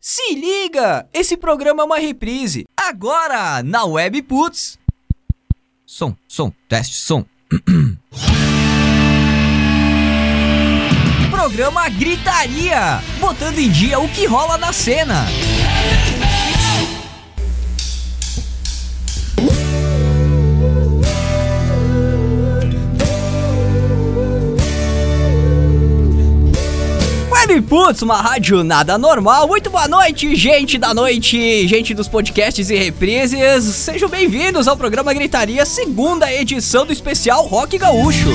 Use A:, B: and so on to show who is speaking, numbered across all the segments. A: Se liga! Esse programa é uma reprise. Agora, na Web Putz. Som, som, teste, som. programa Gritaria botando em dia o que rola na cena. Web Putz, uma rádio nada normal. Muito boa noite, gente da noite, gente dos podcasts e reprises. Sejam bem-vindos ao programa Gritaria, segunda edição do especial Rock Gaúcho.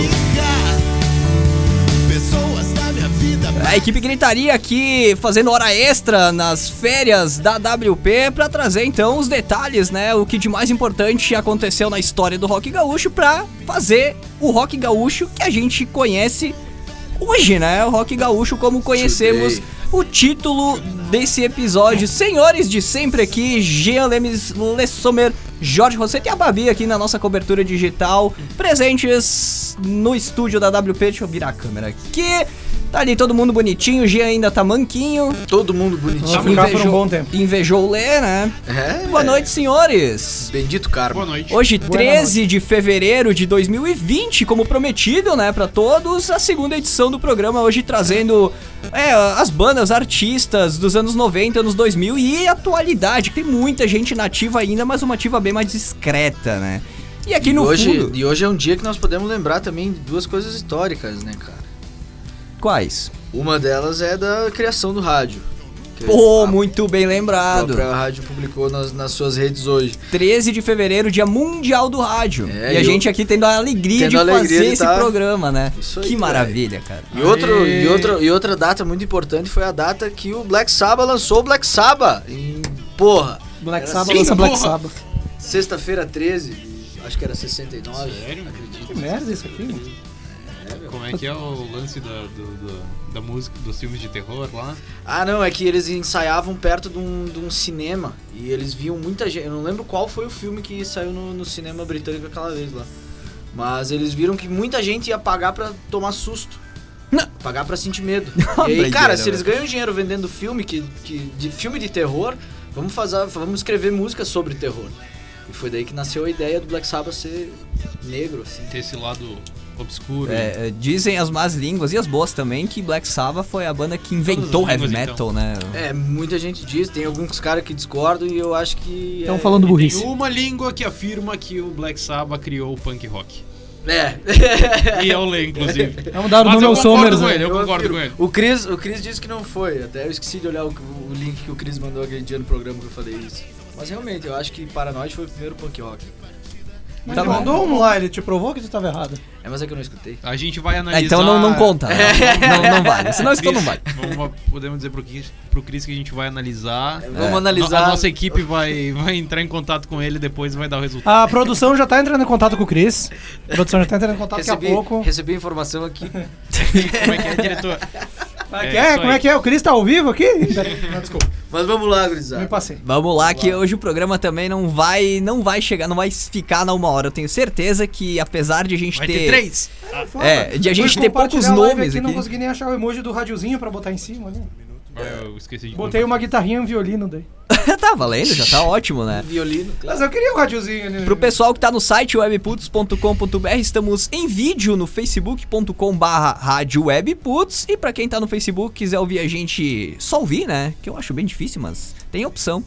A: A equipe Gritaria aqui fazendo hora extra nas férias da WP para trazer então os detalhes, né? O que de mais importante aconteceu na história do rock gaúcho para fazer o rock gaúcho que a gente conhece hoje, né? O rock gaúcho como conhecemos.
B: Today.
A: O título desse episódio, senhores de sempre aqui, Jean Lemes Lessomer, Jorge Rossetti e a Babi aqui na nossa cobertura digital, presentes no estúdio da WP. Deixa eu virar a câmera aqui. Tá ali todo mundo bonitinho, o Jean ainda tá manquinho.
B: Todo mundo bonitinho.
C: Vamos ficar por um bom tempo.
A: Invejou o Lê, né?
B: É.
A: Boa noite, senhores!
B: Bendito Carmo.
D: um- Boa noite.
A: Hoje,
C: Boa
A: 13 de fevereiro de 2020, como prometido, né, pra todos, a segunda edição do programa, hoje trazendo é, as bandas, artistas dos anos 90, anos 2000 e atualidade, que tem muita gente nativa ainda, mas uma ativa bem mais discreta, né? E aqui
B: E
A: no
B: hoje,
A: fundo...
B: e hoje é um dia que nós podemos lembrar também de duas coisas históricas, né, cara?
A: Quais?
B: Uma delas é da criação do rádio. que
A: Pô,
B: a
A: muito bem lembrado!
B: própria rádio publicou nas, nas suas redes hoje.
A: 13 de fevereiro, dia mundial do rádio.
B: É,
A: e a
B: e
A: gente aqui tendo a alegria
B: Tendo
A: de
B: a alegria
A: fazer
B: de
A: esse
B: tá-
A: programa, né?
B: Isso aí,
A: que
B: cara.
A: maravilha, cara.
B: E, outro,
D: Aê.
B: e, outro, e outra data muito importante foi a data que o Black Sabbath lançou o Black Sabbath. Em, porra,
C: Black
B: Era
C: Sabbath
B: assim,
C: lança Black
D: porra.
C: Sabbath.
B: sexta-feira 13, acho que era 69,
D: Sério?
C: Que
B: acredito.
C: merda isso aqui, mano.
D: Como é que é o lance da, do- do- da música, dos filmes de terror lá?
B: Ah, não, é que eles ensaiavam perto de um, de um cinema e eles viam muita gente. Eu não lembro qual foi o filme que saiu no, no cinema britânico aquela vez lá. Mas eles viram que muita gente ia pagar pra tomar susto.
A: Não.
B: Pagar pra sentir medo. e
A: Doideira,
B: aí, cara, se
A: velho.
B: eles ganham dinheiro vendendo filme que, que de filme de terror, vamos fazer, vamos escrever música sobre terror. E foi daí que nasceu a ideia do Black Sabbath ser negro assim.
D: Tem esse lado obscuro.
A: É, é, dizem as más línguas e as boas também que Black Sabbath foi a banda que inventou
D: as
A: heavy
D: línguas,
A: metal,
D: então.
A: né?
B: É, muita gente diz, tem alguns caras que discordam e eu acho que
C: Estão
B: é-
C: falando
D: Tem
C: burrice.
D: uma língua que afirma que o Black Sabbath criou o punk rock.
B: É.
D: E é o Lê, inclusive.
C: Vamos dar o
D: Mas
C: É um nome
D: eu
C: ao
D: concordo
C: Somers,
D: com
C: né?
D: ele, eu concordo
B: afirmo.
D: com ele.
B: O Cris, o Cris disse que não foi. Até eu esqueci de olhar o, o link que o Cris mandou aquele dia no programa que eu falei isso. Mas realmente, eu acho que Paranoid foi o primeiro punk rock.
C: Mas
A: Tá
C: ele
A: bom.
C: mandou um lá, ele te provou que tu tava errado.
B: É, mas é que eu não escutei.
D: A gente vai
A: É,
D: analisar.
A: então não, não conta, né? não, não, não vale. Senão isso
D: Cris,
A: não vale.
D: Vamos, podemos dizer pro Cris, pro Cris que a gente vai analisar.
B: É, vamos analisar.
D: A nossa equipe vai, vai entrar em contato com ele depois e vai dar o resultado.
C: A produção já tá entrando em contato com o Chris. A produção já tá entrando em contato
B: Recebi,
C: daqui a pouco.
B: recebi informação aqui.
D: Como é que é, diretor?
C: Como é, que
D: É,
C: é?
D: isso
C: Como
D: aí.
C: é que é? O Chris tá ao vivo aqui? Não, Desculpa,
B: Mas vamos lá,
A: Tá.
C: me
B: gurizada.
C: passei.
A: Vamos lá que hoje o programa também não vai não vai chegar, não vai ficar na uma hora. Eu tenho certeza que apesar de a gente
D: Vai
A: ter,
D: ter três.
A: É, de a gente
C: Fui
A: ter poucos
C: compartilhar a live
A: nomes
C: aqui. Não
A: aqui.
C: consegui nem achar o emoji do radiozinho pra botar em cima ali.
D: Eu esqueci de
C: Botei uma guitarrinha e um violino daí.
A: tá valendo, já tá ótimo, né?
B: Violino,
C: Mas
B: claro.
C: eu queria o radiozinho ali.
A: Pro pessoal que tá no site webputs.com.br, estamos em vídeo no facebook.com barra rádio webputs e pra quem tá no Facebook quiser ouvir a gente só ouvir, né? Que eu acho bem difícil, mas tem opção.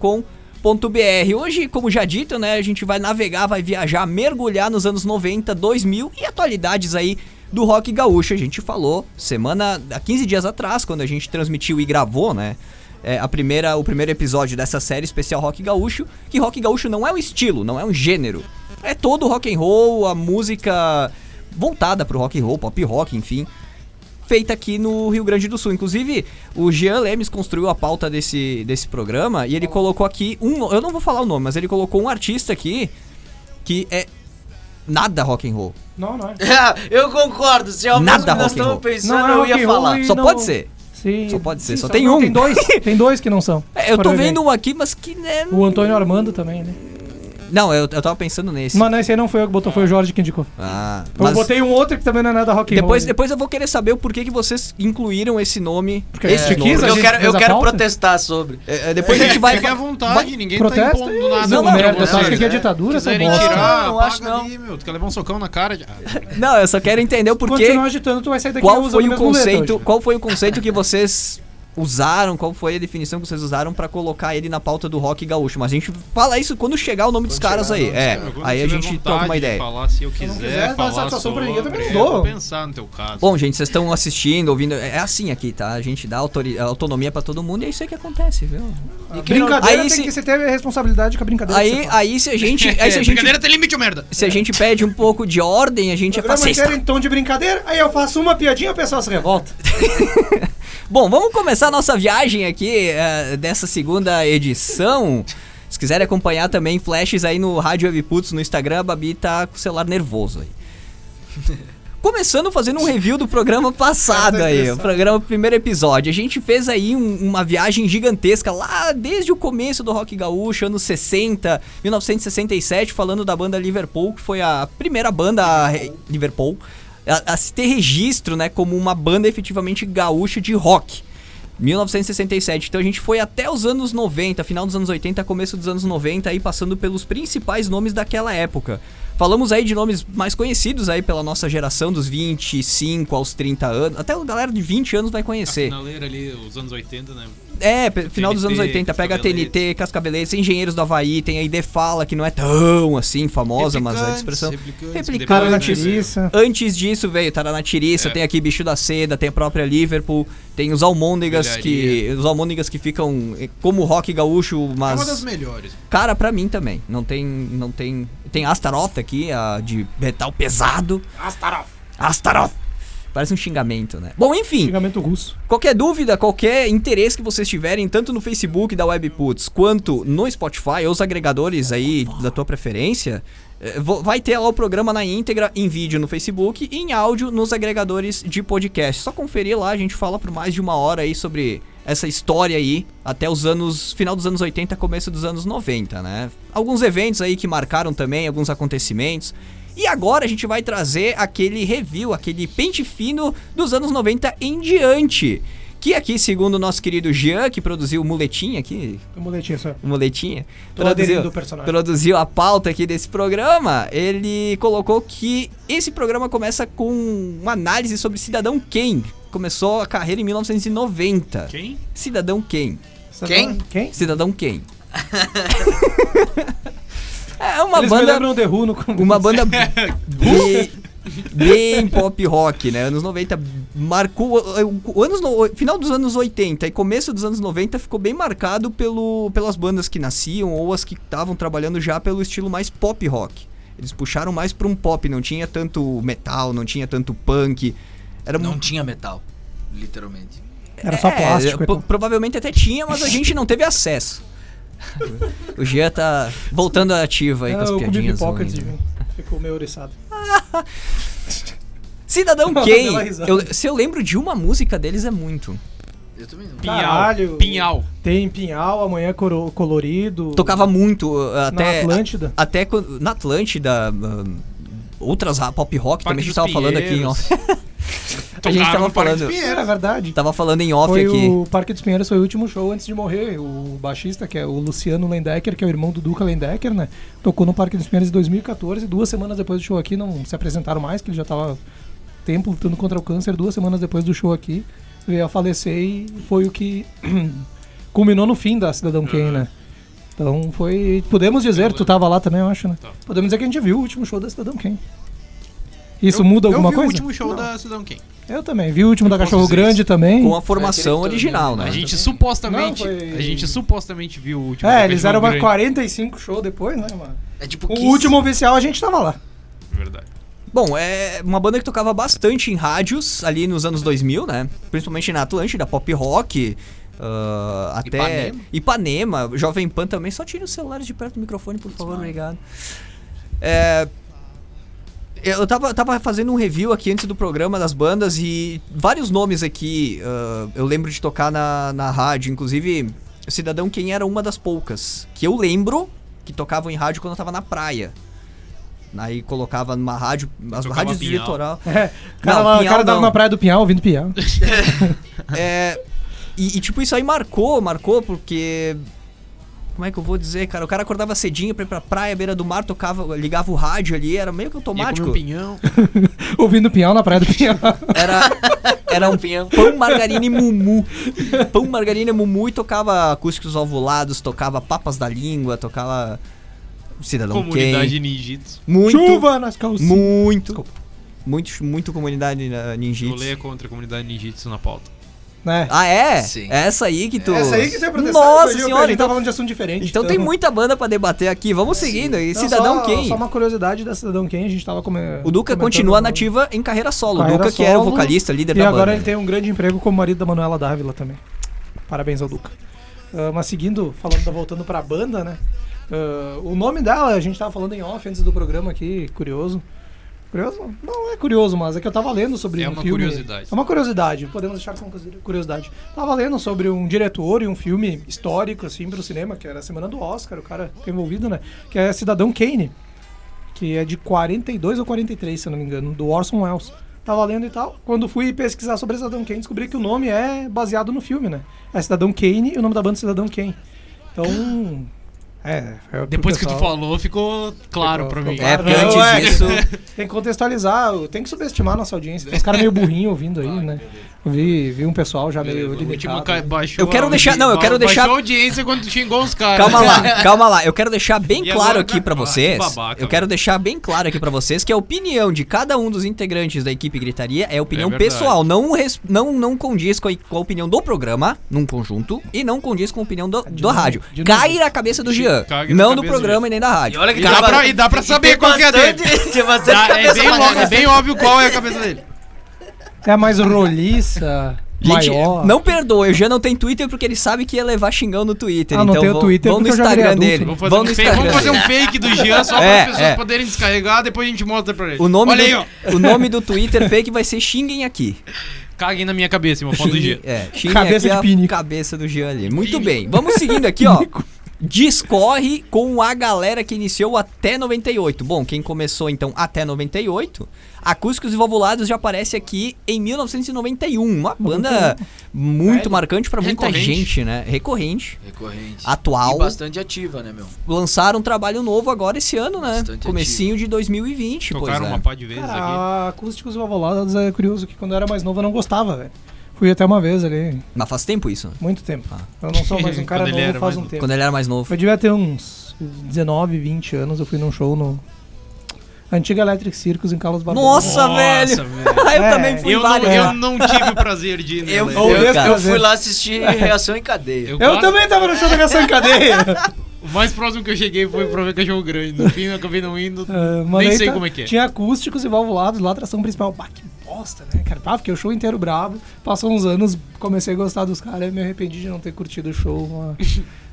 A: webputs.com.br. Hoje, como já dito, né, a gente vai navegar, vai viajar, mergulhar nos anos 90, 2000 e atualidades aí do rock gaúcho. A gente falou semana, há 15 dias atrás, quando a gente transmitiu e gravou, né? é, a primeira, o primeiro episódio dessa série especial Rock Gaúcho, que Rock Gaúcho não é um estilo, não é um gênero. É todo rock and roll, a música voltada pro rock and roll, pop rock, enfim, feita aqui no Rio Grande do Sul. Inclusive, o Jean Lemes construiu a pauta desse, desse programa e ele colocou aqui um, eu não vou falar o nome, mas ele colocou um artista aqui que é nada rock and roll.
C: Não, não é.
B: eu concordo, se é o mesmo
A: Nada
B: que nós
A: rock and roll.
B: estamos pensando,
C: Não é
B: eu ia
C: rock and roll
B: falar.
C: e-
A: Só
C: não-
A: pode ser.
C: Sim.
A: Só pode ser,
C: Sim,
A: só tem um.
C: Tem dois, tem dois que não são.
A: É, eu
C: Por
A: tô
C: exemplo.
A: vendo um aqui, mas que né,
C: O Antônio Armando também, né?
A: Não, eu, eu tava pensando nesse.
C: Mano, esse aí não foi eu que botou, foi o Jorge que indicou.
A: Ah,
C: Eu
A: mas
C: botei um outro que também não é nada rock and
A: depois,
C: roll.
A: depois eu vou querer saber o porquê que vocês incluíram esse nome.
C: Porque
A: esse
C: a gente
A: nome.
C: quis, a
B: É. Porque eu
C: gente
B: quero,
C: fez
B: eu
C: a
B: quero
C: pauta?
B: protestar sobre.
A: É, é, depois a gente vai.
D: Fique à vontade, ninguém tá
C: Protesta
D: impondo nada.
A: Não,
C: Não,
A: não,
D: pra
C: merda, eu só
D: vocês,
C: acho que aqui é
D: né?
C: ditadura, essa
D: Quiserem
C: bosta.
D: tirar,
A: Não, não acho
D: acho
A: não.
D: ali, meu. Tu quer levar um socão na cara? já- Ah,
A: Não, eu só quero entender o porquê.
C: Continuar agitando, tu vai sair daqui
A: Qual
C: usando
A: foi o
C: mesmo muleta
A: conceito?
C: hoje.
A: Qual foi o conceito que vocês usaram? Qual foi a definição que vocês usaram pra colocar ele na pauta do rock gaúcho? Mas a gente fala isso quando chegar o nome dos caras aí. É,
D: quando
A: aí a
D: tiver
A: gente
D: vontade
A: troca uma
D: de
A: ideia.
D: Falar, se eu
C: eu não
D: quiser,
C: quiser dar
D: falar
C: satisfação
D: sobre,
C: pra
D: é,
C: ninguém, eu também não
D: eu
C: dou.
D: vou pensar no teu caso.
A: Bom, gente, vocês estão assistindo, ouvindo. É assim aqui, tá? A gente dá autori- autonomia pra todo mundo e é isso aí que acontece, viu?
C: E Brincadeira
A: Aí
C: tem
A: se-
C: que você ter responsabilidade com a brincadeira. que
A: Aí,
C: você faz.
A: aí se a gente,
D: é,
A: aí se a gente,
D: brincadeira tem limite, ô merda.
A: se a gente pede um pouco de ordem, a gente é
C: O programa
A: fascista.
C: inteiro em tom de brincadeira, aí eu faço uma piadinha, o pessoal se revolta.
A: Bom, vamos começar a nossa viagem aqui eh, dessa segunda edição. Se quiserem acompanhar também flashes aí no Rádio Webputs no Instagram, a Babi tá com o celular nervoso aí. Começando fazendo um review do programa passado aí, o programa o primeiro episódio. A gente fez aí um- uma viagem gigantesca lá desde o começo do rock gaúcho, anos 60, 1967, falando da banda Liverpool, que foi a primeira banda a re- Liverpool a, a se ter registro, né, como uma banda efetivamente gaúcha de rock. 1967. Então a gente foi até os anos 90, final dos anos 80, começo dos anos 90, aí passando pelos principais nomes daquela época. Falamos aí de nomes mais conhecidos aí pela nossa geração, dos 25 aos 30 anos. Até a galera de 20 anos vai
D: Na
A: conhecer.
D: finaleira ali, os anos 80, né?
A: É, pe- final dos anos
D: TNT,
A: 80. Pega a
D: Cascaveletes.
A: TNT, Cascaveletes, Engenheiros do Havaí, tem aí Defala, que não é tão assim famosa, mas a
D: Replicantes,
A: expressão.
D: replicantes,
A: Replicantes,
D: depois,
C: Cara na
D: né,
C: tiriça.
A: Antes disso tá veio Taranatiriça,
D: É.
A: tem aqui Bicho da Seda, tem a própria Liverpool, tem os Almôndegas que
D: Velharia.
A: os Almôndegas que ficam eh, como rock gaúcho,
D: É
A: mas
D: uma das melhores.
A: cara pra mim também. Não tem não tem tem Astaroth aqui, a de metal pesado. Astaroth. Astaroth. Parece um xingamento, né? Bom, enfim,
C: Xingamento russo.
A: Qualquer dúvida, qualquer interesse que vocês tiverem, tanto no Facebook da Webputs quanto no Spotify ou os agregadores aí da tua preferência, eh, vo- vai ter lá o programa na íntegra, em vídeo no Facebook e em áudio nos agregadores de podcast. Só conferir lá, a gente fala por mais de uma hora aí sobre essa história aí, até os anos. final dos anos 80, começo dos anos 90, né? Alguns eventos aí que marcaram também, alguns acontecimentos. E agora a gente vai trazer aquele review, aquele pente fino dos anos 90 em diante. Que aqui, segundo o nosso querido Jean, que produziu o muletinha aqui,
C: Eu muletinha só.
A: o muletinha,
C: Tô
A: produziu,
C: aderindo ao é personagem.
A: produziu a pauta aqui desse programa, ele colocou que esse programa começa com uma análise sobre Cidadão Kane. Começou a carreira em 1990.
D: Quem?
A: Cidadão Kane.
B: Quem?
C: é Quem?
A: Cidadão Kane. é uma
C: Eles me
A: banda
C: lembram The Who no começo.
A: uma banda bem, bem pop rock, né? Anos 90 marcou eh, o- o- anos no- final dos anos 80 e começo dos anos 90 ficou bem marcado pelo, pelas bandas que nasciam ou as que estavam trabalhando já pelo estilo mais pop rock. Eles puxaram mais pra um pop, não tinha tanto metal, não tinha tanto punk. Era um-
B: Não tinha metal, literalmente.
C: Era só
A: é,
C: plástico.
A: po-
C: então.
A: Provavelmente até tinha, mas a gente não teve acesso. O Gia tá voltando ativa aí com
C: Ah,
A: as
C: eu comi
A: piadinhas.
C: pipoca
A: ruins,
C: de
A: né?
C: Ficou meio oriçado.
A: Cidadão
C: Uma
A: Kane.
C: bela risada.
A: eu- se eu lembro de uma música deles, é muito.
B: Eu também não.
D: Pinhal.
C: Caralho.
D: Pinhal.
C: Tem Pinhal, Amanhã Coro- Colorido.
A: Tocava muito uh,
C: na
A: até.
C: Atlântida.
A: Até quando- na Atlântida. um, outras ra- pop rock também a
D: Parque
A: gente
D: dos
A: tava falando aqui em off. a gente
D: Tocaram
A: tava
D: no Parque
A: falando.
D: dos
C: Era verdade.
A: Tava falando em off
C: Foi
A: aqui.
C: o Parque dos Pinheiros foi o último show antes de morrer. O baixista, que é o Luciano Lendecker, que é o irmão do Duca Lendecker, né? Tocou no Parque dos Pinheiros em 2014. Duas semanas depois do show aqui, não se apresentaram mais, que ele já tava tempo lutando contra o câncer. Duas semanas depois do show aqui, veio a falecer e foi o que culminou no fim da Cidadão
D: Uhum.
C: Kane, né? Então foi. Podemos
D: Tá
C: dizer, tu tava lá também, eu acho, né?
D: Tava.
C: Podemos dizer que a gente viu o último show da Cidadão Kane. Isso muda alguma
D: eu vi
C: coisa?
D: o último show
C: Não.
D: da Cidadão Quem.
C: Eu também. Vi o último da
D: posso
C: Cachorro
D: dizer
C: Grande
D: isso.
C: também.
A: Com a formação
B: É, aquele
A: original,
B: todo,
A: né?
D: A
B: Ah,
D: gente supostamente.
C: Não, foi-
D: A gente supostamente viu o último.
C: É,
D: da
C: eles
D: Cachorro
C: eram uma
D: um Grande.
C: 45 show depois, né, mano?
B: É tipo
C: O
B: Kiss.
C: último oficial a gente tava lá.
D: Verdade.
A: Bom, é uma banda que tocava bastante em rádios ali nos anos 2000, né? Principalmente na Atlântida, pop rock, ah, até Ipanema.
B: Ipanema.
A: Jovem Pan também. Só tira os celulares de perto do microfone, por favor, obrigado. É, eu tava, tava fazendo um review aqui antes do programa das bandas e vários nomes aqui ah, eu lembro de tocar na, na rádio, inclusive Cidadão Quem era uma das poucas que eu lembro que que tocavam em rádio quando eu tava na praia. Aí colocava numa rádio, as
D: Tocava
A: rádios do
D: Pinhal.
A: litoral.
C: É, o cara,
A: Não,
C: lá- o
A: Pinhal
C: cara tava
A: não.
C: na praia do Pinhal ouvindo Pinhal.
A: É, e, e, tipo, isso aí marcou, marcou porque. Como é que eu vou dizer, cara? O cara acordava cedinho pra ir pra praia, beira do mar, tocava, ligava o rádio ali, era meio que
D: um
A: automático.
D: pinhão.
C: ouvindo Pinhal na praia do Pinhal.
A: Era, era um
B: Pinhão.
A: pão, margarina e mumu. Pão, margarina e mumu e tocava acústicos ovulados, tocava papas da língua, tocava. Cidadão
D: Comunidade
A: Kane.
D: ninjitsu.
A: Muito.
C: Chuva nas calcinhas.
A: Muito. Muito, muito comunidade na- ninjitsu.
D: Coleia contra a comunidade ninjitsu na pauta.
C: Né?
A: Ah, é?
B: Sim.
A: Essa aí que tu.
C: É Essa aí que tem a proteção.
A: Nossa
C: eu vi, eu
A: senhora,
C: vi, tá
A: então,
C: falando de assunto diferente.
A: então tem muita banda pra debater aqui. Vamos seguindo aí.
C: Não,
A: Cidadão
C: só-
A: Quem?
C: Só uma curiosidade da Cidadão Quem, a gente tava come-
A: O Duca
C: comentando- um-
A: continua nativa em carreira solo.
C: Carreira
A: o Duca, que era o
C: solo,
A: vocalista, líder
C: E
A: da
C: agora
A: banda.
C: ele tem um grande emprego como marido da Manuela Dávila também. Parabéns ao Duca. Ah, mas seguindo, falando, da- voltando pra banda, né? Ah, o nome dela, a gente tava falando em off antes do programa aqui, curioso. Curioso? Não é curioso, mas é que eu tava lendo sobre
D: É
C: um
D: uma
C: filme.
D: curiosidade.
C: É uma curiosidade, podemos deixar como curiosidade. Tava lendo sobre um diretor e um filme histórico, assim, pro cinema, que era a semana do Oscar, o cara foi envolvido, né? Que é Cidadão Kane que é de 42 ou 43, se eu não me engano, do Orson Welles. Tava lendo e tal. Quando fui pesquisar sobre Cidadão Kane, descobri que o nome é baseado no filme, né? É Cidadão Kane e o nome da banda é Cidadão Kane. Então. É. é
D: Depois
C: pro
D: que tu
C: pessoal-
D: falou, ficou claro
C: Ficou-
D: pra
C: ficou
D: mim.
A: É, porque antes
C: Não, é.
A: disso.
C: Tem que contextualizar, tem que subestimar a nossa audiência. Tem uns caras meio burrinho ouvindo aí, né? Vi, vi um pessoal já meio
D: O último
C: limitado. né?
D: cara baixou.
A: Eu quero
D: a
A: deixar- não, eu
D: audi-
A: quero
D: baixou
A: deixar-
D: a audiência quando tu xingou os caras.
A: Calma lá, calma lá. Eu quero deixar bem
D: E
A: claro
D: agora,
A: aqui pra
D: ah, que
A: vocês.
D: babaca,
A: eu quero deixar bem claro aqui pra vocês que a opinião de cada um dos integrantes da equipe Gritaria é opinião
D: É verdade.
A: pessoal, não, res- não não condiz com a, com a opinião do programa num conjunto e não condiz com a opinião do, do
C: novo,
A: rádio.
C: de novo.
A: Cai na cabeça do Jean,
D: Cague na
A: não do
D: cabeça do
A: programa e nem da
B: E
A: rádio.
B: olha que
D: E
B: tem
D: dá
B: ba-
D: pra- e dá pra
B: tem-
D: saber
B: tem
D: qual que é
B: bastante- Tem bastante
D: Dá- é,
B: cabeça
D: bem
B: pra
D: logo- é
B: cá.
D: bem óbvio qual é a cabeça dele.
C: É mais roliça,
A: Gente,
C: maior. Ah,
A: não perdoa, o Jean não tem Twitter porque ele sabe que ia levar xingão no Twitter.
C: Ah, não
A: então
C: tenho
A: vão-
C: Twitter
A: vão no
C: porque eu já virei
A: Instagram dele.
C: adulto, né?
D: Vamos fazer,
A: Vão
D: um
A: no
D: fake, vamos
A: Instagram
D: fazer
A: dele.
D: um fake do Jean só
A: É,
D: para as pessoas
A: é.
D: poderem descarregar, depois a gente mostra pra ele.
A: O nome,
D: Olha
A: do,
D: aí, ó.
A: o nome do Twitter fake vai ser Xinguem Aqui.
D: Caguem na minha cabeça, uma foto do Jean.
A: É, Chile
C: Cabeça
A: aqui
C: de
A: é a
C: pinico.
A: Cabeça do Jean ali. Muito bem, vamos seguindo aqui, ó. Discorre com a galera que iniciou até 98. Bom, quem começou então até 98, Acústicos e Vovulados já aparece aqui em 1991. Uma banda muito marcante pra muita
D: Recorrente.
A: gente, né? Recorrente,
B: Recorrente.
A: atual.
B: E bastante ativa, né, meu?
A: Lançaram um trabalho novo agora esse ano, né?
B: Bastante
A: Comecinho de 2020,
D: Tocaram
A: pois é.
D: uma pá de vezes aqui.
C: Cara, acústicos e vavolados é curioso que quando eu era mais novo eu não gostava, velho. Fui até uma vez ali,
A: Mas faz tempo isso, né?
C: muito tempo. Eu não sou mais um cara
D: Quando ele
C: novo
D: era
C: faz
D: mais
C: um
D: novo.
C: tempo.
A: Quando ele era mais novo.
C: Eu devia ter uns 19, 20 anos, eu fui num show no Antiga Electric Circus em Carlos Barbosa.
A: Nossa, velho!
D: Nossa, velho.
A: eu
C: É,
A: também fui
D: Eu não,
A: várias.
D: eu não tive o prazer de ir nela.
B: Eu,
C: Ou
B: eu- eu
A: cara.
B: fui lá assistir Reação em Cadeia.
C: Eu também tava no show da Reação em Cadeia.
D: O mais próximo que eu cheguei foi pra ver cachorro grande. No fim, eu acabei não indo.
C: Ah, mas
D: nem
C: aí
D: sei
C: tá-
D: como é que é.
C: Tinha acústicos e valvulados lá, atração principal. Bah, que bosta, né, cara? Pá, fiquei o show inteiro bravo. Passou uns anos, comecei a gostar dos caras e me arrependi de não ter curtido o show. Mano.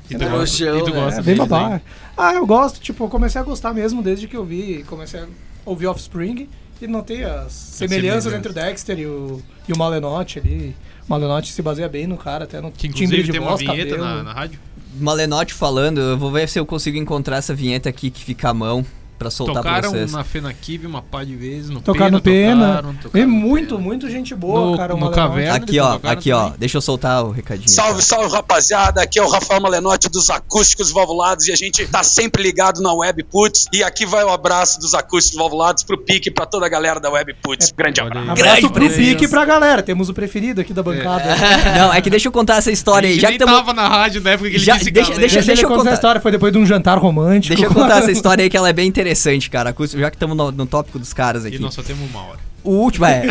D: E tu
B: Não,
D: gosta,
B: eu-
D: e tu
B: é,
D: gosta
C: É, bem
D: deles, hein?
C: babar. Ah, eu gosto, tipo, eu comecei a gostar mesmo desde que eu vi, comecei a ouvir Offspring e notei as semelhanças
D: semelhanças.
C: entre o Dexter e o, e o Malenotti ali. O Malenotti se baseia bem no cara, até no
D: Que
C: timbre
D: inclusive
C: de
D: tem uma
C: voz,
D: vinheta
C: cabelo.
D: na, na rádio.
A: Malenotti falando, eu vou ver se eu consigo encontrar essa vinheta aqui que fica à mão pra soltar pra
D: Tocaram
A: vocês.
D: na Fenakib uma pá de vezes. No
C: Tocar no Pena.
D: tocaram,
C: E
D: tocaram no
C: muito,
D: Pena.
C: muito gente boa,
D: No-
C: cara. O
D: no
C: Malenotti.
D: Caverna.
A: Aqui, ó,
D: Tocaram
A: aqui, ó.
D: também.
A: Deixa eu soltar o recadinho.
E: Salve, salve rapaziada, aqui é o Rafael Malenotti dos Acústicos Valvulados e a gente tá sempre ligado na Web Putz e aqui vai o abraço dos Acústicos Valvulados pro Pique e pra toda a galera da Web Putz. Grande
D: Olha
E: abraço.
D: aí.
A: Grande
C: Abraço pro
A: presença.
C: Pique e pra galera. Temos o preferido aqui da bancada.
A: Não, é que deixa eu contar essa
D: A
A: história aí.
D: gente
A: Já
D: nem
A: que tamo...
D: tava na rádio na época que ele
A: Já-
D: disse
A: deixa-
D: galera.
A: deixa-
C: ele
A: eu
C: contar
A: contar.
C: a história, foi depois de um jantar romântico.
A: Deixa eu contar essa história aí que ela é bem interessante, cara. Acústico- Já que estamos no, no tópico dos caras
D: E
A: aqui.
D: nós só temos uma hora.
A: O último é.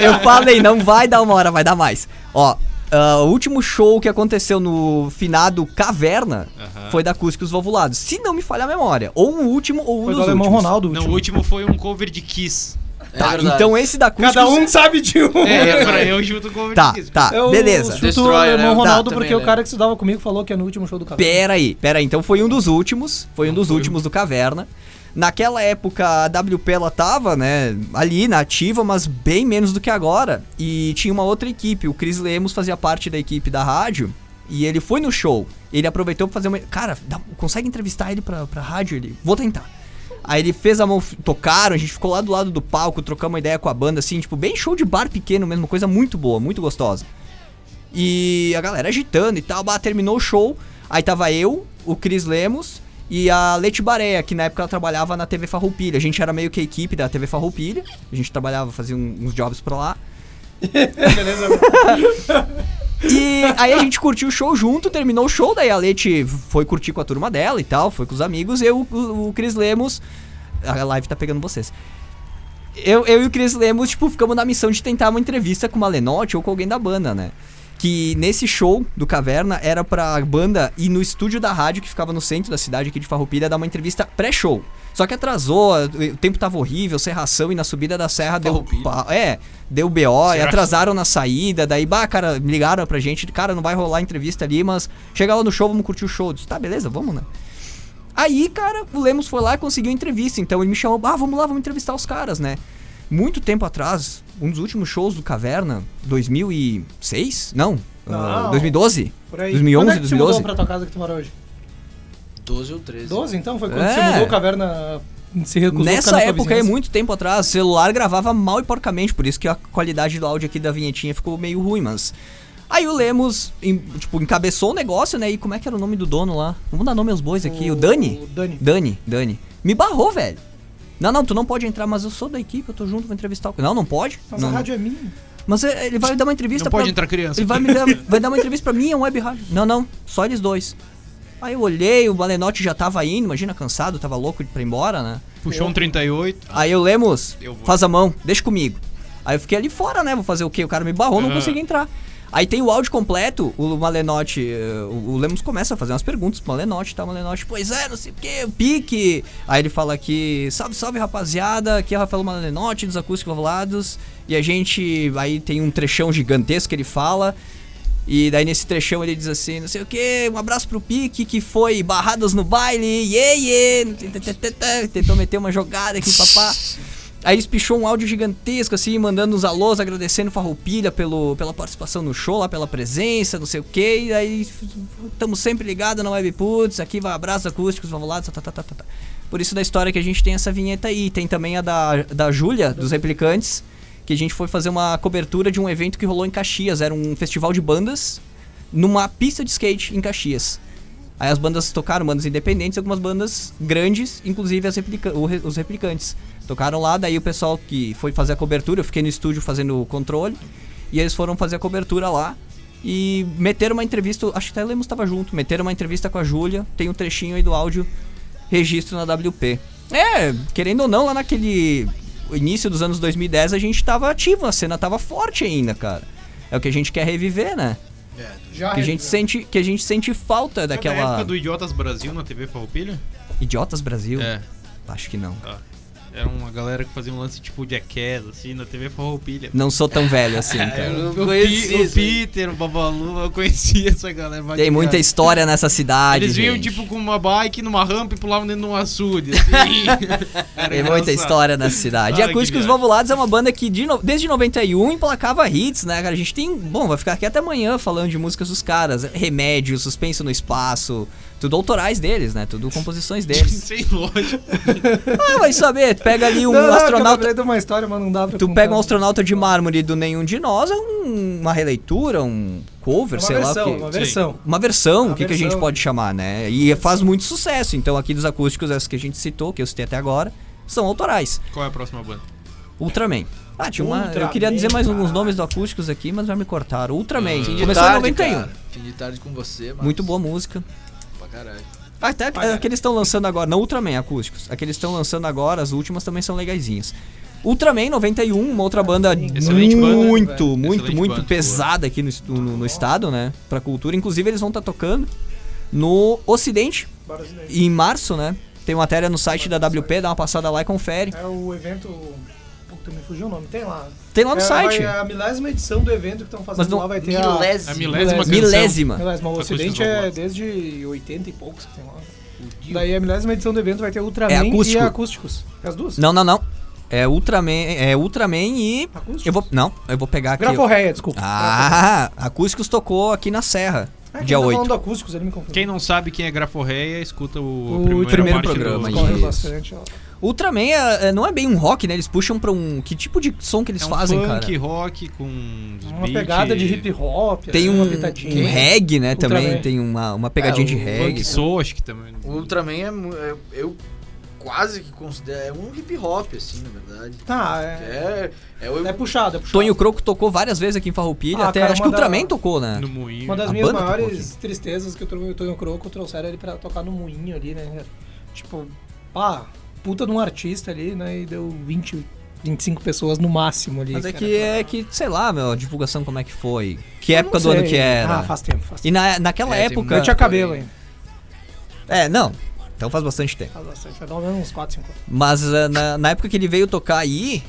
A: Eu falei, não vai dar uma hora, vai dar mais. Ó, ah, o último show que aconteceu no finado Caverna
D: Aham.
A: foi da Acústicos Vovulados. Se não me falha a memória. Ou o último ou um
C: Foi do
A: dos
C: Alemão
A: últimos.
C: Ronaldo. o
D: Não, o
C: último.
D: último foi um cover de Kiss.
B: É
A: Tá,
B: verdade.
A: então esse da Acústicos...
C: Cada um sabe de um.
D: É, pra eu junto com o cover
A: Tá,
D: de Kiss.
A: tá,
C: Eu
A: beleza.
C: chuto o
B: Destroyer,
C: alemão
B: né?
C: Ronaldo
B: Tá,
C: porque
B: também
C: o cara que estudava comigo falou que é no último show do Cavalo.
A: Pera aí, pera aí. Então foi um dos últimos, foi um dos
D: foi o
A: últimos do Caverna. Naquela época a WP ela tava, né, ali na ativa, mas bem menos do que agora. E tinha uma outra equipe, o Cris Lemos fazia parte da equipe da rádio. e ele foi no show. Ele aproveitou pra fazer uma. Cara, dá- consegue entrevistar ele pra, pra rádio? Ele. Vou tentar. Aí ele fez a mão, f- tocaram, a gente ficou lá do lado do palco, trocamos uma ideia com a banda, assim, tipo, bem show de bar pequeno mesmo, coisa muito boa, muito gostosa. E a galera agitando e tal, bah, terminou o show. Aí tava eu, o Cris Lemos e a Leti Bareia, que na época ela trabalhava na TV Farroupilha. A gente era meio que a equipe da TV Farroupilha. A gente trabalhava, fazia um- uns jobs pra lá. E aí a gente curtiu o show junto, terminou o show, daí a Leti foi curtir com a turma dela e tal, foi com os amigos, eu, o, o Cris Lemos. A live tá pegando vocês. Eu, eu e o Cris Lemos, tipo, ficamos na missão de tentar uma entrevista com uma Lenote ou com alguém da banda, né? Que nesse show do Caverna era pra banda ir no estúdio da rádio que ficava no centro da cidade aqui de Farroupilha dar uma entrevista pré-show. Só que atrasou, o tempo tava horrível, serração e na subida da serra deu.
B: Farroupilha.
A: pa- É, deu BO, e atrasaram na saída, daí, bah, cara, ligaram pra gente, cara, não vai rolar entrevista ali, mas chega lá no show, vamos curtir o show. Eu Disse, tá, beleza, vamos, né? Aí, cara, o Lemos foi lá e conseguiu entrevista. Então ele me chamou, ah, vamos lá, vamos entrevistar os caras, né? Muito tempo atrás, um dos últimos shows do Caverna, 2006? Não, ah,
C: Não.
A: 2012?
C: Por aí.
A: 2011,
C: Quando é que tu mudou
A: 2012?
C: pra tua casa que tu mora hoje?
B: 12 ou 13.
C: 12, então? Foi quando
A: É.
C: você mudou o caverna... Se recusou a ficar
A: Nessa
C: na tua
A: época aí,
C: vizinhança?
A: muito tempo atrás, o celular gravava mal e porcamente, por isso que a qualidade do áudio aqui da vinhetinha ficou meio ruim, mas. Aí o Lemos, em- tipo, encabeçou o negócio, né? E como é que era o nome do dono lá? Vamos dar nome aos bois aqui, o, Dani?
C: O Dani.
A: Dani, Dani. Me barrou, velho. Não, não, tu não pode entrar, mas eu sou da equipe, eu tô junto, vou entrevistar o. Não, não pode.
C: Mas
A: não,
C: a
A: não.
C: rádio é minha.
A: Mas é, ele vai dar uma entrevista
D: Não
A: pra...
D: pode entrar criança.
A: Ele vai, me dar, vai dar uma entrevista pra mim, é um web rádio. Não, não, só eles dois. Aí eu olhei, o Malenotti já tava indo, imagina, cansado, tava louco pra ir embora, né?
D: Puxou um 38.
A: Aí eu, Lemos,
D: Eu vou.
A: faz a mão, deixa comigo. Aí eu fiquei ali fora, né? Vou fazer o quê? O cara me barrou, não
D: Ah.
A: consegui entrar. Aí tem o áudio completo, o Malenotti, eh, o o Lemos começa a fazer umas perguntas pro Malenotti, tá? O Malenotti, pois é, não sei o quê, o pique. Aí ele fala aqui, salve, salve rapaziada, aqui é o Rafael Malenotti dos Acústicos Lavalados. E a gente, aí tem um trechão gigantesco que ele fala. E daí nesse trechão ele diz assim, não sei o que, um abraço pro Pique que foi barradas no baile, iê, iê, tê, tê, tê, tê, tentou meter uma jogada aqui, papá. Aí eles pichou um áudio gigantesco, assim, mandando uns alôs, agradecendo Farroupilha pelo, pela participação no show, lá pela presença, não sei o que, e aí estamos sempre ligados na Webputs, aqui vai abraços acústicos, vamos lá, tá, tá, tá, tá, tá. Por isso da história que a gente tem essa vinheta aí, tem também a da, da Júlia, dos Replicantes, que a gente foi fazer uma cobertura de um evento que rolou em Caxias, era um festival de bandas numa pista de skate em Caxias. Aí as bandas tocaram, bandas independentes, algumas bandas grandes, inclusive as replica- o re- os replicantes. Tocaram lá, daí o pessoal que foi fazer a cobertura, eu fiquei no estúdio fazendo o controle, e eles foram fazer a cobertura lá. E meteram uma entrevista, acho que até o Lemos estava junto, meteram uma entrevista com a Júlia, tem um trechinho aí do áudio, registro na WP. É, querendo ou não, lá naquele início dos anos 2010 a gente tava ativo, a cena tava forte ainda, cara. É o que a gente quer reviver, né?
C: Já
A: Que a gente sente, que a gente sente falta
D: Daquela... Da
A: daquela
D: época do Idiotas Brasil na TV Farroupilha?
A: Idiotas Brasil?
D: É.
A: Acho que não.
D: Era uma galera que fazia um lance tipo de aquela, assim, na TV Farroupilha.
A: Não sou tão velho assim, cara.
B: Eu
D: O,
B: conheci
D: Pi- o
B: isso aí.
D: Peter, o Babalu, eu conhecia essa galera. vai
A: Tem
D: de
A: muita
D: cara.
A: história nessa cidade.
D: Eles vinham
A: gente.
D: tipo com uma bike numa rampa e pulavam dentro de um açude. Assim. Era
A: Tem muita
D: engraçado.
A: história nessa cidade. E
D: Ah,
A: Acústicos
D: Guilherme.
A: Vovulados é uma banda que de no- desde 91 emplacava hits, né, cara? A gente tem. Bom, vai ficar aqui até amanhã falando de músicas dos caras. Remédio, Suspenso no Espaço. Tudo autorais deles, né? Tudo composições deles.
D: Sem lógica.
A: ah, vai saber. Tu pega ali um
C: não, não,
A: astronauta.
C: Eu de uma história, mas não dá pra
A: Tu
C: contar.
A: pega um astronauta de mármore do Nenhum de Nós, é um- uma releitura, um cover,
C: Uma
A: sei
C: versão,
A: lá o que.
C: uma versão.
A: Uma versão,
C: Uma
A: o que, que a
C: versão.
A: gente pode chamar, né? E faz muito sucesso. Então, aqui dos acústicos, essas que a gente citou, que eu citei até agora, são autorais.
D: Qual é a próxima banda?
A: Ultraman. Ah, tinha uma. Eu
C: Ultraman,
A: queria dizer mais alguns
C: cara.
A: nomes do acústicos aqui, mas já me cortaram. Ultraman.
B: Fim de
A: Começou
B: Hum. tarde,
A: em 91.
B: cara. Fim de tarde com você, mano.
A: Muito boa música.
B: Pra caralho.
A: Ah, Até
C: Olha.
A: aqueles estão lançando agora, não Ultraman, acústicos. Aqueles estão lançando agora, as últimas também são legaisinhas. Ultraman 91, uma outra banda
D: Excelente banda,
A: muito, muito,
D: velho.
A: muito,
D: Excelente banda,
A: pesada aqui no, est- no- no estado, né? Pra cultura. Inclusive, eles vão estar tocando no Ocidente, em março, né? Tem matéria no site da WP, dá uma passada lá e confere.
C: É o evento... Puta, me fugiu o nome. Tem lá.
A: Tem lá no
C: É,
A: site.
C: vai- É a milésima edição do evento que estão
A: Mas
C: fazendo
A: não-
C: lá. Vai ter
D: A
B: Milésimo.
D: milésima canção.
C: a...
A: Milésima.
C: Milésima. O
D: Acústicos
C: Ocidente é
D: Vovulados.
C: desde 80 e poucos que tem lá. Daí a milésima edição do evento vai ter Ultraman
A: É acústico.
C: e Acústicos. As duas.
A: Não, não, não. É Ultraman, é Ultraman e.
C: Acústicos.
A: Eu vou. Não, eu vou pegar aqui.
C: Graforreia, desculpa.
A: Ah, Acústicos tocou aqui na Serra.
C: É que
A: Dia
C: eu tava
A: 8.
C: falando acústicos, ele me confundiu.
D: Quem não sabe quem é Graforreia, escuta o,
C: O
D: primeiro,
A: primeiro
D: parte
A: programa,
D: do...
A: isso.
C: Corre bastante, ó.
A: Ultraman é- é- não é bem um rock, né? Eles puxam pra um. Que tipo de som que eles
D: É um
A: fazem, cara?
D: funk rock com uns
C: Uma
D: beat-
C: pegada de hip hop,
D: É,
A: Tem
C: assim,
A: um,
C: uma
A: um
C: pitadinha.
A: reggae, né?
C: Ultraman.
A: Também tem uma, uma pegadinha
B: É,
A: de
B: o
A: reggae.
D: um Funk soul, acho que também.
B: O Ultraman é, mu- é- Eu quase que considero. É um hip hop, assim, na verdade.
C: Tá, é,
B: É. É o.
C: é puxado, é puxado.
A: Tonho Croco tocou várias vezes aqui em Farroupilha,
C: Ah,
A: até
C: cara,
A: acho que o
C: uma da-
A: Ultraman tocou, né?
D: No moinho. Ah,
C: Uma das
A: A
C: minhas
A: banda tocou
C: maiores tristezas que eu trouxe o Tonho Croco trouxeram ele pra tocar no moinho ali, né? cara? Tipo, pá, puta de um artista ali, né? E deu 20, 25 pessoas no máximo ali.
A: Mas é que,
C: cara.
A: é que, sei lá, meu, a divulgação como é que foi. Que época
C: Não
A: do ano
C: sei.
A: que era.
C: Ah, faz tempo, faz tempo.
A: E na, naquela
B: É, tem
A: época.
C: Eu tinha cabelo ainda.
A: É, não. Então faz bastante tempo.
C: Faz bastante, vai dar uns 4, 5 anos.
A: Mas eh, na, na época que ele veio tocar aí.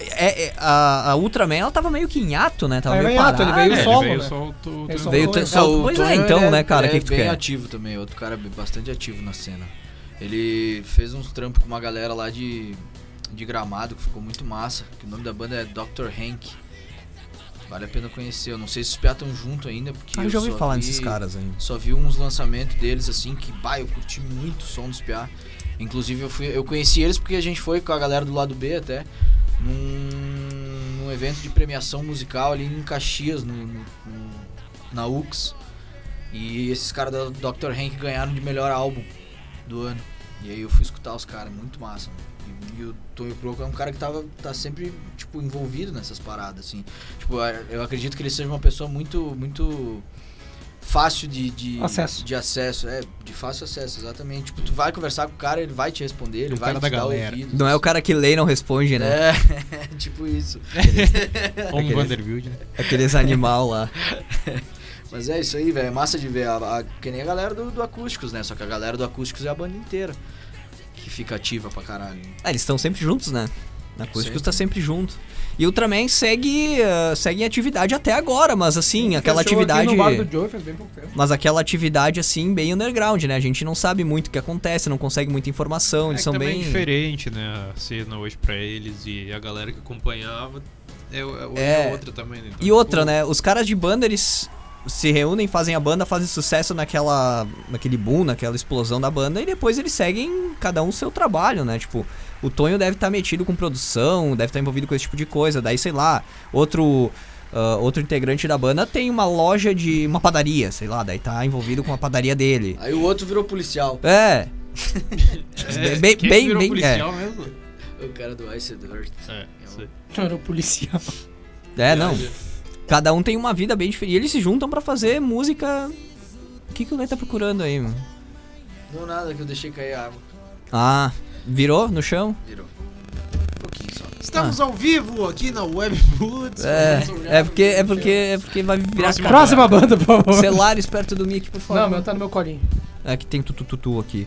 A: é- é, a, a Ultraman, ela tava meio que em ato, né? Tava
C: Ela
A: meio
C: em ato, ele
A: parada.
C: veio
D: É,
C: solo,
D: ele veio
C: né?
D: só o tu-
C: Ele
D: tu-
C: só
A: Veio
C: Tonho,
A: ter- só
B: o
A: o- Pois é,
B: Tonho,
A: então,
B: ele
A: né, cara? O
B: ele
A: que, que tu
B: bem
A: quer?
B: ativo também, outro cara é bastante ativo na cena. Ele fez uns trampos com uma galera lá de, de Gramado, que ficou muito massa. Que o nome da banda é Dr. Hank. Vale a pena conhecer. Eu não sei se os piatam junto ainda, porque
A: Ah, eu
B: eu
A: já ouvi
B: só
A: falar
B: vi-
A: desses caras aí.
B: Só vi uns lançamentos deles assim que, bah, eu curti muito o som dos PA. Inclusive eu fui, eu conheci eles porque a gente foi com a galera do lado B até num, num evento de premiação musical ali em Caxias, no, no- no- na UX. E esses caras da Dr. Hank ganharam de melhor álbum do ano. E aí eu fui escutar os caras, muito massa. mano. E, e o Tonho Croco é um cara que tava, tá sempre, tipo, envolvido nessas paradas, assim. Tipo, a- eu acredito que ele seja uma pessoa muito, muito fácil de, de
C: Acesso.
B: de acesso, é, de fácil acesso, exatamente. Tipo, tu vai conversar com o cara, ele vai te responder, ele
D: O
B: vai
D: cara
B: te
D: da
B: dar
D: galera.
B: ouvidos.
A: Não é o cara que lê e não responde, né?
B: É, tipo isso.
D: Homem
A: Aqueles-
D: Vanderbilt, né?
A: É Aqueles animal lá.
B: Mas é isso aí, velho. É massa de ver. A, a- que nem a galera do, do Acústicos, né? Só que a galera do Acústicos é a banda inteira. Que fica ativa pra caralho.
A: Ah, eles estão sempre juntos, né? Na Acústicos
B: Sempre.
A: tá sempre junto. E Ultraman segue, eh, segue em atividade até agora, mas assim, aquela
C: Fechou aqui
A: atividade.
C: No bar do Joe faz bem pouco tempo.
A: Mas aquela atividade, assim, bem underground, né? A gente não sabe muito o que acontece, não consegue muita informação,
D: É
A: eles
D: que
A: são
D: também
A: bem.
D: é diferente, né? A cena hoje pra eles e a galera que acompanhava é, hoje
A: É.
D: é outra também, né? Então,
A: E outra,
D: tipo,
A: né? Os caras de banda, eles se reúnem, fazem a banda, fazem sucesso naquela. naquele boom, naquela explosão da banda, e depois eles seguem cada um o seu trabalho, né? Tipo, o Tonho deve estar metido com produção, deve estar envolvido com esse tipo de coisa. Daí, sei lá, outro. ah, outro integrante da banda tem uma loja de. uma padaria, sei lá, daí tá envolvido com a padaria dele.
B: Aí o outro virou policial.
A: É.
D: É,
A: bem-
D: quem
A: bem- é.
D: virou
A: bem-
D: policial mesmo?
B: O cara do Ice Earth.
D: É, isso aí.
C: É, Eu era o policial.
A: É, não. Cada um tem uma vida bem diferente. E eles se juntam pra fazer música. O que, que o Lê tá procurando aí, mano?
B: Não nada que eu deixei cair a água.
A: Ah, virou no chão?
B: Virou. Um pouquinho só.
D: Estamos
A: Ah.
D: ao vivo aqui na Web Boots.
A: É, é porque, é porque, é porque vai virar
D: Próxima.
A: cara.
C: Próxima banda, por favor.
A: Celulares perto do mic, por favor.
C: Não, meu tá no meu colinho.
A: Aqui tem tutututu aqui.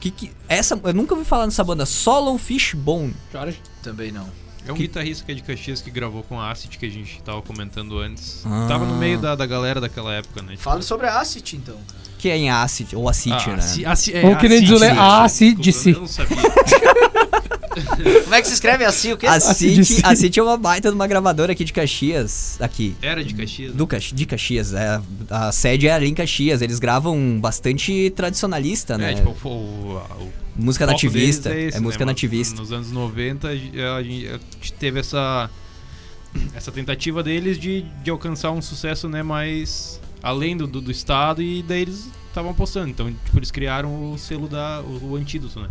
A: Que que essa eu nunca ouvi falar nessa banda Solon Fishbone.
C: Jorge.
B: Também não.
D: É um
A: Que-
D: guitarrista que é de Caxias que gravou com a Acid que a gente tava comentando antes.
A: Ah.
D: Tava no meio da, da galera daquela época, né?
B: Fala sobre a Acid então.
A: Que é em Acid ou Acid,
D: Ah,
A: né?
D: Acid- Acid- é,
C: Ou que nem
D: Acid,
C: diz o Le-
D: né?
C: Ah, Acid,
D: Desculpa,
C: disse.
D: Eu não sabia.
B: Como é que se escreve assim? O quê?
A: Acid,
C: Acid.
A: Acid é uma baita de uma gravadora aqui de Caxias, aqui.
D: Era de Caxias. né?
A: Do Caxi- de Caxias, é, a sede é ali em Caxias, eles gravam bastante tradicionalista, né?
D: É, tipo, o, o, o
A: música
D: foco
A: nativista,
D: deles esse,
A: é
D: né,
A: música
D: mano?
A: nativista.
D: Nos anos 90 a gente- a gente teve essa essa tentativa deles de, de alcançar um sucesso, né, mais além do, do, do estado e daí eles estavam apostando. Então, tipo, eles criaram o selo da o, o Antídoto, né?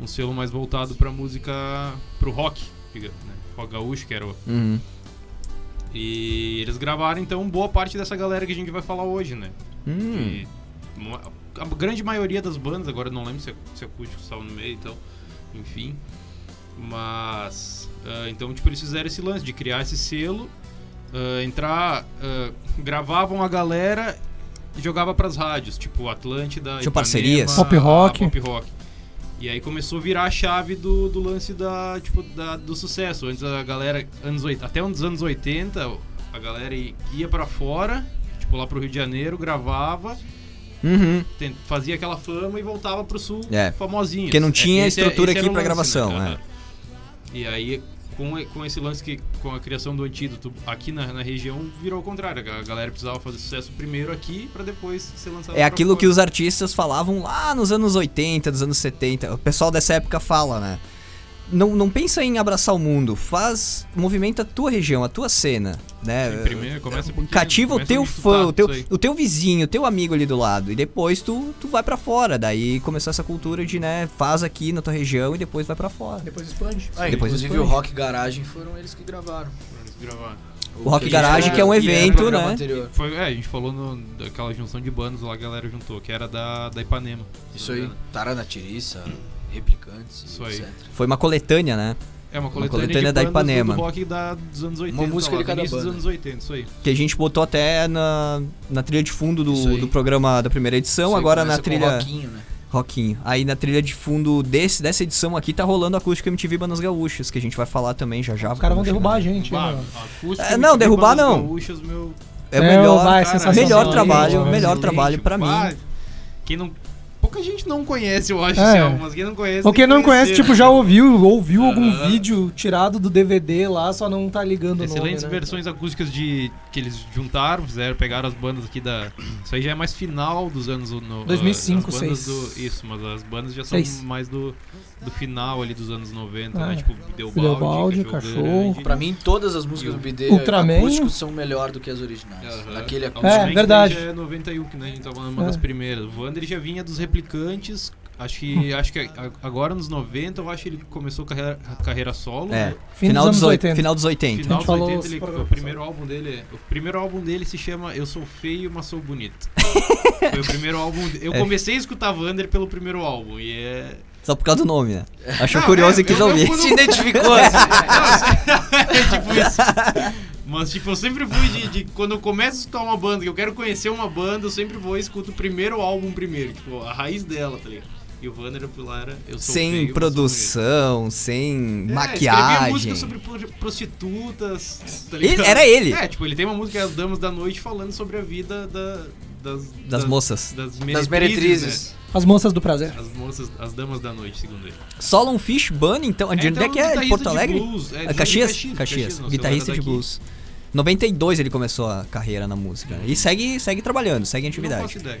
D: Um selo mais voltado pra música pro rock, diga, né? Rock gaúcho, que era o
A: Uhum.
D: e eles gravaram então boa parte dessa galera que a gente vai falar hoje, né?
A: Hum.
D: E mo- a grande maioria das bandas, agora eu não lembro se, se acústico estava no meio e tal, enfim. Mas. ah, então, tipo, eles fizeram esse lance de criar esse selo, ah, entrar. ah, gravavam a galera e jogava pras rádios, tipo Atlântida.
A: Tinha parcerias.
C: Pop rock.
D: Pop rock. E aí começou a virar a chave do, do lance da, tipo, da- do sucesso. Antes a galera, anos, oit- até os anos 80, a galera i- ia pra fora, tipo lá pro Rio de Janeiro, gravava,
A: Uhum.
D: tent- fazia aquela fama e voltava pro sul
A: É.
D: famosinho.
A: Porque não tinha
D: É,
A: estrutura
D: era
A: aqui
D: o
A: pra
D: lance,
A: gravação,
D: né?
A: é.
D: Aham. E aí, com, com esse lance que com a criação do antídoto aqui na, na região virou ao contrário. A galera precisava fazer sucesso primeiro aqui pra depois ser lançado
A: É
D: pra
A: aquilo
D: fora.
A: que os artistas falavam lá nos anos 80, dos anos 70. O pessoal dessa época fala, né? Não, não pensa em abraçar o mundo, faz. movimenta a tua região, a tua cena, né?
D: Sim, primeiro começa pequeno,
A: Cativa o
D: começa
A: teu
D: no
A: fã, o
D: sotaque,
A: teu,
D: isso aí.
A: o teu vizinho, o teu amigo ali do lado. E depois tu, tu vai pra fora. Daí começou essa cultura de, né, faz aqui na tua região e depois vai pra fora.
C: Depois expande.
B: Ah,
A: Depois
B: inclusive
A: expande.
B: o Rock Garagem foram eles que gravaram.
D: Pra eles gravar.
A: O Rock
B: que a gente
A: Garagem,
B: falou
A: que é um
B: aqui, era no
A: evento,
B: programa
A: né?
B: anterior.
D: Foi, é, a gente falou no, daquela junção de bandos lá, a galera juntou, que era da, da Ipanema.
B: Isso
D: se não me
B: aí,
D: engano.
B: Tarana Tiriça, Replicantes,
D: Isso aí.
B: etc.
A: Foi uma coletânea, né?
D: É uma coletânea,
A: coletânea
D: de
A: da
D: bandas
A: Ipanema.
D: Do rock da, dos anos 80.
B: música
D: lá,
B: de cada
D: do início
B: banda.
D: dos anos 80, isso aí.
A: Que a gente botou até na, na trilha de fundo
B: Isso
A: do,
B: aí.
A: do programa da primeira edição,
B: Isso aí
A: Então, agora
B: começa
A: na
B: com
A: trilha.
B: Rockinho, né?
A: Roquinho. Aí na trilha de fundo desse, dessa edição aqui tá rolando a acústica MTV Bandas Gaúchas, que a gente vai falar também já já.
C: Os caras vão derrubar a
A: a
C: gente,
D: Bah,
C: né?
D: acústica,
A: É, não,
D: MTV,
A: derrubar
D: bandas
A: não.
D: gaúchas, meu-
A: É o
C: É,
A: melhor,
C: vai,
A: cara,
C: sensacional.
A: melhor
C: Excelente,
A: trabalho,
C: excelente.
A: melhor trabalho pra mim.
D: Bah, Quem não... Pouca gente não conhece, eu acho, assim,
C: É.
D: ó, mas quem não conhece...
C: Ou quem
D: tem que
C: não conhece,
D: conhecer,
C: tipo,
D: né?
C: já ouviu, ouviu algum
D: Aham.
C: vídeo tirado do DVD lá, só não tá ligando
D: Excelentes
C: o nome, né?
D: versões acústicas de que eles juntaram, fizeram, pegaram as bandas aqui da. Isso aí já é mais final dos anos. No,
C: 2005,
D: as bandas
C: 2006.
D: do- Isso, mas as bandas já são
C: Seis.
D: mais do, do final ali dos anos 90,
C: Ah,
D: né?
C: é.
D: Tipo, deu balde,
C: Fideobaldi, Cachorro.
B: Pra mim, todas as músicas do BD
C: Ultraman.
B: acústicos são melhor do que as originais. Naquele acústico.
C: É, verdade.
D: Já é 91, que né, a gente tava numa
C: É.
D: das primeiras. O Wander já vinha dos replicantes. Acho que, acho que a- agora nos 90, eu acho que ele começou a carreira, a carreira solo.
A: É, então.
D: né?
C: Fim
A: final
C: dos
A: dos
C: anos
A: oit-
C: 80.
A: Final dos 80.
D: Final
C: gente
D: dos
C: falou
D: 80,
C: esse
D: ele, o
C: programa,
D: primeiro álbum dele, o primeiro álbum dele se chama Eu Sou Feio, mas Sou Bonito. Foi o primeiro álbum. de- Eu
A: É.
D: comecei a escutar Wander pelo primeiro álbum e é
A: Só por causa do nome, né? Achou
D: Não,
A: curioso
D: é,
A: e quis
D: eu- eu
A: ouvir.
D: fui no-
B: Se identificou,
D: É,
B: assim.
D: tipo isso. Mas tipo, eu sempre fui de, de- quando eu começo a escutar uma banda, que eu quero conhecer uma banda, eu sempre vou e escuto o primeiro álbum primeiro, tipo, a raiz dela, tá ligado? E o Wander eu fui lá era Eu Sou Feio,
A: Sem
D: mas Sou Bonito.
A: produção, sem
D: É, escrevia
A: maquiagem.
D: música sobre pro- prostitutas. tá
A: Ele-
D: ligado?
A: era ele.
D: É, tipo, ele tem uma música As Damas da Noite falando sobre a vida da- das,
A: Das moças.
D: Das
B: Das
D: meretrizes.
B: meretrizes.
C: As moças do prazer.
D: né? As moças, as damas da noite, segundo ele.
A: Solon Fish Bunny, então. De onde é
D: tá
A: que é? De Porto Alegre?
D: é,
A: Ah, Caxias? Caxias,
D: não sei,
A: guitarrista
D: era
A: de
D: daqui.
A: blues. 92 ele começou a carreira na música. né? E segue, segue trabalhando, segue em
D: Não faço
A: atividade.
D: ideia.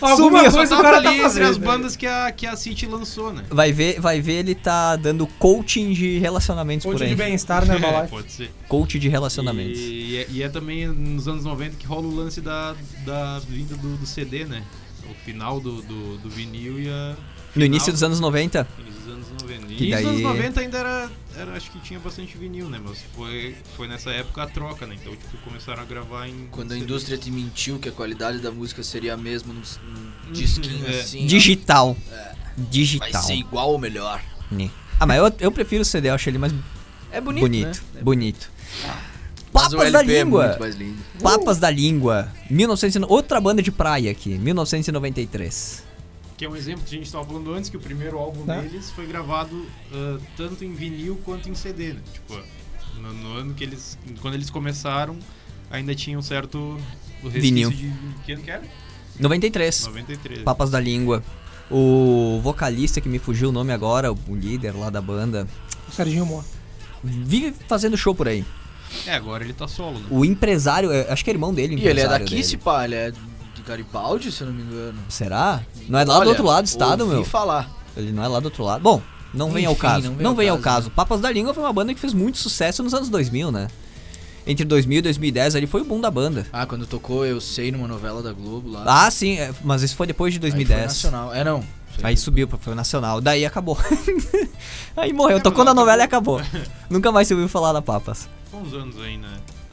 C: Alguma
A: Sumiu.
C: coisa
D: Só tava
C: o cara
D: ali
C: tá
D: entre
C: fazendo.
D: as bandas que a, que a City lançou, né?
A: Vai ver, vai ver ele tá dando coaching de relacionamentos por
C: Ponte
A: aí.
C: de bem-estar na
D: É,
C: Herbalife.
D: pode ser.
A: Coach de
D: E-
A: relacionamentos.
D: E, é- e é também nos anos 90 que rola o lance da, da vinda do, do CD, né? O final do, do, do vinil e a.
A: No início
D: final-
A: dos anos 90,
D: Nos anos 90.
A: Que
D: e
A: daí-
D: nos anos 90 ainda era, era. Acho que tinha bastante vinil, né? Mas foi, foi nessa época a troca, né? Então, tipo, começaram a gravar em.
B: Quando a
D: CD.
B: indústria te mentiu que a qualidade da música seria a mesma num, num disquinho
D: É.
B: assim. ó,
A: digital.
B: Vai
A: Digital.
B: ser igual ou melhor.
A: Né. Ah, mas eu, eu prefiro o CD, eu acho ele mais
B: É bonito.
A: bonito.
B: né?
A: Bonito.
B: Mas o
A: Papas da
B: LP é
A: Língua.
B: muito mais lindo.
A: Papas da Língua. 1900, outra banda de praia aqui, 1993.
D: Que é um exemplo que a gente estava falando antes, que o primeiro álbum
C: Tá.
D: deles foi gravado ah, tanto em vinil quanto em CD, né? Tipo, no, no ano que eles. Quando eles começaram, ainda tinha um certo. O resquício
A: Vinil.
D: De, que ano que era?
A: 93.
D: 93.
A: Papas da Língua. O vocalista que me fugiu o nome agora, o líder lá da banda,
C: O Serginho Mó.
A: vive fazendo show por aí.
D: É, agora ele tá solo, né?
A: O empresário, é- acho que é irmão dele. o
B: E ele é
A: empresário
B: daqui,
A: dele.
B: se pá, ele é de Garibaldi, se eu não me engano.
A: Será? Não é lá do
B: Olha,
A: outro lado do estado,
B: ouvi
A: meu?
B: falar.
A: Ele não é lá do outro lado. Bom, não vem ao
B: Enfim,
A: caso.
B: não
A: Não
B: vem
A: vem,
B: ao
A: ao
B: caso. né?
A: caso. Papas da Língua foi uma banda que fez muito sucesso nos anos 2000, né? Entre 2000 e 2010 ali foi o boom da banda.
B: Ah, quando tocou Eu Sei numa novela da Globo lá.
A: Ah, sim, é, mas isso foi depois de
B: Aí
A: 2010.
B: Foi nacional. É, não. Isso aí
A: Aí subiu, pra- foi nacional. Daí acabou. aí morreu,
D: É,
A: tocou
D: mas
A: na
D: acabou.
A: novela e acabou. Nunca mais se ouviu falar da Papas.
D: Foi uns anos aí, né?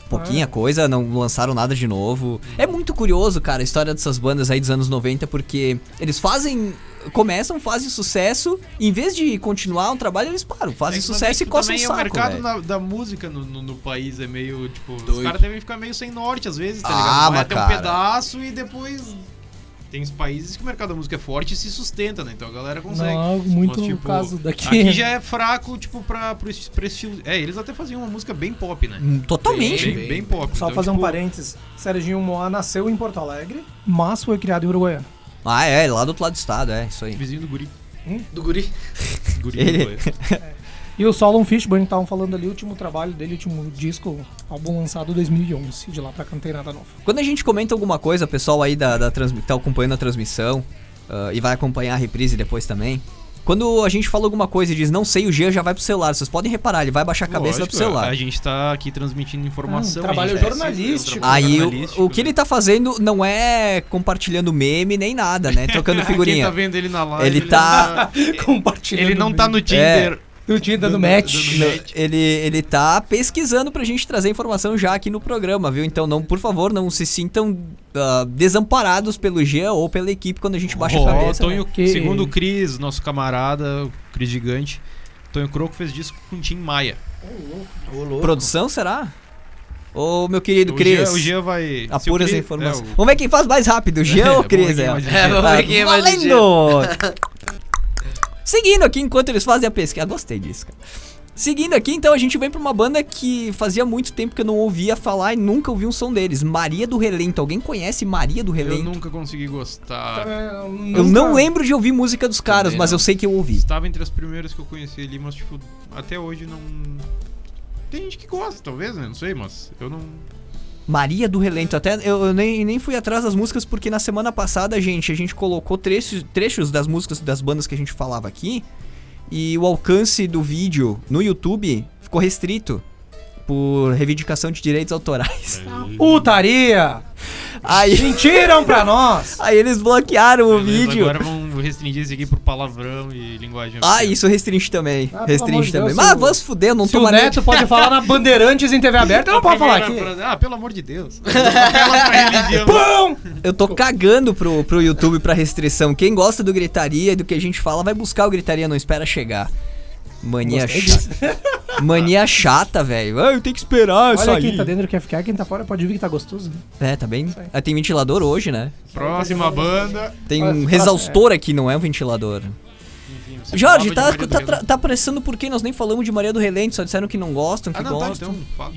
A: Pouquinha coisa, não lançaram nada de novo. É muito curioso, cara, a história dessas bandas aí dos anos 90, porque eles fazem. Começam, fazem sucesso, e em vez de continuar um trabalho, eles param, fazem
D: É que também,
A: sucesso e
D: tipo,
A: coçam o
D: também
A: saco.
D: o mercado
A: velho.
D: na- da música no, no- no país é meio, tipo,
B: Doido.
D: os caras devem ficar meio sem norte às vezes, tá
A: Ah,
D: ligado?
A: mas
D: até um
A: cara.
D: pedaço e depois. Tem os países que o mercado da música é forte e se sustenta, né? Então a galera
C: Não
D: consegue.
C: é muito
D: Mas, tipo,
C: caso daqui.
D: Aqui já é fraco, tipo, pra, pro, es- pro estilo. É, eles até faziam uma música bem pop, né?
A: Hum, Totalmente.
D: Bem, bem,
B: Bem, bem.
D: pop.
C: Só
D: então,
C: fazer um
D: tipo,
C: parênteses. Serginho Moá nasceu em Porto Alegre, mas foi criado em Uruguaiana.
A: Ah, é, lá do outro lado do estado, é, isso aí.
D: Vizinho do guri.
B: Do guri.
D: Guri
A: Ele-
D: do Goiás.
C: E o Solon Fishburne, estavam falando ali, o último trabalho dele, o último disco, álbum lançado em 2011. De lá pra cá não tem nada novo.
A: Quando a gente comenta alguma coisa, o pessoal aí da, da transmi- que tá acompanhando a transmissão ah, e vai acompanhar a reprise depois também. Quando a gente fala alguma coisa e diz não sei, o Jean já vai pro celular. Vocês podem reparar, ele vai baixar a cabeça e vai pro
D: Lógico,
A: celular.
D: A gente tá aqui transmitindo informação.
C: Ah, um trabalho
D: a gente tá- é
C: jornalístico.
D: um trabalho
A: Aí
D: jornalístico,
A: o, o que ele tá fazendo não é compartilhando meme nem nada, né? Trocando
D: Quem tá
A: figurinha.
D: vendo ele na live?
A: Ele tá-
C: Compartilhando.
D: Ele não tá no
A: É.
D: Tinder.
C: Eu tinha dando
D: Dando-
C: match.
D: dando-
A: Ele, ele tá pesquisando pra gente trazer informação já aqui no programa, viu? Então, não, por favor, não se sintam ah, desamparados pelo Jean ou pela equipe quando a
C: É,
A: gente baixa
D: Ó,
A: a cabeça.
D: Tonho-
C: né? Que-
D: Segundo o Cris, nosso camarada, o Cris Gigante, Tonho Croco fez disco com Tim Maia.
B: Ô, louco.
A: Produção, será? Ô, meu querido
D: um- O
A: Cris.
D: Jean- O Jean vai. se o
A: Apura
D: Cris-
A: essa
D: é,
A: informação.
D: o-
A: Vamos ver quem faz mais rápido, o Jean ou
D: É,
A: o
D: vamos ver
A: Cris?
D: quem
A: É.
D: mais-
B: É, vamos ver quem vai dizer.
A: Valendo! Seguindo aqui, enquanto eles fazem a pesquisa. Gostei disso, cara. Seguindo aqui, então, a gente vem pra uma banda que fazia muito tempo que eu não ouvia falar e nunca ouvi um som deles. Maria do Relento. Alguém conhece Maria do
D: Eu
A: Relento?
D: nunca consegui
C: Tá,
D: gostar.
C: É,
A: Eu não lembro de ouvir música dos caras,
B: Também
A: mas
B: não.
A: eu sei que eu ouvi.
D: Estava entre as primeiras que eu conheci ali, mas tipo, até hoje não. Tem gente que gosta, talvez, né? Não sei, mas eu não.
A: Maria do Relento, até eu, eu nem, nem fui atrás das músicas porque na semana passada, gente, a gente colocou trechos, trechos das músicas das bandas que a gente falava aqui e o alcance do vídeo no YouTube ficou restrito por reivindicação de direitos autorais.
C: Putaria!
A: Aí,
C: Mentiram pra nós!
A: aí eles bloquearam o
D: Beleza,
A: vídeo.
D: Agora vamos restringir isso aqui por palavrão e linguagem.
A: Ah,
D: obscena.
A: isso restringe também.
C: Ah, pelo amor
A: restringe
C: de
A: também.
C: Deus,
A: Mas
C: o-
A: vamos se fuder, eu não
C: Se
A: tô
C: o
A: maneiro.
C: Neto pode falar na Bandeirantes em TV aberta, eu não
D: A
C: posso falar aqui.
D: primeira frase- Ah, pelo amor de Deus. Apela pra religião.
C: Pum!
A: Eu tô cagando pro, pro YouTube pra restrição. Quem gosta do gritaria e do que a gente fala, vai buscar o gritaria, não espera chegar. Mania chata. Mania chata, velho. Ah, eu tenho que esperar isso
C: Olha
A: aí.
C: quem tá dentro quer ficar, quem tá fora pode vir que tá gostoso. né?
A: É, tá bem. Ah, tem ventilador hoje, né?
D: Próxima banda.
A: Tem
C: Olha,
A: um
C: próximo,
A: resaustor aqui, não é um ventilador.
D: Enfim, você
A: Jorge, tá,
D: falava um de Maria do
A: tá,
D: Relento.
A: tá apressando porque nós nem falamos de Maria do Relente, só disseram que não gostam, que
D: Ah, não, tá,
A: gostam.
D: então fala.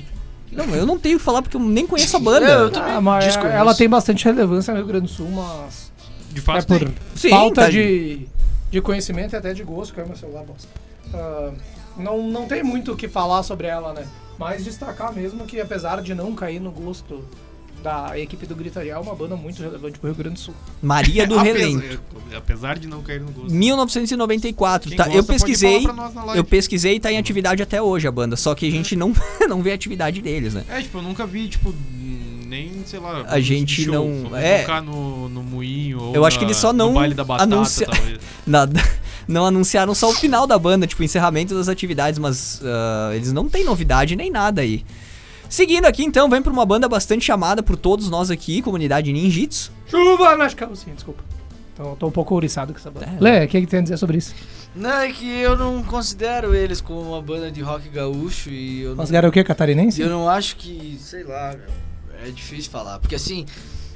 A: Não, eu não tenho o que falar porque eu nem conheço a
B: É, eu
A: banda.
B: também
C: Ah, mas
B: desconheço.
C: ela tem bastante relevância no Rio Grande do Sul, mas
D: De
C: é
D: fato,
C: por
D: tem.
A: Sim,
C: falta
A: tá-
C: de, de conhecimento e até de gosto, caiu meu celular, bosta. Ah, não, não tem muito o que falar sobre ela, né? Mas destacar mesmo que apesar de não cair no gosto da equipe do Gritaria, é uma banda muito relevante pro Rio Grande do Sul.
A: Maria do
D: Apesar-
A: Relento.
D: Apesar de não cair no gosto.
A: 1994,
D: Quem
A: tá?
D: gosta
A: eu
D: pode
A: pesquisei.
D: falar pra nós na live.
A: Eu pesquisei e tá em atividade até hoje a banda, só que a gente não, não vê a atividade deles, né?
D: É, tipo, eu nunca vi, tipo, nem, sei lá.
A: A gente
D: show,
A: não-
D: só
A: é.
D: é. tocar no, no moinho ou
A: Eu acho
D: na-
A: que eles só não
D: no baile da batata,
A: anuncia-
D: talvez.
A: Na- não anunciaram só o final da banda, tipo, encerramento das atividades, mas ah, eles não têm novidade nem nada aí. Seguindo aqui então, vem pra uma banda bastante chamada por todos nós aqui, comunidade Ninjitsu.
C: Chuva nas calcinhas, desculpa. Então eu tô um pouco ouriçado com essa banda.
A: É.
C: Lê, o que, é que tem a dizer sobre isso?
B: Não, é que eu não considero eles como uma banda de rock gaúcho e eu não,
C: Considera o que,
B: e
C: catarinense?
B: eu não acho que, sei lá, é difícil falar. Porque assim,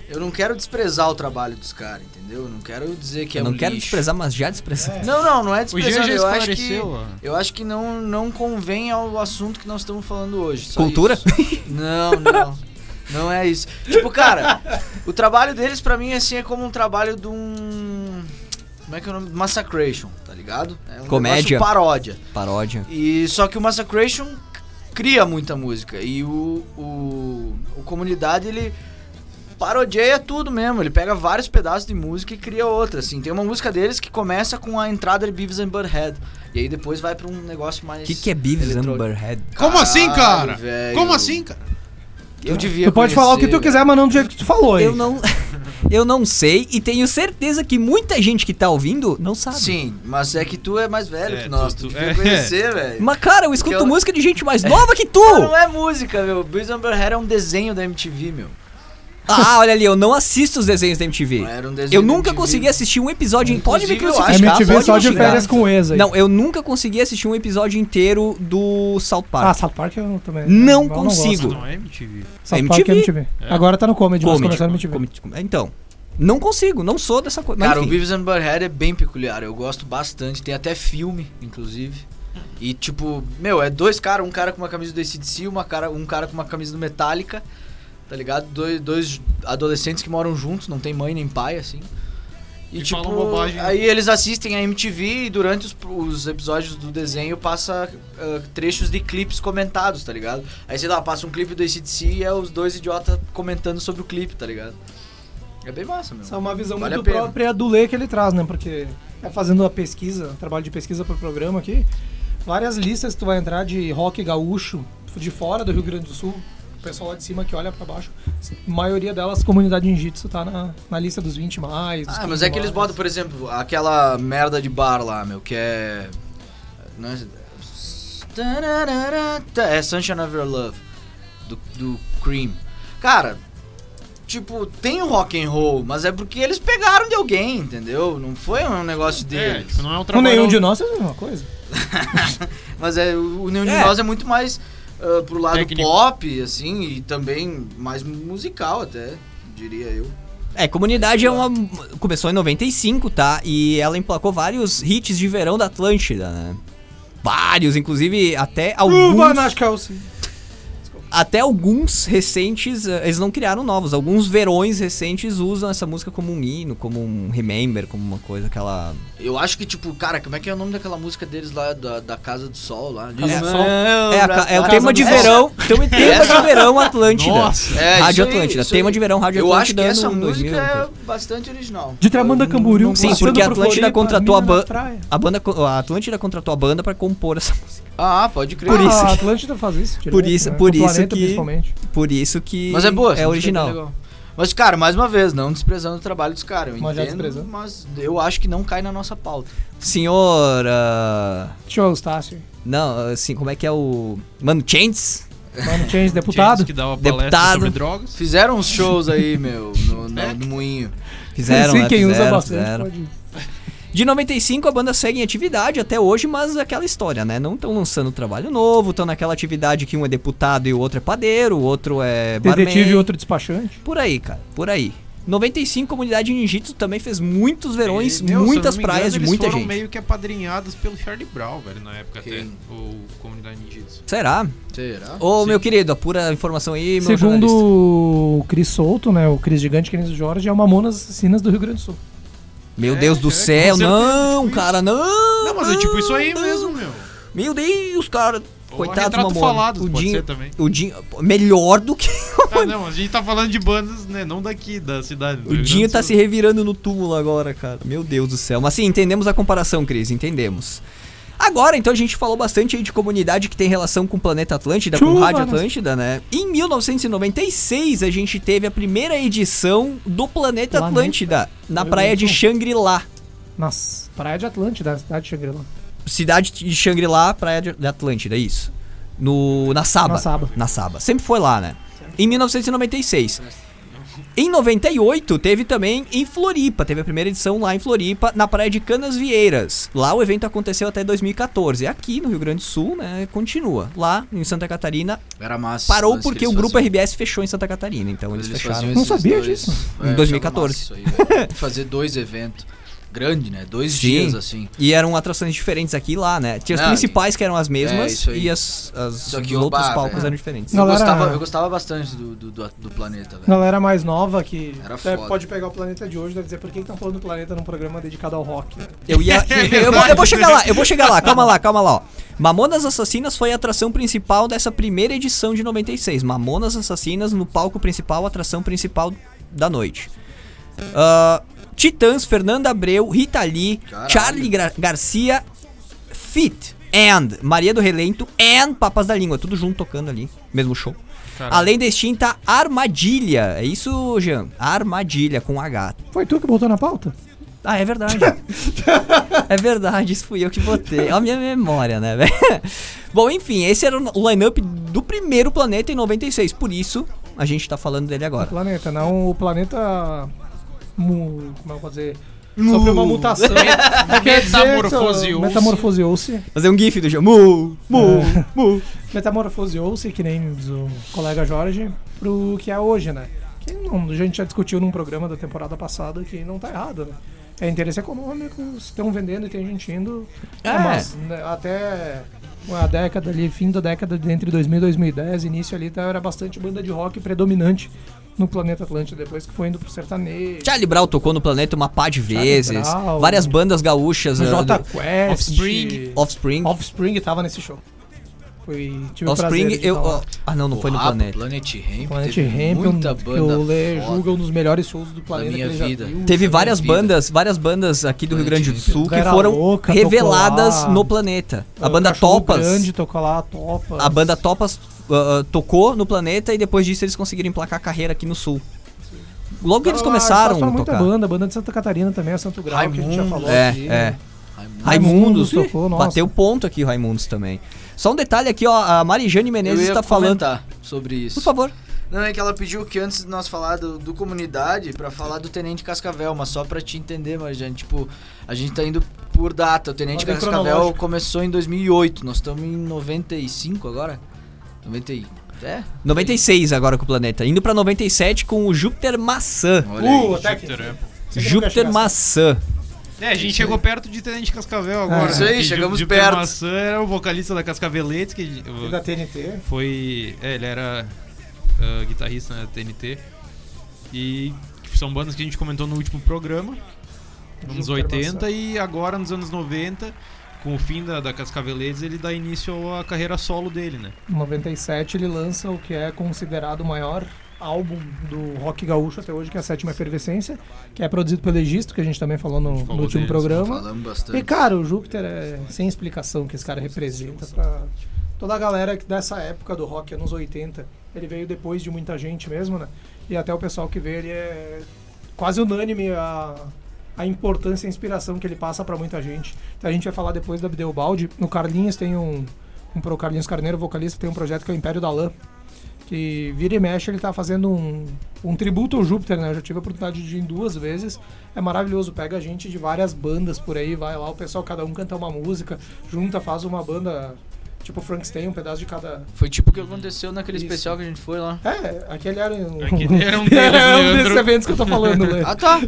B: eu não quero desprezar o trabalho dos caras, entendeu? Eu não quero dizer que é
A: eu não
B: um
A: quero
B: lixo.
A: desprezar, mas já desprezar.
B: Não, não, não é
D: O Jean
B: desprezar.
D: já
B: Eu acho que,
D: esclareceu. ó.
B: eu acho que não, não convém ao assunto que nós estamos falando hoje. só
A: Cultura?
B: isso. Não, não. Não é isso. Tipo, cara, o trabalho deles pra mim assim é como um trabalho de um como é que é o nome? Massacration, tá ligado? É um
A: Comédia.
B: negócio paródia.
A: Paródia.
B: E só que o Massacration c- cria muita música e o o, o comunidade ele parodia tudo mesmo, ele pega vários pedaços de música e cria outra, assim. Tem uma música deles que começa com a entrada de Beavis and Butthead e aí depois vai pra um negócio
A: O
B: mais
A: que, que é Beavis
B: eletrônico.
A: Amberhead?
D: Como assim, cara?
B: Caralho, velho.
D: Como assim, cara?
B: Eu devia
C: Tu pode falar o que tu
B: conhecer,
C: quiser, mas não do jeito que tu falou,
A: Eu
C: hein?
A: não, eu não sei e tenho certeza que muita gente que tá ouvindo não sabe.
B: Sim, mas é que tu é mais velho
D: É,
B: que nós,
D: tu-
B: tu,
D: tu-
B: devia
D: é.
B: conhecer, velho.
A: Mas cara, eu escuto
B: eu-
A: música de gente mais nova que tu!
B: Não, não é música, meu. Beavis and Butthead é um desenho da MTV, meu.
A: Ah, olha ali, eu não assisto os desenhos da MTV.
B: Era um desenho
A: Eu
B: da
A: nunca
B: MTV.
A: consegui assistir um episódio em. Pode me
B: Inclusive, eu
A: crucificar,
C: A
B: acho que
A: pode
C: MTV
A: me
C: é só de
A: xingar.
C: férias com o ex aí.
A: Não, é eu nunca consegui assistir um episódio inteiro do South
C: Ah,
A: Park.
C: South Park eu também.
A: Não
C: eu
A: consigo.
D: Não, não é MTV.
C: gosto. South
A: MTV.
C: Park é MTV.
D: É.
C: Agora tá no comedy, mas começou no MTV.
A: Comedy, com- Então, não consigo, não sou dessa coisa. Mas
B: Cara, o
A: enfim,
B: Beavis and Butthead é bem peculiar. Eu gosto bastante. Tem até filme, inclusive. E, tipo, meu, é dois caras. Um cara com uma camisa do ACDC, uma cara, um cara com uma camisa do Metallica. Tá ligado? Dois, dois adolescentes que moram juntos, não tem mãe nem pai, assim. E,
D: E
B: tipo,
D: falam bobagem. né?
B: aí eles assistem a MTV e durante os, os episódios do desenho passa ah, trechos de clipes comentados, tá ligado? Aí, sei lá, passa um clipe do ACDC e é os dois idiotas comentando sobre o clipe, tá ligado? É bem massa, meu.
C: Essa é uma visão
B: Vale a
C: muito
B: pena.
C: própria do Lê que ele traz, né? Porque é fazendo a pesquisa, trabalho de pesquisa pro programa aqui, várias listas que tu vai entrar de rock gaúcho de fora do Rio Grande do Sul, o pessoal lá de cima que olha pra baixo, a maioria delas, comunidade ninjitsu, tá na, na lista dos 20 mais. dos
B: Ah,
C: 15
B: mas é que eles
C: mais.
B: botam, por exemplo, aquela merda de bar lá, meu, que é. Não é. É Sunshine of Your Love, do, do Cream. Cara, tipo, tem o rock and roll, mas é porque eles pegaram de alguém, entendeu? Não foi um negócio
D: É,
B: deles.
D: tipo, não é um
C: Com
D: trabalho.
C: nenhum de nós é a mesma coisa.
B: Mas é, o o Nenhum de
A: É.
B: Nós é muito mais ah, pro lado
D: Técnico.
B: pop, assim, e também mais musical até, diria eu.
A: É, Comunidade é uma. Começou em 95, tá? E ela emplacou vários hits de verão da Atlântida, né? Vários, inclusive até
C: Uva
A: alguns.
C: nas calcinhas.
A: Até alguns recentes. eh, Eles não criaram novos. Alguns verões recentes usam essa música como um hino, como um remember, como uma coisa, aquela.
B: Eu acho que, tipo, cara, como é que é o nome daquela música deles lá, da, da Casa do Sol lá?
C: Casa do
B: Diz-
C: Sol.
A: É, a ca- é o tema de
B: Essa-
A: verão. Então, é tema de verão Atlântida.
D: Nossa!
B: É,
A: Rádio
B: isso aí,
A: Atlântida,
B: isso
A: tema
B: aí.
A: de verão Rádio
B: Eu acho
A: Atlântida.
B: que essa
A: ano 2000,
B: música
A: alguma
B: é
A: coisa.
B: bastante original.
C: De Tramanda
A: Hum.
B: Eu-
C: Camboriú,
A: Sim,
C: passando
A: porque a
C: por
A: Atlântida
C: Floripa,
A: contratou a
C: mina
A: ban-
C: na praia.
A: A, banda, co- a Atlântida contratou a banda pra compor essa música.
B: Ah, pode crer.
A: Por isso
C: Ah,
A: que-
C: a Atlântida faz isso.
A: Por
C: direto,
A: isso-
C: né?
A: por
C: Com o
A: isso que-
C: planeta, Principalmente.
A: Por isso que.
B: Mas é boa. essa
A: É
B: música
A: original.
B: bem legal. Mas, cara, mais uma vez, não desprezando o trabalho dos caras. Eu
C: Mas já
B: entendo,
C: desprezando.
B: mas eu acho que não cai na nossa pauta.
A: Senhor. ah,
C: Deixa eu Eustácio.
A: não, assim, como é que é o. Mano, Chants?
C: Mano Change,
D: Tinha
C: deputado.
D: que dava palestra
A: Deputado.
D: sobre drogas.
B: Fizeram uns shows aí, meu, no,
C: É
B: no, no moinho.
A: Fizeram,
C: Sim,
A: né?
C: quem
A: fizeram,
C: usa bastante
A: fizeram.
C: pode ir.
A: De 95 a banda segue em atividade até hoje, mas aquela história, né? Não estão lançando trabalho novo, estão naquela atividade que um é deputado e o outro é padeiro, o outro é barman.
C: Detetive e outro despachante.
A: Por aí, cara, por aí. 95, comunidade ninjitsu também fez muitos verões,
D: E, meu, se eu
A: muitas
D: não me engano,
A: praias de
D: eles
A: muita
D: foram
A: gente.
D: meio que apadrinhados pelo Charlie Brown, velho, na época
B: Quem?
D: até. Ou comunidade ninjitsu.
A: Será?
B: Será?
A: Ô,
D: Sim.
A: meu querido, apura a informação aí, meu
C: Segundo
A: jornalista.
C: o Cris Souto, né? O Cris Gigante, Cris Jorge, é uma Mamonas Assassinas do Rio Grande do Sul.
A: Meu
D: É,
A: Deus do
D: é, com
A: céu,
D: certeza,
A: não,
D: tipo
A: cara, não!
D: Não, mas é tipo isso aí
A: não.
D: mesmo, meu.
A: Meu Deus, cara.
D: Ou
A: Coitado do
D: Retrato
A: Mamona.
D: Falado,
A: o
D: pode
A: Dinho,
D: ser também.
A: o Dinho, pô, melhor do que
D: Ah, não, a gente tá falando de bandas, né? Não daqui, da cidade. do
A: O
D: Rio
A: Dinho
D: Grande do
A: tá se
D: Sul.
A: revirando no túmulo agora, cara. Meu Deus do céu. Mas sim, entendemos a comparação, Cris, entendemos. Agora, então, a gente falou bastante aí de comunidade que tem relação com o planeta Atlântida, com
C: Chuva,
A: Rádio
C: né?
A: Atlântida, né? Em 1996, a gente teve a primeira edição do Planeta
C: Planeta.
A: Atlântida, na
C: Meu
A: praia de
C: Deus.
A: Xangri-Lá.
C: Nas praia de Atlântida, na cidade de Xangri-Lá.
A: Cidade de Xangri-Lá, praia de de Atlântida, é isso. No, na Saba.
C: Na Saba.
A: Na Saba. Sempre foi lá, né? Em 1996. Em 98, teve também em Floripa. Teve a primeira edição lá em Floripa, na praia de Canas Vieiras. Lá o evento aconteceu até 2014. Aqui no Rio Grande do Sul, né? Continua. Lá em Santa Catarina,
B: Era massa.
A: parou
B: mas que
A: porque o
B: eles
A: grupo
B: faziam.
A: RBS fechou em Santa Catarina. Então
B: Eles
A: eles,
B: faziam
A: fecharam.
C: Não
B: esses
C: sabia
B: dois-
C: disso.
B: É,
A: Em
B: eu
A: 2014.
B: achava massa isso aí, velho. Fazer dois eventos. Grande, né? Dois
A: Sim.
B: dias, assim.
A: E eram atrações diferentes aqui e lá, né? Tinha as
B: Não, é,
A: principais que eram as mesmas
B: isso aí.
A: e as, as,
B: Só que
A: os outros
B: roubava,
A: palcos
B: é.
A: eram diferentes.
C: Não,
B: Eu
C: Galera-
B: gostava, eu gostava bastante do, do, do, do planeta,
A: É.
B: velho.
C: Galera mais nova que
B: Era
C: até
B: foda.
C: pode pegar o planeta de hoje, deve dizer por que estão falando do planeta num programa dedicado ao rock. né?
A: Eu ia. Eu, eu vou, eu vou chegar lá, eu vou chegar lá, calma lá, calma lá, ó. Mamonas Assassinas foi a atração principal dessa primeira edição de 96. Mamonas Assassinas no palco principal, atração principal da noite. Ah, Titãs, Fernanda Abreu, Rita Lee,
B: Caralho.
A: Charlie Gra- Garcia, Fit and Maria do Relento and Papas da Língua, tudo junto tocando ali, mesmo show.
D: Caralho.
A: Além da extinta Armadilha, é isso, Jean? Armadilha com H.
C: Foi tu que botou na pauta?
A: Ah, é verdade. é verdade, isso fui eu que botei. Olha a minha memória, né, velho? Bom, enfim, esse era o lineup do primeiro planeta em 96. Por isso, a gente tá falando dele
C: O
A: agora.
C: planeta, não o planeta. mu- como é que eu vou dizer? Sobre uma mutação. Quer dizer,
D: Metamorfoseou-se.
C: Metamorfoseou-se.
A: Fazer um gif do jogo. Mu, mu, mu.
C: metamorfoseou-se, que nem diz o colega Jorge, pro que é hoje, né? Que não- a gente já discutiu num programa da temporada passada que não tá errado, né? É interesse econômico, estão vendendo e tem gente indo.
A: É.
C: mas né, até a década ali, fim da década de entre 2000 e 2010, início ali, tá, era bastante banda de rock predominante no Planeta Atlântida, depois que foi indo pro sertanejo.
A: Charlie Brown tocou no planeta uma pá de
C: Charlie
A: vezes.
C: Brown.
A: várias bandas gaúchas. ah,
C: Jota
A: do-
C: Quest.
D: Offspring.
A: Offspring.
C: Offspring tava nesse show. Foi, tive o
A: Offspring,
C: prazer de
A: eu.
C: tá lá.
A: Ah, não, não foi no
B: Porra,
A: planeta.
B: Planet Ramp.
C: Planet
B: teve
C: Rampion,
B: muita
C: que o Lê
B: banda.
C: julga
B: foda.
C: um dos melhores shows do planeta
B: minha
C: que ele já
B: vida.
C: viu.
A: Teve
B: Puta
A: várias
B: vida.
A: bandas, várias bandas aqui do Rio Grande do Sul que
C: Galera
A: foram
C: Louca,
A: reveladas
C: tocou lá.
A: no planeta. A
C: O
A: banda
C: Cachorro
A: Topas,
C: Grande tocou lá, Topas.
A: a banda Topas ah, ah, tocou no planeta e depois disso eles conseguiram emplacar carreira aqui no sul. Logo que eles
C: Cara, lá,
A: começaram
C: estoura
A: a
C: Ah, muita
A: tocar.
C: banda, a banda de Santa Catarina também, a Santo Grau, que a gente já
B: Raimundo,
C: falou
A: É,
C: aqui,
A: é.
C: né?
A: Raimundos,
C: Raimundos tocou, nossa.
A: bateu ponto aqui o Raimundos também. Só um detalhe aqui, ó, a Marijane
B: Eu
A: Menezes
B: ia
C: tá
A: está falando.
B: comentar sobre isso.
A: Por favor.
B: Não, é que ela pediu que antes de nós falar do, do comunidade, pra falar do Tenente Cascavel, mas só pra te entender, Marjane, tipo, a gente tá indo por data. O Tenente
C: Ordem
B: Cascavel
C: cronológica.
B: começou em 2008, nós estamos em 95 agora? 90 e... É?
A: 96 agora com o planeta. Indo pra 97 com o Júpiter Maçã.
B: Olha aí.
C: Uh, até que...
D: Júpiter, é.
C: Você que nunca
A: Júpiter
C: chegasse.
A: Maçã.
D: É, a gente chegou perto de Tenente
A: É.
D: Cascavel agora.
B: Isso aí,
D: Porque Ju-
B: chegamos
D: Júpiter
B: perto. tá-
D: Maçã era o vocalista da Cascaveletes, que
C: E Da TNT.
D: foi. É, ele era ah, guitarrista na TNT. E são bandas que a gente comentou no último programa, nos anos
C: Júpiter
D: 80,
C: Maçã.
D: e agora nos anos 90, com o fim da, da Cascaveletes, ele dá início à carreira solo dele, né?
C: Em 97 ele lança o que é considerado o maior álbum do rock gaúcho até hoje, que é a Sétima Efervescência, que é produzido pelo Egisto, que a gente também falou no, no
D: falou
C: último
D: deles,
C: programa.
B: Falamos
C: E,
B: bastante.
C: cara, o Júpiter é sem explicação que esse cara representa pra toda a galera que dessa época do rock, anos 80. Ele veio depois de muita gente mesmo, né? E até o pessoal que vê ele é quase unânime a, a importância e a inspiração que ele passa pra muita gente. Então a gente vai falar depois da Abdeobaldi. No Carlinhos tem um, um pro Carlinhos Carneiro, vocalista, tem um projeto que é o Império da Lã. Que vira e mexe, ele tá fazendo um, um tributo ao Júpiter, né? Eu já tive a oportunidade de ir em duas vezes. É maravilhoso, pega gente de várias bandas por aí, vai lá, o pessoal, cada um canta uma música, junta, faz uma banda, tipo Frankenstein, um pedaço de cada.
B: Foi tipo o que aconteceu naquele
C: Isso.
B: especial que a gente foi lá.
C: É, aquele era um.
D: Aquele era um deles,
C: É um
D: Leandro.
C: desses eventos que eu tô falando, né?
B: Ah, tá.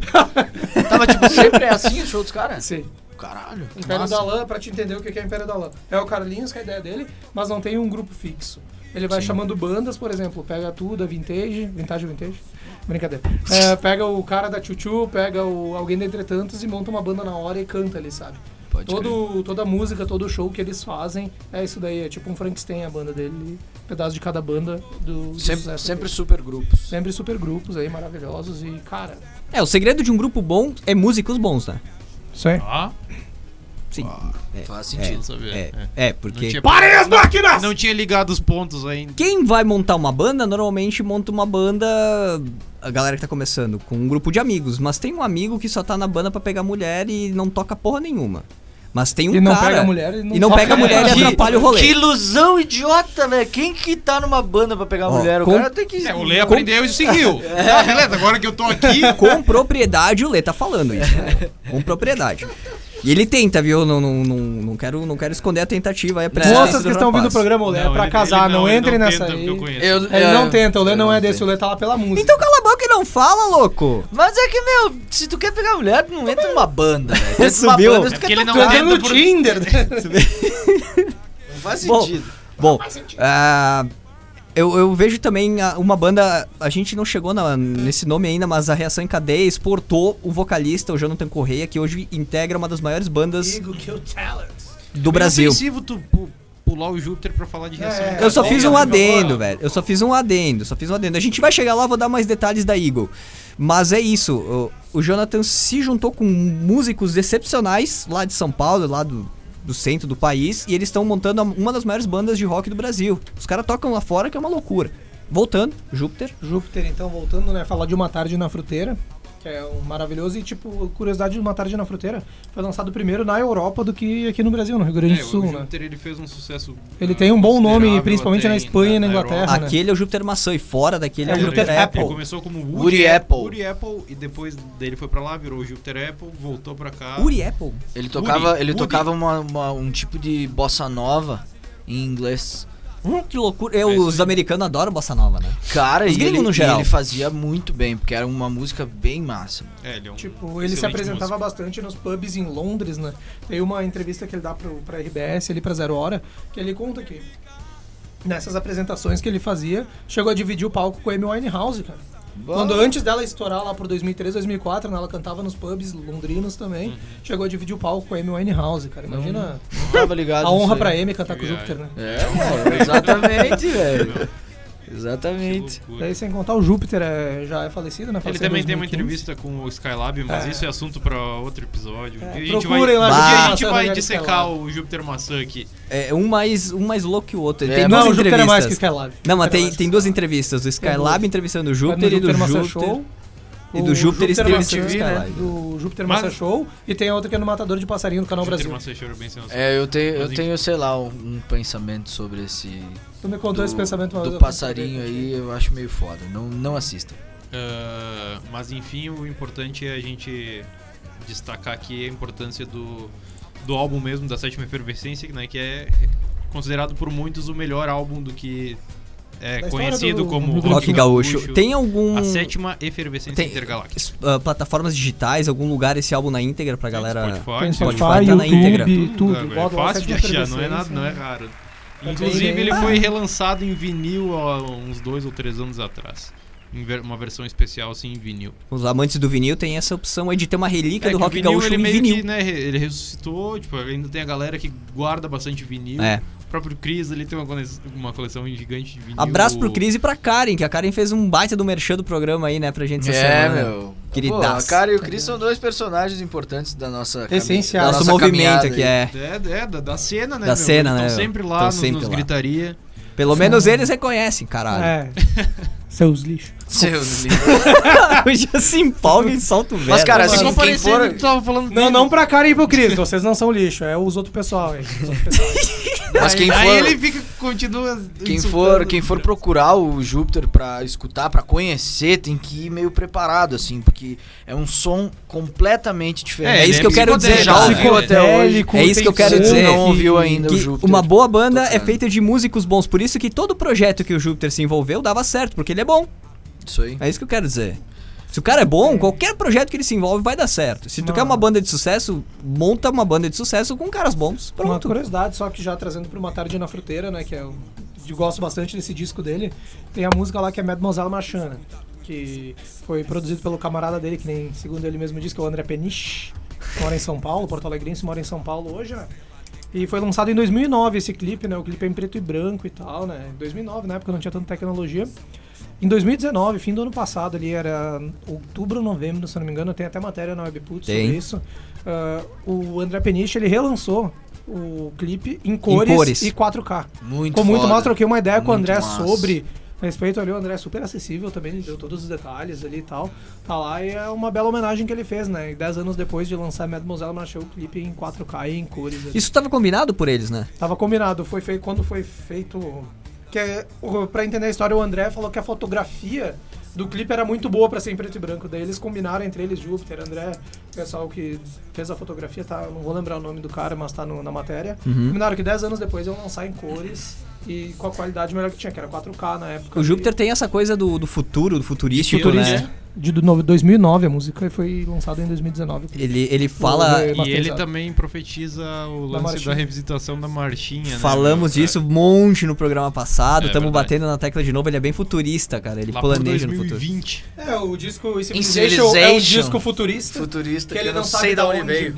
B: Tava tipo, sempre é assim o show dos caras?
C: Sim.
B: Caralho.
A: Tá
C: Império
B: massa.
C: da Lã, pra te entender o que que é Império da Lã. É o Carlinhos, que é a ideia dele, mas não tem um grupo fixo. Ele vai chamando bandas, por exemplo, pega tudo, a vintage, vintage, vintage, brincadeira. É, pega o cara da Chuchu, pega o alguém da Entretantos e monta uma banda na hora e canta ali, sabe?
B: Pode crer.
C: Todo, toda música, todo show que eles fazem é isso daí, é tipo um Frankenstein a banda dele, um pedaço de cada banda do, do
B: Sempre,
C: sucesso
B: sempre
C: dele.
B: super grupos.
C: sempre super grupos aí maravilhosos e cara,
A: É, o segredo de um grupo bom é músicos bons, né?
C: isso aí.
D: Ah,
A: Sim.
B: Faz
A: É,
B: sentido.
D: sabia.
A: é,
D: É.
A: é,
D: Não
A: porque.
D: tinha-
C: Parem as máquinas!
D: Não tinha ligado os pontos ainda.
A: Quem vai montar uma banda, normalmente monta uma banda. A galera que tá começando, com um grupo de amigos. Mas tem um amigo que só tá na banda pra pegar mulher e não toca porra nenhuma. Mas tem um
C: E não
A: cara.
C: pega a mulher e não
A: e não
C: toca.
A: pega a mulher
C: É,
A: e
C: que-
A: atrapalha o rolê.
B: Que ilusão idiota, velho. Quem que tá numa banda pra pegar
A: Ó,
B: mulher? O
A: com-
B: cara tem que.
D: É, o Lê aprendeu e seguiu.
A: É.
C: Tá,
D: Ah, beleza, agora que eu tô aqui.
A: Com propriedade, o Lê tá falando isso. né? Com propriedade. E ele tenta, viu? Não, não, não, não quero, não quero esconder a tentativa aí a presença
C: Moças
A: do
C: que estão ouvindo o
A: rapaz.
C: programa, o Lê é
D: Não,
C: pra
D: ele-
C: casar,
D: ele
C: não,
D: ele
C: entrem nessa
D: tenta, porque Eu
C: aí.
D: conheço.
B: Eu-
C: Ele
B: é,
C: não tenta, o Lê
B: eu
C: não é desse, o
B: tento.
C: Lê tá lá pela música.
A: Então cala a boca e não fala, louco!
B: Mas é que, meu, se tu quer pegar mulher, tu não entra numa banda, velho. Tu entra numa
A: Subiu.
B: banda,
D: É
B: tu
D: porque ele
B: quer
D: não
B: tocar.
D: tenta
C: Tô no
D: por-
C: Tinder, né?
B: Não faz
A: Bom,
B: sentido.
A: Bom, ah, eu, eu vejo também a- uma banda. A gente não chegou na- nesse nome ainda, mas a Reação em Cadeia exportou o vocalista, o Jonathan Correia, que hoje integra uma das maiores bandas do Brasil.
D: ofensivo tu pu- pular o Júpiter pra falar de reação.
C: É,
A: Eu só
C: Cadeia,
A: fiz um
C: né?
A: adendo, velho. Eu só fiz um adendo, só fiz um adendo. A gente vai chegar lá, vou dar mais detalhes da Eagle. Mas é isso. O, o Jonathan se juntou com músicos excepcionais lá de São Paulo, lá do, do centro do país, e eles estão montando uma das maiores bandas de rock do Brasil. Os caras tocam lá fora, que é uma loucura. Voltando, Júpiter.
C: Júpiter, então, voltando, né? Falar de Uma Tarde na Fruteira, que é um maravilhoso. E, tipo, curiosidade de Uma Tarde na Fruteira, foi lançado primeiro na Europa do que aqui no Brasil, no Rio Grande do
D: É,
C: Sul,
D: o
C: né?
D: Júpiter ele fez um sucesso.
C: Ele
D: ah,
C: tem um bom nome,
D: considerável
C: principalmente
D: até
C: na
D: em-
C: Espanha e na Inglaterra. né?
A: Aquele é o Júpiter Maçã e fora daquele
C: É,
A: é o
C: o
A: Júpiter
C: Júpiter
A: Apple.
D: Ele começou como Woody,
B: Woody Apple.
D: Woody Apple e depois dele foi pra lá, virou o Júpiter Apple, voltou pra cá.
A: Uri Apple.
B: Ele tocava,
D: Woody,
B: ele
D: Woody.
B: tocava uma- uma- um tipo de bossa nova em inglês.
A: Hum, que loucura. Eu,
D: É isso
A: os americanos adoram bossa nova, né?
B: Cara,
A: Os
B: e
A: gringos
B: ele,
A: no
B: e
A: geral.
B: ele fazia muito bem, porque era uma música bem massa.
D: É, ele é um
C: Tipo, ele se
D: excelente
C: apresentava
D: músico.
C: bastante nos pubs em Londres, né? Tem uma entrevista que ele dá pro, pra RBS ali pra Zero Hora, que ele conta que nessas apresentações que ele fazia, chegou a dividir o palco com o Amy Winehouse, cara. Quando antes dela estourar lá por 2003, 2004, né, ela cantava nos pubs londrinos
D: Uhum.
C: também. Chegou a dividir o palco com a Amy Winehouse, cara. Imagina
B: Tava ligado.
C: a honra pra
B: ele.
C: Amy cantar
D: Que
C: com o Júpiter, né?
D: viagem.
B: É, mano, exatamente, velho. Exatamente.
D: Que loucura.
C: Daí É sem contar o Júpiter é- já é falecido, né?
D: Ele
C: Faleceu em
D: também tem uma
C: 2015.
D: entrevista com o Skylab, mas isso é assunto pra outro episódio.
C: É,
D: a gente vai,
C: procurem lá,
D: um dia a gente
C: Júpiter Maçã,
D: vai
C: Rogério
D: dissecar
C: Skylab.
D: o Júpiter Maçã aqui.
A: É, um mais, um mais louco que o outro. Ele
B: É,
A: tem duas
C: Não, o Júpiter é mais
A: entrevistas.
C: que Skylab.
A: Não, mas tem,
C: Júpiter é
A: tem
C: mais
A: duas entrevistas. Do Skylab
C: duas.
A: entrevistando o
C: que Skylab.
A: Júpiter e do
C: Vai no Massa
A: Júpiter.
C: Show,
A: e
C: o
A: do Júpiter
C: Massa
A: entrevistando o
C: Show, né,
A: Skylab.
C: Do Júpiter
D: Mas-
C: Massa Show. E tem a outra que é no Matador de Passarinho, no Canal
D: Júpiter
C: Brasil.
D: Maçã chorou bem sem
B: É, eu tenho, eu tenho, sei lá, um, um pensamento sobre esse.
C: Tu me contou esse pensamento uma vez,
B: do
C: eu
B: passarinho aí, eu acho meio foda. Não, não assista.
D: Ah, mas enfim, o importante é a gente destacar aqui a importância do, do álbum mesmo, da Sétima Efervescência, né, que é considerado por muitos o melhor álbum do que é
C: Da história
D: conhecido
C: do-
D: como
C: do
A: Rock Gaúcho. Tem algum.
D: A Sétima Efervescência
A: Tem-
D: Intergaláctica.
A: es- ah, plataformas digitais, algum lugar esse álbum na íntegra pra galera.
C: Tem
D: É, Spotify,
A: Spotify,
C: Spotify,
A: tá na íntegra.
C: YouTube, tudo.
D: Ah,
C: Bota
D: É
C: lá,
D: fácil de
C: Sétima
D: achar, não é nada,
C: Efervescência,
D: não é
C: né?
D: raro.
C: bem,
D: Inclusive,
C: né?
D: ele foi relançado em vinil há uns dois ou três anos atrás. Em ver- Uma versão especial, assim, em vinil.
A: Os amantes do vinil tem essa opção aí de ter uma relíquia
D: É
A: do
D: que o
A: Rock
D: vinil,
A: Gaúcho
D: ele
A: em
D: meio
A: vinil.
D: que, né, re- ele ressuscitou, tipo, ainda tem a galera que guarda bastante vinil.
A: É.
D: O próprio Cris ali tem uma cole- uma coleção gigante de vinil.
A: Abraço pro Cris e pra Karen, que a Karen fez um baita do merchan do programa aí, né, pra gente essa semana.
B: É, meu. Pô, a
A: Queridaço.
B: cara e o Chris são dois personagens importantes da nossa cami-
C: Essencial.
B: da
A: Nosso
B: É nossa
A: movimento
B: caminhada
A: aqui
B: aí.
A: é.
D: É, é, da, da cena, né?
A: Da cena,
D: Eles
A: né,
D: Estão
A: meu?
D: sempre lá,
A: Tão
D: nos,
A: sempre
D: nos
A: lá.
D: gritaria.
A: Pelo menos eles reconhecem, caralho.
C: É. Seus lixos.
B: Seus lindos.
A: O já se empolga e solta o velho.
B: Mas, cara,
D: Ficou
B: assim, quem
D: parecendo
B: for...
D: que tu tava falando
C: Não, não pra cara e pro Cris. Vocês não são lixo, é os outros pessoal aí. Os outros pessoal.
B: Mas quem
D: Aí ele
B: for...
D: fica, continua
B: Quem
D: insultando.
B: for, quem for procurar o Júpiter pra escutar, pra conhecer, tem que ir meio preparado, assim, porque é um som completamente diferente.
A: É isso que eu quero dizer,
B: já
A: cara.
B: ouviu até hoje.
C: Psicodélico,
A: É isso que eu
C: tem
A: quero
B: Quero
C: som,
A: dizer
B: dizer, não
C: que-
B: ouviu ainda o
A: que
B: Júpiter.
A: uma boa banda é
B: Tocando.
A: feita de músicos bons, por isso que todo projeto que o Júpiter se envolveu dava certo, porque ele é bom.
B: Isso aí.
A: É isso que eu quero dizer. Se o cara é bom, qualquer projeto que ele se envolve vai dar certo. Se tu
C: Uma-
A: quer uma banda de sucesso, monta uma banda de sucesso com caras bons.
C: Uma
A: Pronto.
C: curiosidade, só que já trazendo pra uma tarde na fruteira, né? Que é o- eu gosto bastante desse disco dele. Tem a música lá que é Mademoiselle Machana, que foi produzido pelo camarada dele, que nem segundo ele mesmo diz, que é o André Peniche, que mora em São Paulo, Porto Alegrense, mora em São Paulo hoje, né? E foi lançado em 2009 esse clipe, né? O clipe é em preto e branco e tal, né? 2009, na época não tinha tanta tecnologia. Em 2019, fim do ano passado, ali era outubro, novembro, se eu não me engano, tem até matéria na Webput sobre
A: Tem.
C: isso. Ah, o André Peniche, ele relançou o clipe em cores,
A: cores.
C: e 4K.
B: Muito
C: Ficou muito
B: foda.
C: massa, troquei uma ideia com o
B: Muito
C: André
B: massa.
C: sobre. a Respeito ali, o André é super acessível também, ele deu todos os detalhes ali e tal. Tá lá e é uma bela homenagem que ele fez, né? E 10 anos depois de lançar Mademoiselle Machou, o clipe em 4K e em cores. ali.
A: Isso tava combinado por eles, né?
C: Tava combinado, foi feito quando foi feito. Que é, o- pra entender a história, o André falou que a fotografia do clipe era muito boa pra ser em preto e branco. Daí eles combinaram entre eles, Júpiter, André, o pessoal que fez a fotografia, tá? eu Não vou lembrar o nome do cara, mas tá no- na matéria. Combinaram que 10 anos depois iam lançar em cores e com a qualidade melhor que tinha, que era 4K na época.
A: O Júpiter tem essa coisa do, do futuro, do futurístico,
D: Futurista.
A: né?
C: De 2009 a música foi lançada em 2019.
A: Ele, ele fala.
C: Ele-
D: E ele
C: Masterizado.
D: também profetiza o lance
C: Da
D: da,
C: marchinha.
D: revisitação da marchinha, né?
A: Falamos
D: meu?
A: disso um monte no programa passado,
D: É
A: tamo
D: verdade.
A: batendo na tecla de novo, ele é bem futurista, cara, ele
D: Lá por
A: planeja no futuro.
D: 2020.
C: É, o disco
B: Civilization
C: Civilization é um disco futurista.
B: Futurista,
C: que ele não, sabe da onde veio,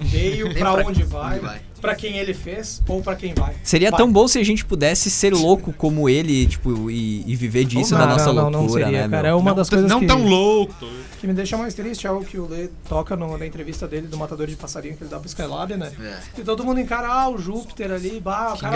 B: Nem pra
C: pra onde
B: onde
C: vai,
B: vai.
C: pra quem ele fez ou pra quem vai.
A: Seria
C: Vai.
A: tão bom se a gente pudesse ser louco como ele, tipo, e, e viver disso na nossa loucura, né, meu?
C: cara. É uma
D: não
C: das
D: t-
C: coisas
D: não
C: que,
D: tão louco.
C: que me deixa mais triste é o que o Lê toca no- na entrevista dele do Matador de Passarinho que ele dá pro Skylab, né?
A: É.
C: E todo mundo encara, ah, o Júpiter ali, bah, o
B: Que
C: cara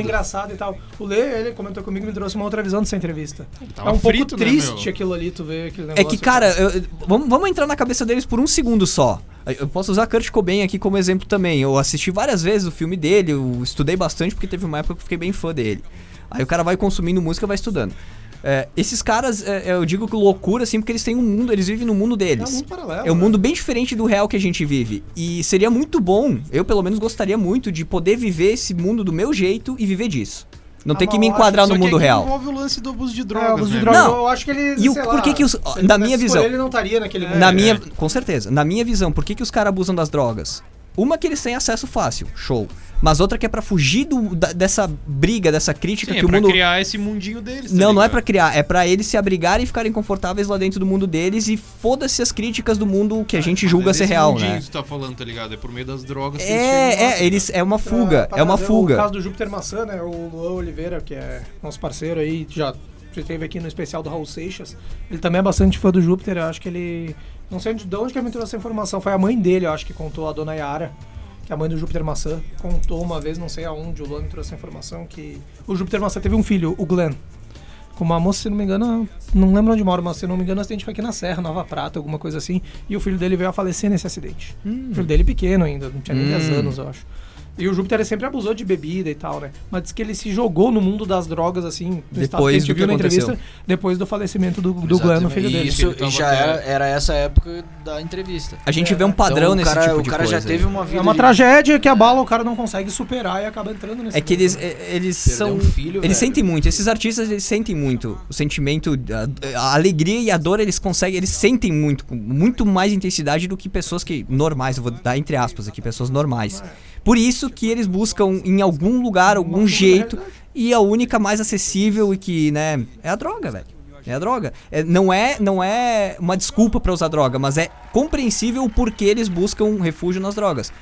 B: engraçado.
C: engraçado e tal. O Lê, ele comentou comigo e me trouxe uma outra visão dessa entrevista.
D: tava
C: é um
D: frito,
C: pouco
D: né,
C: triste
D: meu?
C: aquilo ali, tu vê aquele
A: É
C: negócio.
A: que, cara, eu- eu- vamos, vamos entrar na cabeça deles por um segundo só. Eu posso usar Kurt Cobain aqui como exemplo também. Eu assisti várias vezes o filme dele, eu estudei bastante porque teve uma época que eu fiquei bem fã dele. Aí o cara vai consumindo música, vai estudando. É, esses caras, é, eu digo que loucura, assim, porque eles têm um mundo, eles vivem no mundo
C: é um
A: deles.
C: mundo
D: Tá
C: paralelo.
A: É um
C: né?
A: mundo bem diferente do real que a gente vive. E seria muito bom, eu pelo menos gostaria muito, de poder viver esse mundo do meu jeito e viver disso. Não
C: Ah,
A: ter que
C: mas
A: me
C: eu acho
A: enquadrar
D: Só
A: no
D: Tá que
A: mundo
D: aqui
A: real.
D: envolve o lance do abuso de drogas,
C: É, o uso de
D: né,
C: drogas,
A: Não.
C: eu acho que ele,
A: E o-
C: sei
A: por
C: lá,
A: que que os-
C: se ele
A: na
C: pudesse
A: minha
C: escolher,
A: visão.
C: ele não estaria naquele mundo.
A: Na
D: É.
A: minha, com certeza, na minha visão, por que, que os caras abusam das drogas? Uma que eles têm acesso fácil, show. Mas outra que é pra fugir do- da- dessa briga, dessa crítica
D: Sim, é
A: que o
D: pra
A: mundo.
D: criar esse mundinho deles. tá
A: Não, não é pra
D: ligado?
A: criar, é pra eles se abrigarem e ficarem confortáveis lá dentro do mundo deles e foda-se as críticas do mundo que a gente
D: Mas
A: julga
D: é
A: ser
D: desse
A: real,
D: mundinho
A: né?
D: que tu tá falando, tá ligado? É por meio das drogas que eles chegam lá,
A: É, é, eles é uma fuga,
C: Pra-
A: é uma
C: pra- O
A: fuga.
C: caso do Júpiter Maçã, né? O Luan Oliveira, que é nosso parceiro aí, já esteve aqui no especial do Raul Seixas. Ele também é bastante fã do Júpiter, eu acho que ele. Não sei de de onde que ele entrou essa informação. Foi a mãe dele, eu acho que contou, a dona Yara, que é a mãe do Júpiter Maçã, contou uma vez, não sei aonde, o Luan entrou essa informação, que o Júpiter Maçã teve um filho, o Glenn. Com uma moça, se não me engano, não lembro onde mora, mas se não me engano, o acidente foi aqui na Serra, Nova Prata, alguma coisa assim. E o filho dele veio a falecer nesse acidente.
A: Hum.
C: O filho dele pequeno ainda, não tinha nem 10 anos, eu acho. E o Júpiter sempre abusou de bebida e tal, né? Mas diz que ele se jogou no mundo das drogas, assim, no
A: Depois
C: estado que a gente
A: do que
C: viu na
A: aconteceu.
C: entrevista, depois do falecimento do, do Glenn, o filho
B: E
C: dele.
B: Isso
D: Que ele
B: já
D: tava
B: era,
D: até-
B: era essa época da entrevista.
A: A gente vê um
B: Então,
A: padrão
B: o
A: nesse
B: cara,
A: tipo de
B: O cara
A: coisa.
B: já teve um uma vida.
C: É uma
B: de-
C: tragédia que abala, o cara não consegue superar e acaba entrando nesse
A: É que
C: mundo,
A: eles,
C: né?
A: é- eles
B: Perder
A: são.
B: um filho,
A: eles
B: velho.
A: sentem muito. Esses artistas, eles sentem muito. O sentimento, a, a alegria e a dor, eles conseguem. Eles sentem muito, com muito mais intensidade do que pessoas que. normais, eu vou dar entre aspas aqui, pessoas normais. Por isso que eles buscam em algum lugar, algum jeito. E a única mais acessível e que, né, é a droga, velho. É a droga. É, não, é, não é uma desculpa pra usar droga, mas é compreensível o porquê eles buscam um refúgio nas drogas.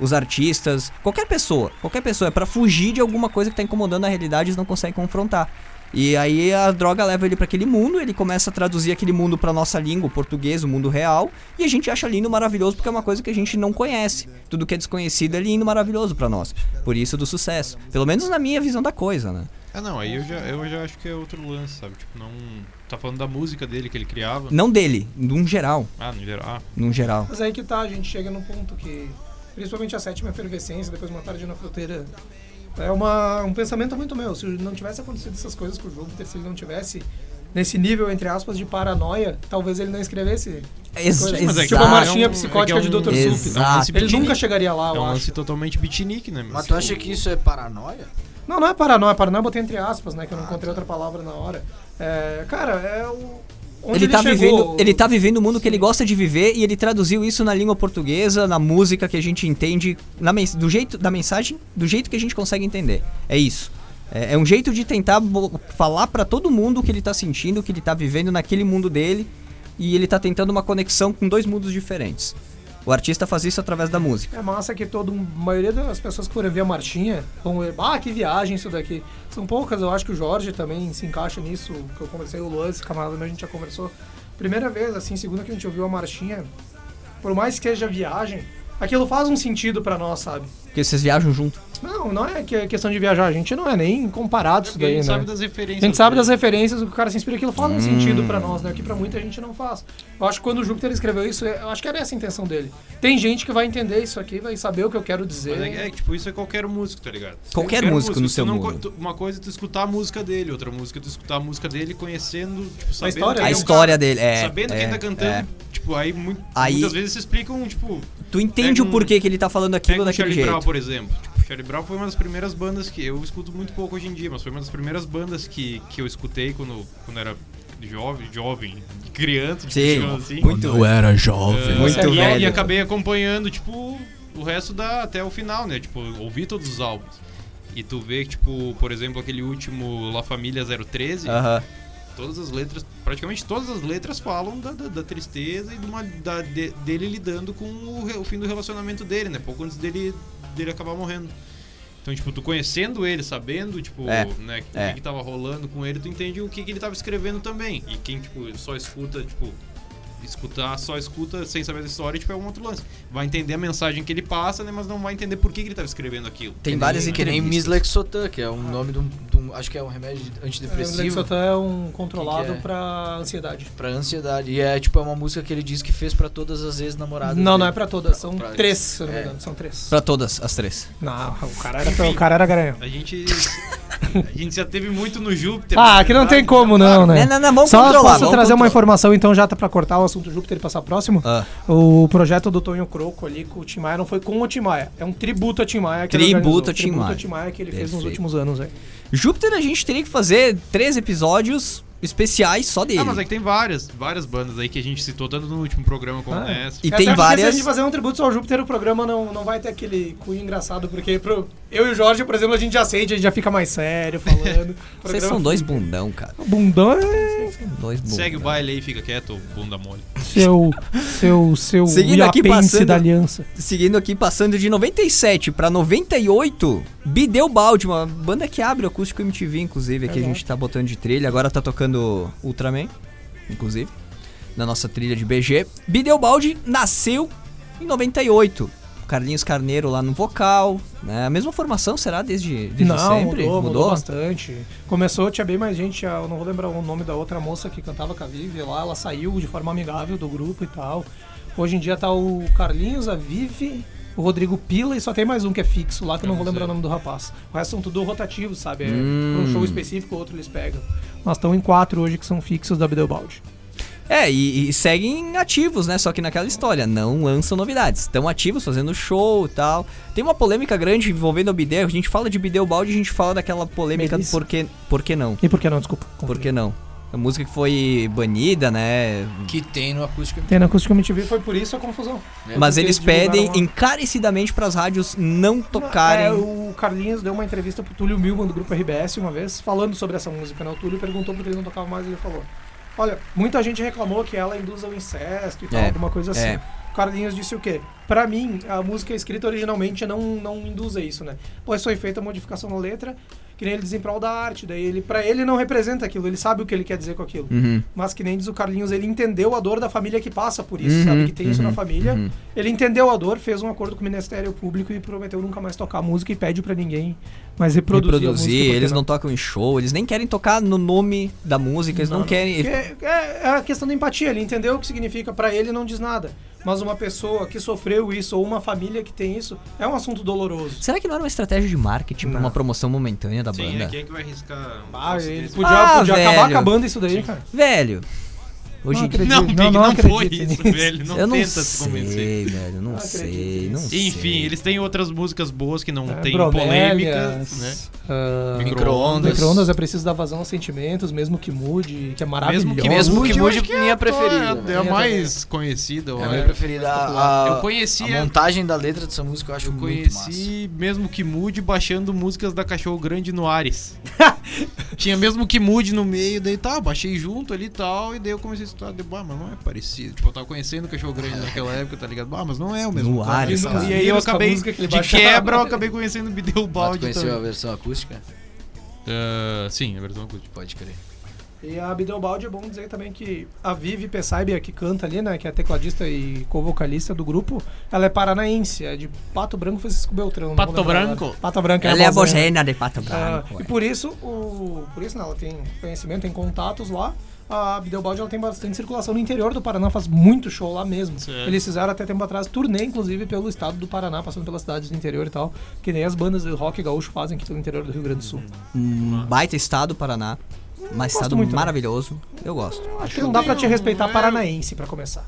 A: Os artistas, qualquer pessoa, qualquer pessoa, é pra fugir de alguma coisa que tá incomodando a realidade e eles não conseguem confrontar. E aí a droga leva ele pra aquele mundo, ele começa a traduzir aquele mundo pra nossa língua, o português, o mundo real, e a gente acha lindo, maravilhoso, porque é uma coisa que a gente não conhece. Tudo que é desconhecido é lindo, maravilhoso pra nós. Por isso do sucesso. Pelo menos na minha visão da coisa, né?
D: Ah, não, aí eu já, eu já acho que é outro lance, sabe? Tipo, não. Tá falando da música dele que ele criava.
A: Não dele, num geral,
D: Ah, no geral. Ah,
A: num geral.
C: Mas aí que tá, a gente chega num ponto que, principalmente a sétima efervescência, depois uma tarde na fruteira, é uma, um pensamento muito meu. Se não tivesse acontecido essas coisas com o Júpiter, se ele não tivesse nesse nível, entre aspas, de paranoia, talvez ele não escrevesse.
A: Ex
C: coisas.
A: exato.
D: Mas é que-
C: tipo a marchinha
D: é um-
C: psicótica
D: é que é
C: de
D: um-
C: Dr. Sup.
A: Exato.
D: lance
C: Ele
D: beatnik.
C: nunca chegaria lá,
D: É
C: eu
D: um
C: acho.
D: lance totalmente beatnik, né? meu?
B: Mas tu acha que isso é paranoia?
C: Não, não é paranoia, paranoia eu botei entre aspas, né? Que eu
A: Ah,
C: não
A: tá.
C: encontrei outra palavra na hora. É, cara, é o.
A: ele, tá vivendo, ele tá vivendo o mundo que
C: Sim.
A: ele gosta de viver e ele traduziu isso na língua portuguesa, na música que a gente entende, na mens- do jeito da mensagem, do jeito que a gente consegue entender. É isso. É, é um jeito de tentar bo- falar pra todo mundo o que ele tá sentindo, o que ele tá vivendo naquele mundo dele e ele tá tentando uma conexão com dois mundos diferentes. O artista faz isso através da música.
C: É massa que todo, a maioria das pessoas que forem ver a Martinha vão ver, ah, que viagem isso daqui. São poucas, eu acho que o Jorge também se encaixa nisso, que eu conversei, o Luan, esse camarada meu, a gente já conversou. Primeira vez, assim, segunda que a gente ouviu a Martinha, por mais que seja viagem, aquilo faz um sentido pra nós, sabe?
A: Porque vocês viajam junto.
C: Não, não é que é questão de viajar, a gente não é nem comparado isso
D: Porque a
C: daí,
D: gente
C: né?
D: sabe das referências.
C: A gente sabe
D: dele.
C: das referências, o que o cara se inspira, aquilo faz um sentido pra nós, né? Que pra muita gente não faz. Eu acho que quando o Júpiter escreveu isso, eu acho que era essa a intenção dele. Tem gente que vai entender isso aqui, vai saber o que eu quero dizer.
D: Mas é, que- é que, tipo, isso é qualquer músico, tá ligado?
A: Qualquer músico no
D: se
A: seu
D: tu não
A: mundo.
D: co- tu- Uma coisa é tu escutar a música dele, outra música é tu escutar a música dele conhecendo, tipo, sabendo
C: história,
D: quem
A: A
D: é
C: eu-
D: o
A: história dele é.
D: cara, Sabendo quem
A: é,
D: tá
A: é.
D: cantando, tipo, aí, mu-
A: Aí-
D: muitas vezes se explicam, tipo,
A: Tu entende
D: Pega
A: o
D: um-
A: porquê que ele tá falando aquilo
D: pega o
A: daquele
D: Charlie Brown,
A: jeito.
D: por exemplo. Tipo, Charlie Brown foi uma das primeiras bandas que... Eu escuto muito pouco hoje em dia, mas foi uma das primeiras bandas que, que eu escutei quando, quando era jovem, jovem, criança, tipo,
A: Sim,
D: digamos assim.
A: muito
F: era
D: Ah,
F: jovem.
A: Muito
D: e,
A: velho.
D: E acabei acompanhando, tipo, o resto da, até o final, né? Tipo, ouvi todos os álbuns. E tu vê, tipo, por exemplo, aquele último La Família 013,
A: Aham.
D: todas as letras, praticamente todas as letras falam da, da, da tristeza e de uma, da, de- dele lidando com o, re- o fim do relacionamento dele, né? Pouco antes dele, dele acabar morrendo. Então, tipo, tu conhecendo ele, sabendo, tipo,
A: É,
D: né, o
A: é.
D: que, que tava rolando com ele, tu entende o que, que ele tava escrevendo também. E quem, tipo, só escuta, tipo, escutar, só escuta sem saber da história, tipo, é um outro lance. Vai entender a mensagem que ele passa, né? Mas não vai entender por que, que ele tava escrevendo aquilo.
A: Tem várias
B: que nem
A: entrevistas.
B: Mislexotan, que é um nome de um, de um- Acho que é um remédio de-
C: O
B: antidepressivo.
C: Lexotan é um controlado
B: Que que é?
C: pra ansiedade.
B: Pra ansiedade. E é tipo é uma música que ele diz que fez pra todas as ex-namoradas.
C: Não, não
B: dele.
C: é pra todas, são
B: Pra-
C: três, se eu não me
B: é.
C: engano, são três.
A: Pra todas as três.
C: Não, o cara era, o cara era garanhão.
D: A gente. A gente já teve muito no Júpiter. né?
C: Ah,
D: na
C: aqui não tem
D: verdade,
C: como não, né?
A: Não, não, não, vamos
C: Só
A: controlar,
C: posso
A: vamos
C: trazer uma
A: controlar.
C: informação então já tá pra cortar o assunto Júpiter e passar próximo?
A: Ah.
C: O projeto do Tonho Croco ali com o Tim Maia não foi com o Tim Maia, é um tributo a Tim Maia. Que ele
A: Tributo
C: organizou,
A: a Tim
C: tributo
A: Maia.
C: a Tim Maia que ele fez nos
A: Perfeito.
C: últimos anos aí.
A: Júpiter a gente teria que fazer três episódios especiais só dele.
D: Ah, mas é que tem várias, várias bandas aí que a gente citou tanto no último programa como
C: Ah, é.
D: nessa.
A: E
C: É,
A: tem
C: até porque Se a
A: várias-
C: gente fazer um tributo só ao Júpiter, o programa não, não vai ter aquele cunho engraçado, porque pro- eu e o Jorge, por exemplo, a gente já sente, a gente já fica mais sério falando. O
A: Vocês
C: programa-
A: são dois bundão, cara.
C: Bundão é
A: Dois bundão.
D: Segue o baile aí, fica quieto, ô bunda mole.
C: seu, seu, seu
A: Seguindo aqui,
C: iapêndice
A: passando-
C: da aliança.
A: Seguindo aqui, passando de 97 pra 98, Bideu Balde, uma banda que abre o acústico MTV, inclusive, aqui a gente tá botando de trilha, agora tá tocando Ultraman, inclusive, na nossa trilha de BG. Bideu Balde nasceu em 98. Carlinhos Carneiro lá no vocal, né? A mesma formação será desde, desde sempre?
C: mudou, mudou bastante. Começou, tinha bem mais gente, eu não vou lembrar o nome da outra moça que cantava com a Vivi lá, ela saiu de forma amigável do grupo e tal. Hoje em dia tá o Carlinhos, a Vivi, o Rodrigo Pila e só tem mais um que é fixo lá, que eu não vou lembrar o nome do rapaz. O resto são tudo rotativos, sabe? É pra
A: Hum.
C: Um show específico, o outro eles pegam. Nós estamos em quatro hoje que são fixos da Bideobaldi.
A: É, e, e seguem ativos, né? Só que naquela história, não lançam novidades. Estão ativos, fazendo show e tal. Tem uma polêmica grande envolvendo o Bideu. A gente fala de Bideu Balde, a gente fala daquela polêmica do
C: Melissa.
A: por que, por que não.
C: E por que não, desculpa.
A: Por que não? A música que foi banida, né?
B: Que tem no acústico.
C: Tem na Acústica MTV, foi por isso a confusão.
A: Mas
C: porque
A: eles
C: divulgaram
A: pedem
C: uma-
A: encarecidamente pras rádios não tocarem.
C: É, o Carlinhos deu uma entrevista pro Túlio Milman do grupo RBS uma vez, falando sobre essa música, né? O Túlio perguntou porque ele não tocava mais e ele falou: Olha, muita gente reclamou que ela induz ao incesto e tal,
A: É,
C: alguma coisa assim.
A: é.
C: O Carlinhos disse o quê? Pra mim, a música escrita originalmente não, não induz a isso, né? Pois foi feita a modificação na letra, que nem ele diz em prol da arte, daí ele, pra ele não representa aquilo, ele sabe o que ele quer dizer com aquilo.
A: Uhum.
C: Mas que nem diz o Carlinhos, ele entendeu a dor da família que passa por isso,
A: Uhum,
C: sabe? Que tem isso
A: uhum,
C: na família.
A: uhum.
C: Ele entendeu a dor, fez um acordo com o Ministério Público e prometeu nunca mais tocar música e pede pra ninguém mais reproduzir. a
A: Reproduzir,
C: música, porque
A: eles não tocam em show, eles nem querem tocar no nome da música, eles não, querem.
C: Porque é, é a questão da empatia, ele entendeu o que significa pra ele não diz nada. Mas uma pessoa que sofreu isso ou uma família que tem isso é um assunto doloroso.
A: Será que não era uma estratégia de marketing pra uma promoção momentânea da
D: Sim,
A: banda?
D: né? Quem é que vai arriscar? um
C: Ah,
D: troço
C: ele
D: desse?
C: podia,
A: Ah,
C: podia acabar
A: velho.
C: acabando isso daí, cara.
A: Velho, hoje
C: Não
A: em dia.
C: acredito.
D: Não,
C: Não,
D: Big,
C: não
D: não, foi
C: acredito
D: isso,
C: nisso.
D: velho. Não
A: eu não
D: tenta se convencer.
A: sei, velho. Não,
C: Não acredito
A: sei, não sei.
D: Enfim, eles têm outras músicas boas que não
C: É,
D: tem
C: bromélias,
D: polêmicas, né?
C: ah,
B: Micro-ondas.
C: Micro-ondas é preciso dar vazão aos sentimentos, mesmo que mude, que é maravilhoso.
D: Mesmo que
B: Mesmo que
D: eu
B: mude,
D: acho que
B: minha
D: a tua-
B: preferida, né?
D: É a
C: Minha
D: mais conhecida. eu
B: É a
D: acho.
B: minha preferida. A, a-
D: Eu conheci
B: a
D: a-
B: montagem da letra dessa música eu acho
D: Eu
B: muito massa.
D: conheci mesmo que mude baixando músicas da Cachorro Grande no Ares. Tinha mesmo que mude no meio, daí tá, baixei junto ali e tal, e daí eu comecei a estudar, de, bah, mas não é parecido. Tipo, eu tava conhecendo o Cachorro Grande naquela época, tá ligado? Bah, mas não é o mesmo.
A: No
D: cara.
A: Ares,
D: E não-
A: cara.
D: E aí eu
C: Mesmo com a
D: acabei,
C: música que ele
D: de
C: baixava.
D: quebra, eu acabei conhecendo o Bideu
B: Ah, tu
D: Balde
B: conheceu
D: também.
B: a versão acústica?
D: Ah, sim, a versão acústica.
B: Pode crer.
C: E a Bideobaldi é bom dizer também que a Vivi Pessaiber, que canta ali, né? Que é tecladista e co-vocalista do grupo, ela é paranaense, é de Pato Branco Francisco Beltrão. não
D: Pato
C: vou lembrar
D: Branco?
C: agora. Pato Branco
A: Ela é a
C: voz, né?
A: bozena de pato
C: Ah,
A: branco.
C: e por isso, o, por isso né, ela tem conhecimento, tem contatos lá. A Bideobaldi ela tem bastante circulação no interior do Paraná, faz muito show lá mesmo.
D: Certo.
C: Eles fizeram até tempo atrás turnê, inclusive, pelo estado do Paraná, passando pelas cidades do interior e tal, que nem as bandas de rock gaúcho fazem aqui pelo interior do Rio Grande do Sul.
A: Um baita estado, Paraná. Mas
C: gosto
A: estado
C: muito, né?
A: maravilhoso. Eu gosto.
C: Acho que não é. dá pra te respeitar paranaense, pra começar.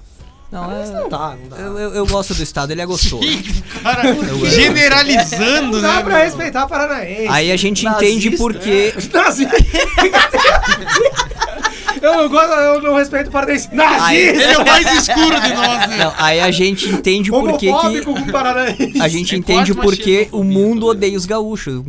A: Não, é-
C: Não dá, não dá.
A: eu, eu- eu gosto do estado, ele é gostoso.
D: Cara, generalizando,
C: Não
D: né?
C: dá pra
D: meu?
C: respeitar paranaense. né?
A: Aí a gente
B: Nazista,
A: entende por quê.
C: Nazi. eu não gosto, eu não respeito paranaense. Nazista!
D: Ele é o mais escuro de nós, né?
A: Não, aí a gente entende por quê
C: Homofóbico
A: que.
C: com paranaense.
A: A gente
D: É
A: entende
D: quase
A: por que o
D: machismo, né?
A: mundo
D: fobia,
A: odeia os gaúchos.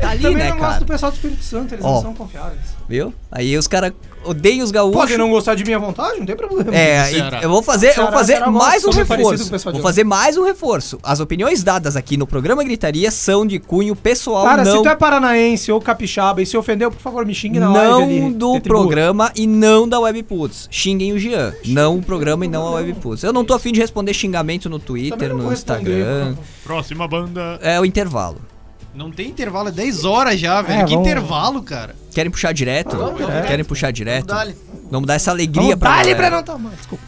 A: Tá ali,
C: É, Também
A: né,
C: não gosto
A: cara?
C: do pessoal do Espírito Santo, eles
A: Ó.
C: não são confiáveis.
A: Viu? Aí os caras odeiam os gaúchos.
C: Podem não gostar de minha vontade, não tem problema.
A: É,
D: Ceará.
A: e eu vou fazer, eu vou
C: Ceará,
A: fazer
C: Ceará,
A: mais um
C: somos parecidos com o
A: reforço.
C: pessoal de
A: Vou
C: lá.
A: fazer mais um reforço. As opiniões dadas aqui no programa Gritaria são de cunho pessoal,
C: Cara, se
A: não,
C: tu é paranaense ou capixaba e se ofendeu, por favor, me xingue na
A: não
C: live ali.
A: do
C: retribua.
A: programa e não da Webputs. Xinguem o Jean, não o programa e não a Webputs. Eu não tô afim de responder xingamento no
C: Também
A: Twitter,
C: não vou
A: no
C: responder, então.
A: Instagram.
C: cara.
D: Próxima banda.
A: É o intervalo.
D: Não tem intervalo, é 10 horas já, velho. que
C: vamos-
D: intervalo, cara.
A: Querem puxar direto?
B: Vamos,
C: direto.
A: Querem puxar direto?
B: Dá-lhe.
A: Vamos dar essa alegria
C: Vamos
A: pra
C: dar-lhe
A: galera.
C: pra não tomar. Desculpa.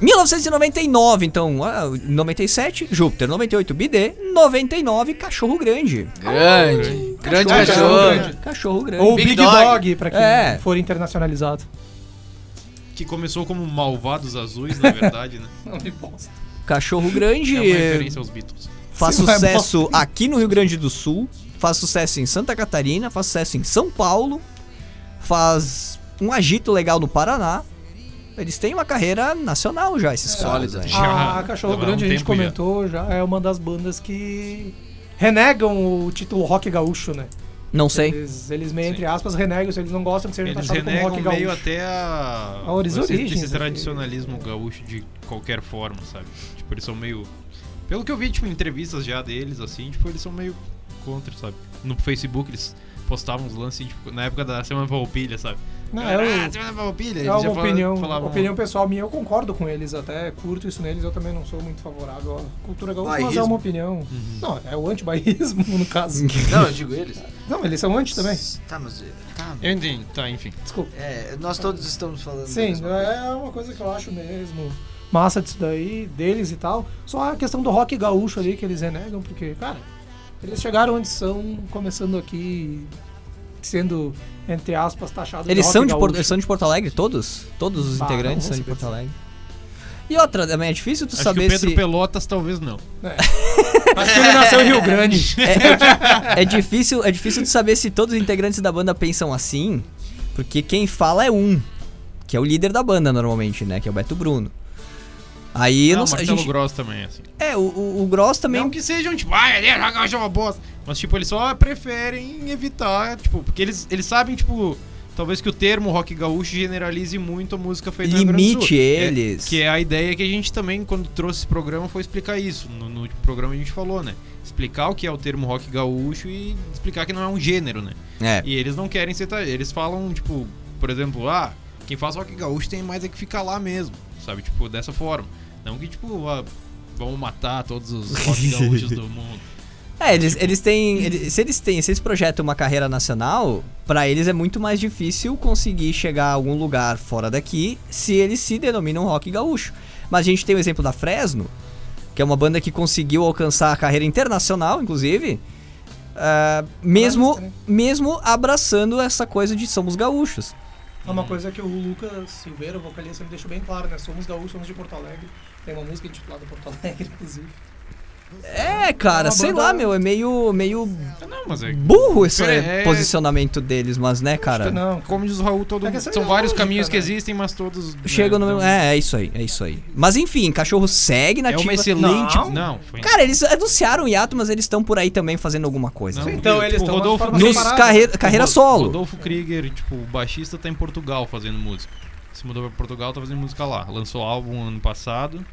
A: 1999, então, ah, 97, Júpiter, 98, BD, 99, Cachorro Grande.
B: Grande. Grande
C: Cachorro
B: cachorro.
C: grande.
A: Cachorro grande.
C: Ou
B: Big
C: Big,
B: Dog.
C: Dog. pra quem
A: É.
C: for internacionalizado.
D: Que começou como Malvados Azuis, na verdade, né?
C: Não me bosta.
A: Cachorro
D: É
A: grande. eh,
D: uma referência aos Beatles.
A: faz
C: Sim, vai
A: sucesso aqui no Rio Grande do Sul. Faz sucesso em Santa Catarina. Faz sucesso em São Paulo. faz um agito legal no Paraná. Eles têm uma carreira nacional já, esses caras.
B: Sólida.
A: aí.
D: Já.
C: Ah, a Cachorro
D: Tava há um
C: Grande, a gente
D: tempo já.
C: comentou, já. é uma das bandas que renegam o título rock gaúcho, né?
A: Não sei.
C: Eles, eles meio,
D: Sim.
C: entre aspas, renegam, se eles não gostam de serem
D: Eles
C: taxados como rock
D: renegam
C: gaúcho.
D: meio até a.
C: A ori-
D: esse-
C: origens,
D: Esse
C: assim.
D: tradicionalismo gaúcho de qualquer forma, sabe? Tipo, eles são meio. Pelo que eu vi, tipo, em entrevistas já deles, assim, tipo, eles são meio contra, sabe? No Facebook eles postavam uns lances, tipo, na época da Semana Valpilha, sabe?
C: Não,
D: ah,
C: eu-
D: Semana Valpilha!
C: É
D: Eles
C: uma
D: já fala-
C: opinião,
D: falavam-
C: opinião pessoal minha, eu concordo com eles até, curto isso neles, eu também não sou muito favorável à cultura gaúcha, mas é
B: Bairrismo.
C: uma opinião.
D: Uhum.
C: Não, é o antibairrismo, no caso.
B: Não, eu digo eles.
C: não, eles são anti também,
B: Tá, mas. é, Tá,
D: Eu entendi, tá, enfim.
C: desculpa.
B: é, nós todos estamos falando. da
C: Sim,
B: mesma coisa.
C: é uma coisa que eu acho mesmo massa disso daí, deles e tal. Só a questão do rock gaúcho ali que eles renegam, porque, cara, eles chegaram onde são, começando aqui, sendo, entre aspas, taxados
A: Eles
C: rock
A: são de,
C: gaúcho.
A: Porto, são de Porto Alegre, todos? Todos os
C: Bah,
A: integrantes
C: não vou
A: são de Porto
C: saber dizer.
A: Alegre. E outra, também é difícil tu
D: Acho que o
A: saber
D: Pedro
A: se.
D: Pelotas talvez não.
C: É. Acho que ele nasceu em Rio Grande.
A: É, é- é difícil, é difícil de saber se todos os integrantes da banda pensam assim, porque quem fala é um, que é o líder da banda normalmente, né? Que é o Beto Bruno. Aí eu
D: Ah,
A: não
D: o
A: sei. a
D: Marcelo
A: gente-
D: Gross também, assim.
A: É, o, o, o Gross também.
D: Não que sejam, tipo, ai, ali, joga hoje é uma bosta. Mas, tipo, eles só preferem evitar, tipo, porque eles, eles sabem, tipo, talvez que o termo rock gaúcho generalize muito a música feita no Rio Grande do
A: Limite
D: Sul. É,
A: eles.
D: que é a ideia que a gente também, quando trouxe esse programa, foi explicar isso. No, no último programa a gente falou, né? Explicar o que é o termo rock gaúcho e explicar que não é um gênero, né?
A: É.
D: E eles não querem ser. ta- Eles falam, tipo, por exemplo, ah, quem faz rock gaúcho tem mais é que ficar lá mesmo, sabe? Tipo, dessa forma. Não que, tipo, ah, vamos matar todos os rock gaúchos do mundo.
A: É, eles, eles têm. eles- se eles têm, se eles projetam uma carreira nacional, pra eles é muito mais difícil conseguir chegar a algum lugar fora daqui se eles se denominam rock gaúcho. Mas a gente tem o exemplo da Fresno, que é uma banda que conseguiu alcançar a carreira internacional, inclusive. ah, mesmo, mesmo abraçando essa coisa de somos gaúchos.
C: É uma coisa que o Lucas Silveira, o vocalista, me deixou bem claro, né? Somos gaúchos, somos de Porto Alegre. Tem uma música intitulada Porto Alegre, inclusive.
A: É, cara,
C: É uma
A: sei
C: banda-
A: lá, meu, é meio, meio
D: Ah, Não, mas é.
A: burro esse
D: É, é-
A: posicionamento deles, mas né, cara?
C: Não,
D: Como diz o Raul, todo
C: É que essa
D: são
C: é a
D: vários
C: lógica,
D: caminhos que
C: né?
D: existem, mas todos. né,
A: Chegam no
D: não-
A: mesmo. É, é isso aí, é isso aí. Mas enfim, cachorro segue na
D: É uma
A: ativa.
D: excelente.
C: Não.
D: Não, foi.
A: Cara, eles anunciaram o hiato, mas eles estão por aí também fazendo alguma coisa.
D: Não,
C: Então,
D: porque,
C: eles
D: tipo,
C: estão
D: Rodolfo-
C: de forma
A: Nos
C: separada.
A: carreira, carreira
D: Rod-
A: solo.
D: Rodolfo Krieger, tipo, o baixista tá em Portugal fazendo música. Se mudou pra Portugal, tá fazendo música lá. Lançou álbum ano passado.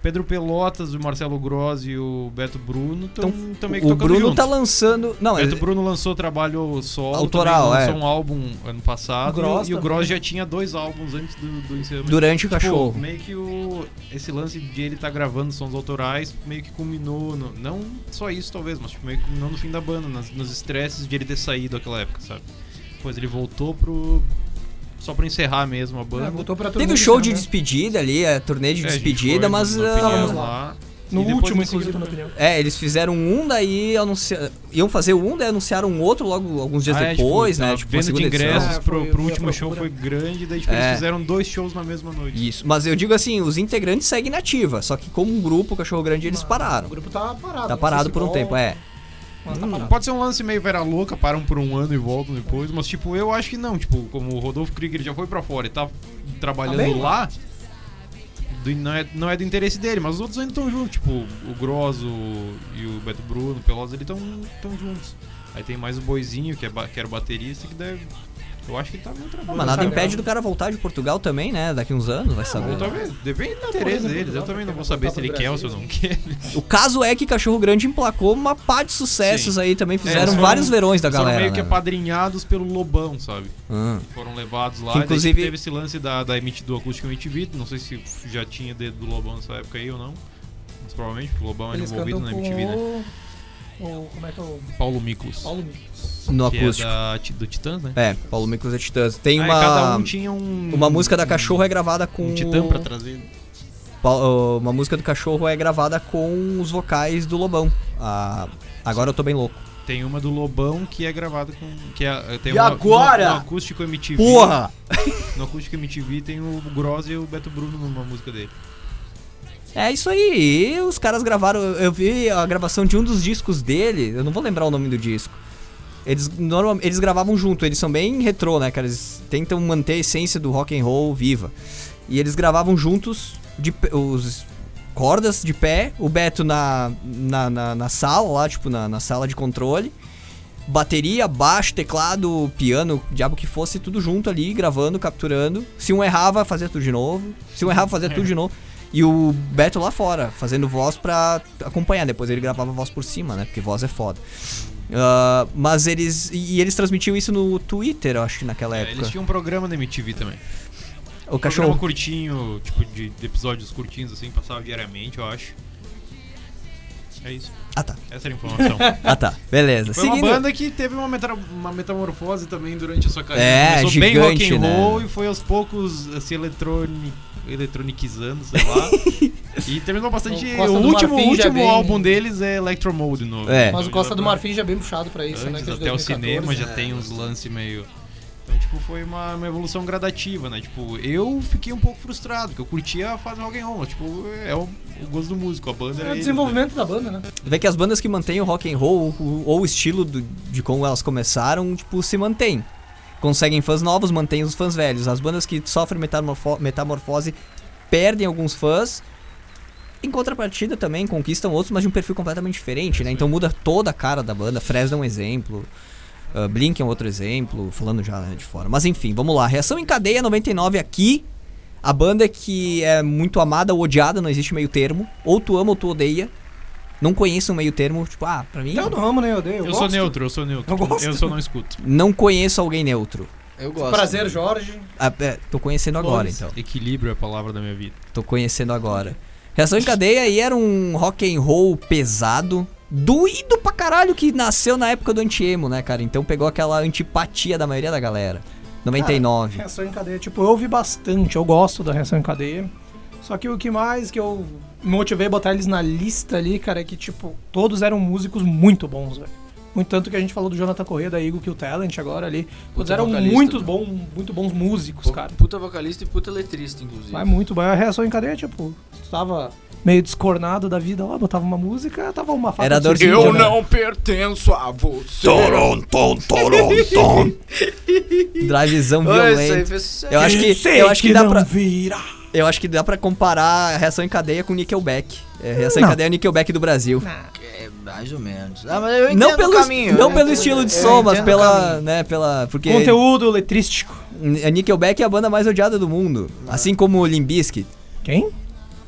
D: Pedro Pelotas, o Marcelo Gross e o Beto Bruno estão
A: Então,
D: também
A: O
D: tocando
A: Bruno
D: junto.
A: tá lançando. Não, é,
D: Beto Bruno lançou trabalho solo,
A: Autoral,
D: também
A: é.
D: lançou um álbum ano passado.
C: O Gross
D: e o
C: também.
D: Gross já tinha dois álbuns antes do, do encerramento.
A: durante o
D: Tipo,
A: cachorro.
D: meio que o, esse lance de ele tá gravando sons autorais meio que culminou, no- não só isso talvez, mas tipo, meio que culminou no fim da banda, nas, nos estresses de ele ter saído daquela época, sabe? Depois ele voltou pro. só pra encerrar mesmo a
C: É,
D: banda.
C: voltou pra
A: Teve o
C: turnê
A: show
C: esse
A: de
C: ano, né?
A: despedida ali, a turnê de
D: É, a gente
A: despedida,
D: foi
A: mas.
D: no, no
A: ah,
D: opinião
C: Vamos
D: lá.
C: No
D: E depois
C: último,
D: eles
C: inclusive,
D: seguiram
C: na minha opinião.
A: É, eles fizeram um, daí anuncia... iam fazer um, daí anunciaram um outro logo alguns dias
D: Ah, é,
A: depois,
D: tipo,
A: né?
D: a
A: Tipo, uma
D: venda de
A: segunda edição.
D: ingressos
C: É,
D: pro,
C: foi-
D: pro
C: foi a
D: último show foi
C: procura.
D: grande, daí tipo,
A: É.
D: eles fizeram dois shows na mesma noite.
A: Isso. Mas eu digo assim, os integrantes seguem na ativa, só que como um grupo, o cachorro grande, eles
C: Mas
A: pararam.
C: O grupo tá parado.
A: Tá parado por um tempo, é.
C: Mas tá
A: Hum,
C: parado.
D: Pode ser um lance meio vera louca, param por um ano e voltam depois, mas tipo, eu acho que não, tipo, como o Rodolfo Krieger já foi pra fora e tá
C: Tá
D: trabalhando
C: bem,
D: lá, do- não, é, não é do interesse dele, mas os outros ainda estão juntos, tipo, o Grosso e o Beto Bruno, o Pelosa, eles estão juntos. Aí tem mais o Boizinho, que, é, ba- que era o baterista, que deve... Eu acho que ele tá bem trabalhando.
A: Mas nada
C: Instagram.
A: impede do cara voltar de Portugal também, né? Daqui uns anos, vai saber.
D: Ou
A: né?
D: Ah, talvez, depende do interesse
C: exemplo,
D: deles, eu também não vou
C: voltar
D: saber se
C: pro
D: ele quer ou se eu não quer.
A: O caso é que Cachorro Grande emplacou uma pá de sucessos
D: Sim. É,
A: aí também.
D: eles
A: Fizeram
D: foram-
A: vários verões da
D: São
A: galera.
D: meio que
A: né?
D: apadrinhados pelo Lobão, sabe?
A: Hum.
D: foram levados lá.
A: Que,
D: daí
A: inclusive-
D: teve esse lance da, da MTV, do acústico MTV, um não sei se já tinha dedo do Lobão nessa época aí ou não. Mas provavelmente, porque o Lobão era
C: Eles
D: envolvido
C: cantam
D: na
C: com
D: MTV, né?
C: o... o... Como é que é o...
D: Paulo Miklos.
C: Paulo Miklos.
A: No
D: que
A: acústico.
D: é da, ti- do Titãs, né?
A: É, Paulo Miklos é Titãs. Tem
D: Aí
A: uma.
D: cada um tinha um.
A: Uma música da Cachorro é gravada com.
D: Um Titã pra trazer.
A: Pau- Uma música do Cachorro é gravada com os vocais do Lobão. Ah, agora eu tô bem louco.
D: Tem uma do Lobão que é gravada com. Que é, tem
B: E
D: uma,
B: agora?
D: No, no acústico MTV. No acústico MTV tem o Gross e o Beto Bruno numa música dele.
A: É isso aí. E os caras gravaram. Eu vi a gravação de um dos discos dele. Eu não vou lembrar o nome do disco. Eles, normal, eles gravavam junto, eles são bem retrô, né, cara? Eles tentam manter a essência do rock and roll viva. E eles gravavam juntos, de, pé- os cordas de pé, o Beto na, na, na, na sala lá, tipo, na, na sala de controle. Bateria, baixo, teclado, piano, diabo que fosse, tudo junto ali, gravando, capturando. Se um errava, fazia tudo de novo. Se um errava, fazia tudo de novo. E o Beto lá fora, fazendo voz pra acompanhar. Depois ele gravava voz por cima, né? Porque voz é foda. Ah, mas eles. E eles transmitiam isso no Twitter, eu acho que naquela
D: É,
A: época.
D: eles tinham um programa da MTV também.
A: O
D: Um Programa
A: cachorro.
D: curtinho, tipo, de, de episódios curtinhos, assim, passava diariamente, eu acho. É isso.
A: Ah tá,
D: Essa era a informação.
A: ah tá, beleza.
D: Foi uma banda que teve uma, meta- uma metamorfose também durante a sua carreira.
A: É,
D: Começou
A: gigante,
D: bem rock and roll
A: né?
D: e foi aos poucos se eletroni- eletronicizando, sei lá. e terminou bastante.
C: O Costa
D: O
C: do
D: último,
C: Marfim já
D: último
C: bem-
D: álbum deles é Electro Mode novo.
A: É.
D: Então
C: Mas o
D: já
C: Costa do
D: pra-
C: Marfim já é bem puxado pra isso, né?
D: Antes
C: que é de
D: até o
C: 2014,
D: cinema já
C: né?
D: tem uns lances meio. Então, tipo, foi uma, uma evolução gradativa, né? Tipo, eu fiquei um pouco frustrado, porque eu curtia a fase rock and roll. mas, Tipo, é o, o gosto do músico, a banda né? era
C: É o
D: eles,
C: desenvolvimento da banda, né?
A: Vê que as bandas que mantêm o rock and roll o- ou o estilo do- de como elas começaram, tipo, se mantêm. Conseguem fãs novos, mantêm os fãs velhos. As bandas que sofrem metamorfo- metamorfose perdem alguns fãs. Em contrapartida também conquistam outros, mas de um perfil completamente diferente, né? Então muda toda a cara da banda. Fresno é um exemplo. ah, Blink é um outro exemplo, falando já né, de fora. Mas enfim, vamos lá. Reação em cadeia 99 aqui. A banda que é muito amada ou odiada, não existe meio termo. Ou tu ama ou tu odeia. Não conheço um meio termo, tipo, ah, pra mim.
C: Eu não amo, né? Eu odeio.
D: né?
C: Eu,
D: Eu, sou
C: gosto.
D: neutro, eu sou neutro.
C: Eu gosto.
D: só não escuto.
A: Não conheço alguém neutro.
B: Eu gosto.
C: Prazer, Jorge.
A: Ah, é, tô conhecendo agora,
C: Boris.
A: então.
D: Equilíbrio é a palavra da minha vida.
A: Tô conhecendo agora. Reação em cadeia aí era um rock and roll pesado. Doído pra caralho que nasceu na época do anti-emo, né, cara? Então pegou aquela antipatia da maioria da galera. 99.
C: Reação em cadeia. Tipo, eu ouvi bastante, eu gosto da reação em cadeia. Só que o que mais que eu me motivei a botar eles na lista ali, cara, é que, tipo, todos eram músicos muito bons, velho. Muito tanto que a gente falou do Jonathan Corrêa, da Eagle Kill Talent agora ali. Todos
B: Puta
C: eram
B: vocalista,
C: muito,
B: né?
C: bom, muito bons músicos,
B: Pu-
C: cara.
B: Puta vocalista e puta letrista, inclusive.
C: Mas muito bom. A reação em cadeia, tipo, tu tava meio descornado da vida lá, botava uma música, tava uma
B: é
C: faca.
A: Era
C: de
A: dorzinho,
C: sentido,
A: né?
C: né?
B: pertenço a você.
A: Drivezão
B: Ah, Isso aí
A: violento.
B: fez sucesso.
A: Eu acho que, eu acho que, dá
C: não
A: pra,
C: vira.
A: eu acho que dá pra comparar a reação em cadeia com Nickelback. É, reação em
C: Não.
A: cadeia é o Nickelback do Brasil.
B: É, mais ou menos. Ah, mas eu entendo
A: não pelo,
B: o caminho.
A: não
B: eu
A: pelo
B: entendo-
A: estilo de
B: eu
A: som, mas
B: entendo o
A: pela,
B: caminho.
A: né, pela, porque
C: Conteúdo letrístico.
A: N- Nickelback é a banda mais odiada do mundo, assim como o Limbiskit.
C: Quem?
D: Eu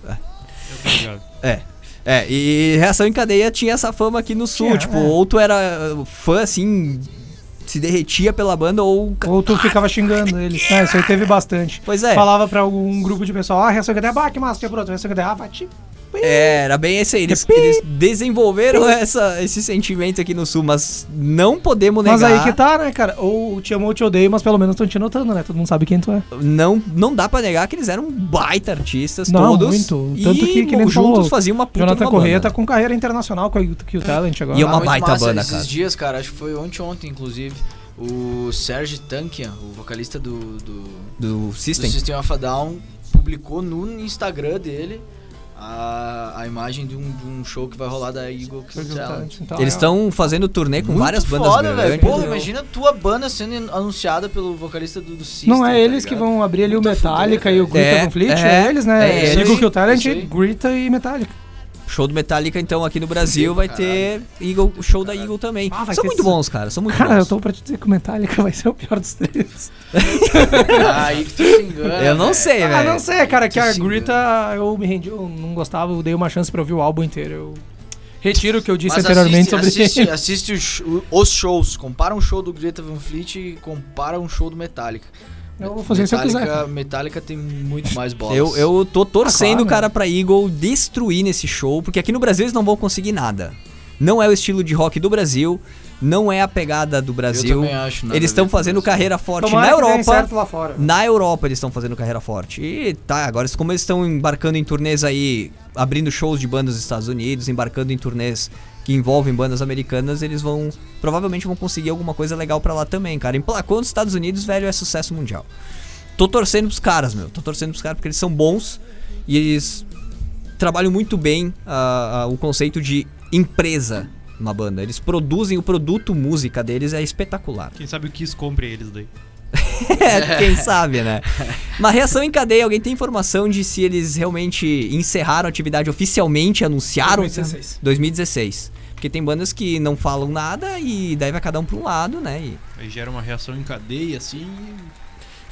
D: tô tá ligado.
A: É. É, e Reação em Cadeia tinha essa fama aqui no sul,
C: Tinha,
A: tipo,
C: é.
A: ou tu era uh, fã assim, se derretia pela banda ou
C: Ou tu ficava xingando eles. Ah, isso aí teve bastante.
A: Pois é.
C: Falava pra algum grupo de pessoal, ah, reação cadeia, bah, que massa, quebrou, outra reação cadeia, ah, vai te...
A: É, era bem esse aí. Eles, eles desenvolveram essa, esse sentimento aqui no sul, mas não podemos negar.
C: Mas aí que tá, né, cara? Ou te amo ou te odeio, mas pelo menos estão te notando, né? Todo mundo sabe quem tu é.
A: Não, não dá pra negar que eles eram baita artistas
C: Não,
A: todos.
C: muito.
A: E
C: Tanto que, que nem tu
A: juntos
C: falou,
A: faziam uma puta
C: Jonathan
A: numa
C: Corrêa
A: banda.
C: tá com carreira internacional com o Kill Talent agora.
A: E é uma
B: Muito
A: baita
B: massa
A: banda,
B: esses
A: cara.
B: dias, cara, acho que foi ontem, ontem, inclusive, o Serge Tankian, o vocalista do, do,
A: do
B: do
A: System.
B: System of a Down publicou no Instagram dele a, a imagem de um, de um show que vai rolar da Eagle Kill Talent.
C: Então,
A: Eles
C: é-
A: estão fazendo turnê com várias bandas
B: foda, velho.
A: grandes. né?
B: Porra, imagina tua banda sendo anunciada pelo vocalista do, do System.
C: Não é
B: tá
C: eles que
B: ligado?
C: vão abrir ali o
B: Puta
C: Metallica
B: fuder,
C: e o Grita
A: É,
C: Conflict,
A: é,
C: é, eles, né?
A: é
C: É,
A: isso
C: Eagle
B: aí,
C: Kill Talent,
B: isso aí.
C: Grita e Metallica.
A: Show do Metallica, então, aqui no Brasil vai
B: Caralho.
A: ter Eagle, o show da Eagle também.
C: Ah, vai
A: são
C: ter
A: muito
C: esse-
A: bons, cara. São muito
C: Cara, eu
A: bons.
C: tô pra te dizer que o Metallica vai ser o pior dos três.
B: Aí que tu né? se engana.
A: Eu não
B: velho.
A: sei,
C: Ah,
A: velho.
C: não sei, cara, que a
B: Sim,
C: Grita eu me rendi, eu não gostava, eu dei uma chance pra ouvir o álbum inteiro. Eu retiro o que eu disse
B: Mas
C: anteriormente sobre
B: assiste, assiste os, sh- os shows. Compara um show do Greta Van Fleet e compara um show do Metallica.
C: Eu vou fazer isso se eu quiser.
B: Metallica, Metallica tem muito mais bolas.
A: Eu, eu tô torcendo,
C: Ah, claro.
A: cara, pra Eagle destruir nesse show, porque aqui no Brasil eles não vão conseguir nada. Não é o estilo de rock do Brasil, não é a pegada do Brasil.
B: também acho nada
A: eles
B: a ver
A: estão
B: com o
A: fazendo
B: Brasil.
A: carreira forte
C: Tomara
A: na
C: que dê
A: Europa.
C: certo lá fora.
A: Na Europa eles estão fazendo carreira forte. E tá, agora como eles estão embarcando em turnês aí, abrindo shows de bandas dos Estados Unidos, embarcando em turnês que envolvem bandas americanas, eles vão provavelmente vão conseguir alguma coisa legal pra lá também, cara. Emplacou nos Estados Unidos, velho, é sucesso mundial. Tô torcendo pros caras, meu. Tô torcendo pros caras porque eles são bons e eles trabalham muito bem ah, ah, o conceito de empresa uma banda. Eles produzem o produto música deles, é espetacular.
D: Quem sabe o Kiss compre eles daí.
A: Quem sabe, né? Uma reação em cadeia, alguém tem informação de se eles realmente encerraram a atividade oficialmente, anunciaram?
C: 2016.
A: 2016. Porque tem bandas que não falam nada e daí vai cada um pra um lado, né? E...
D: Aí gera uma reação em cadeia, assim.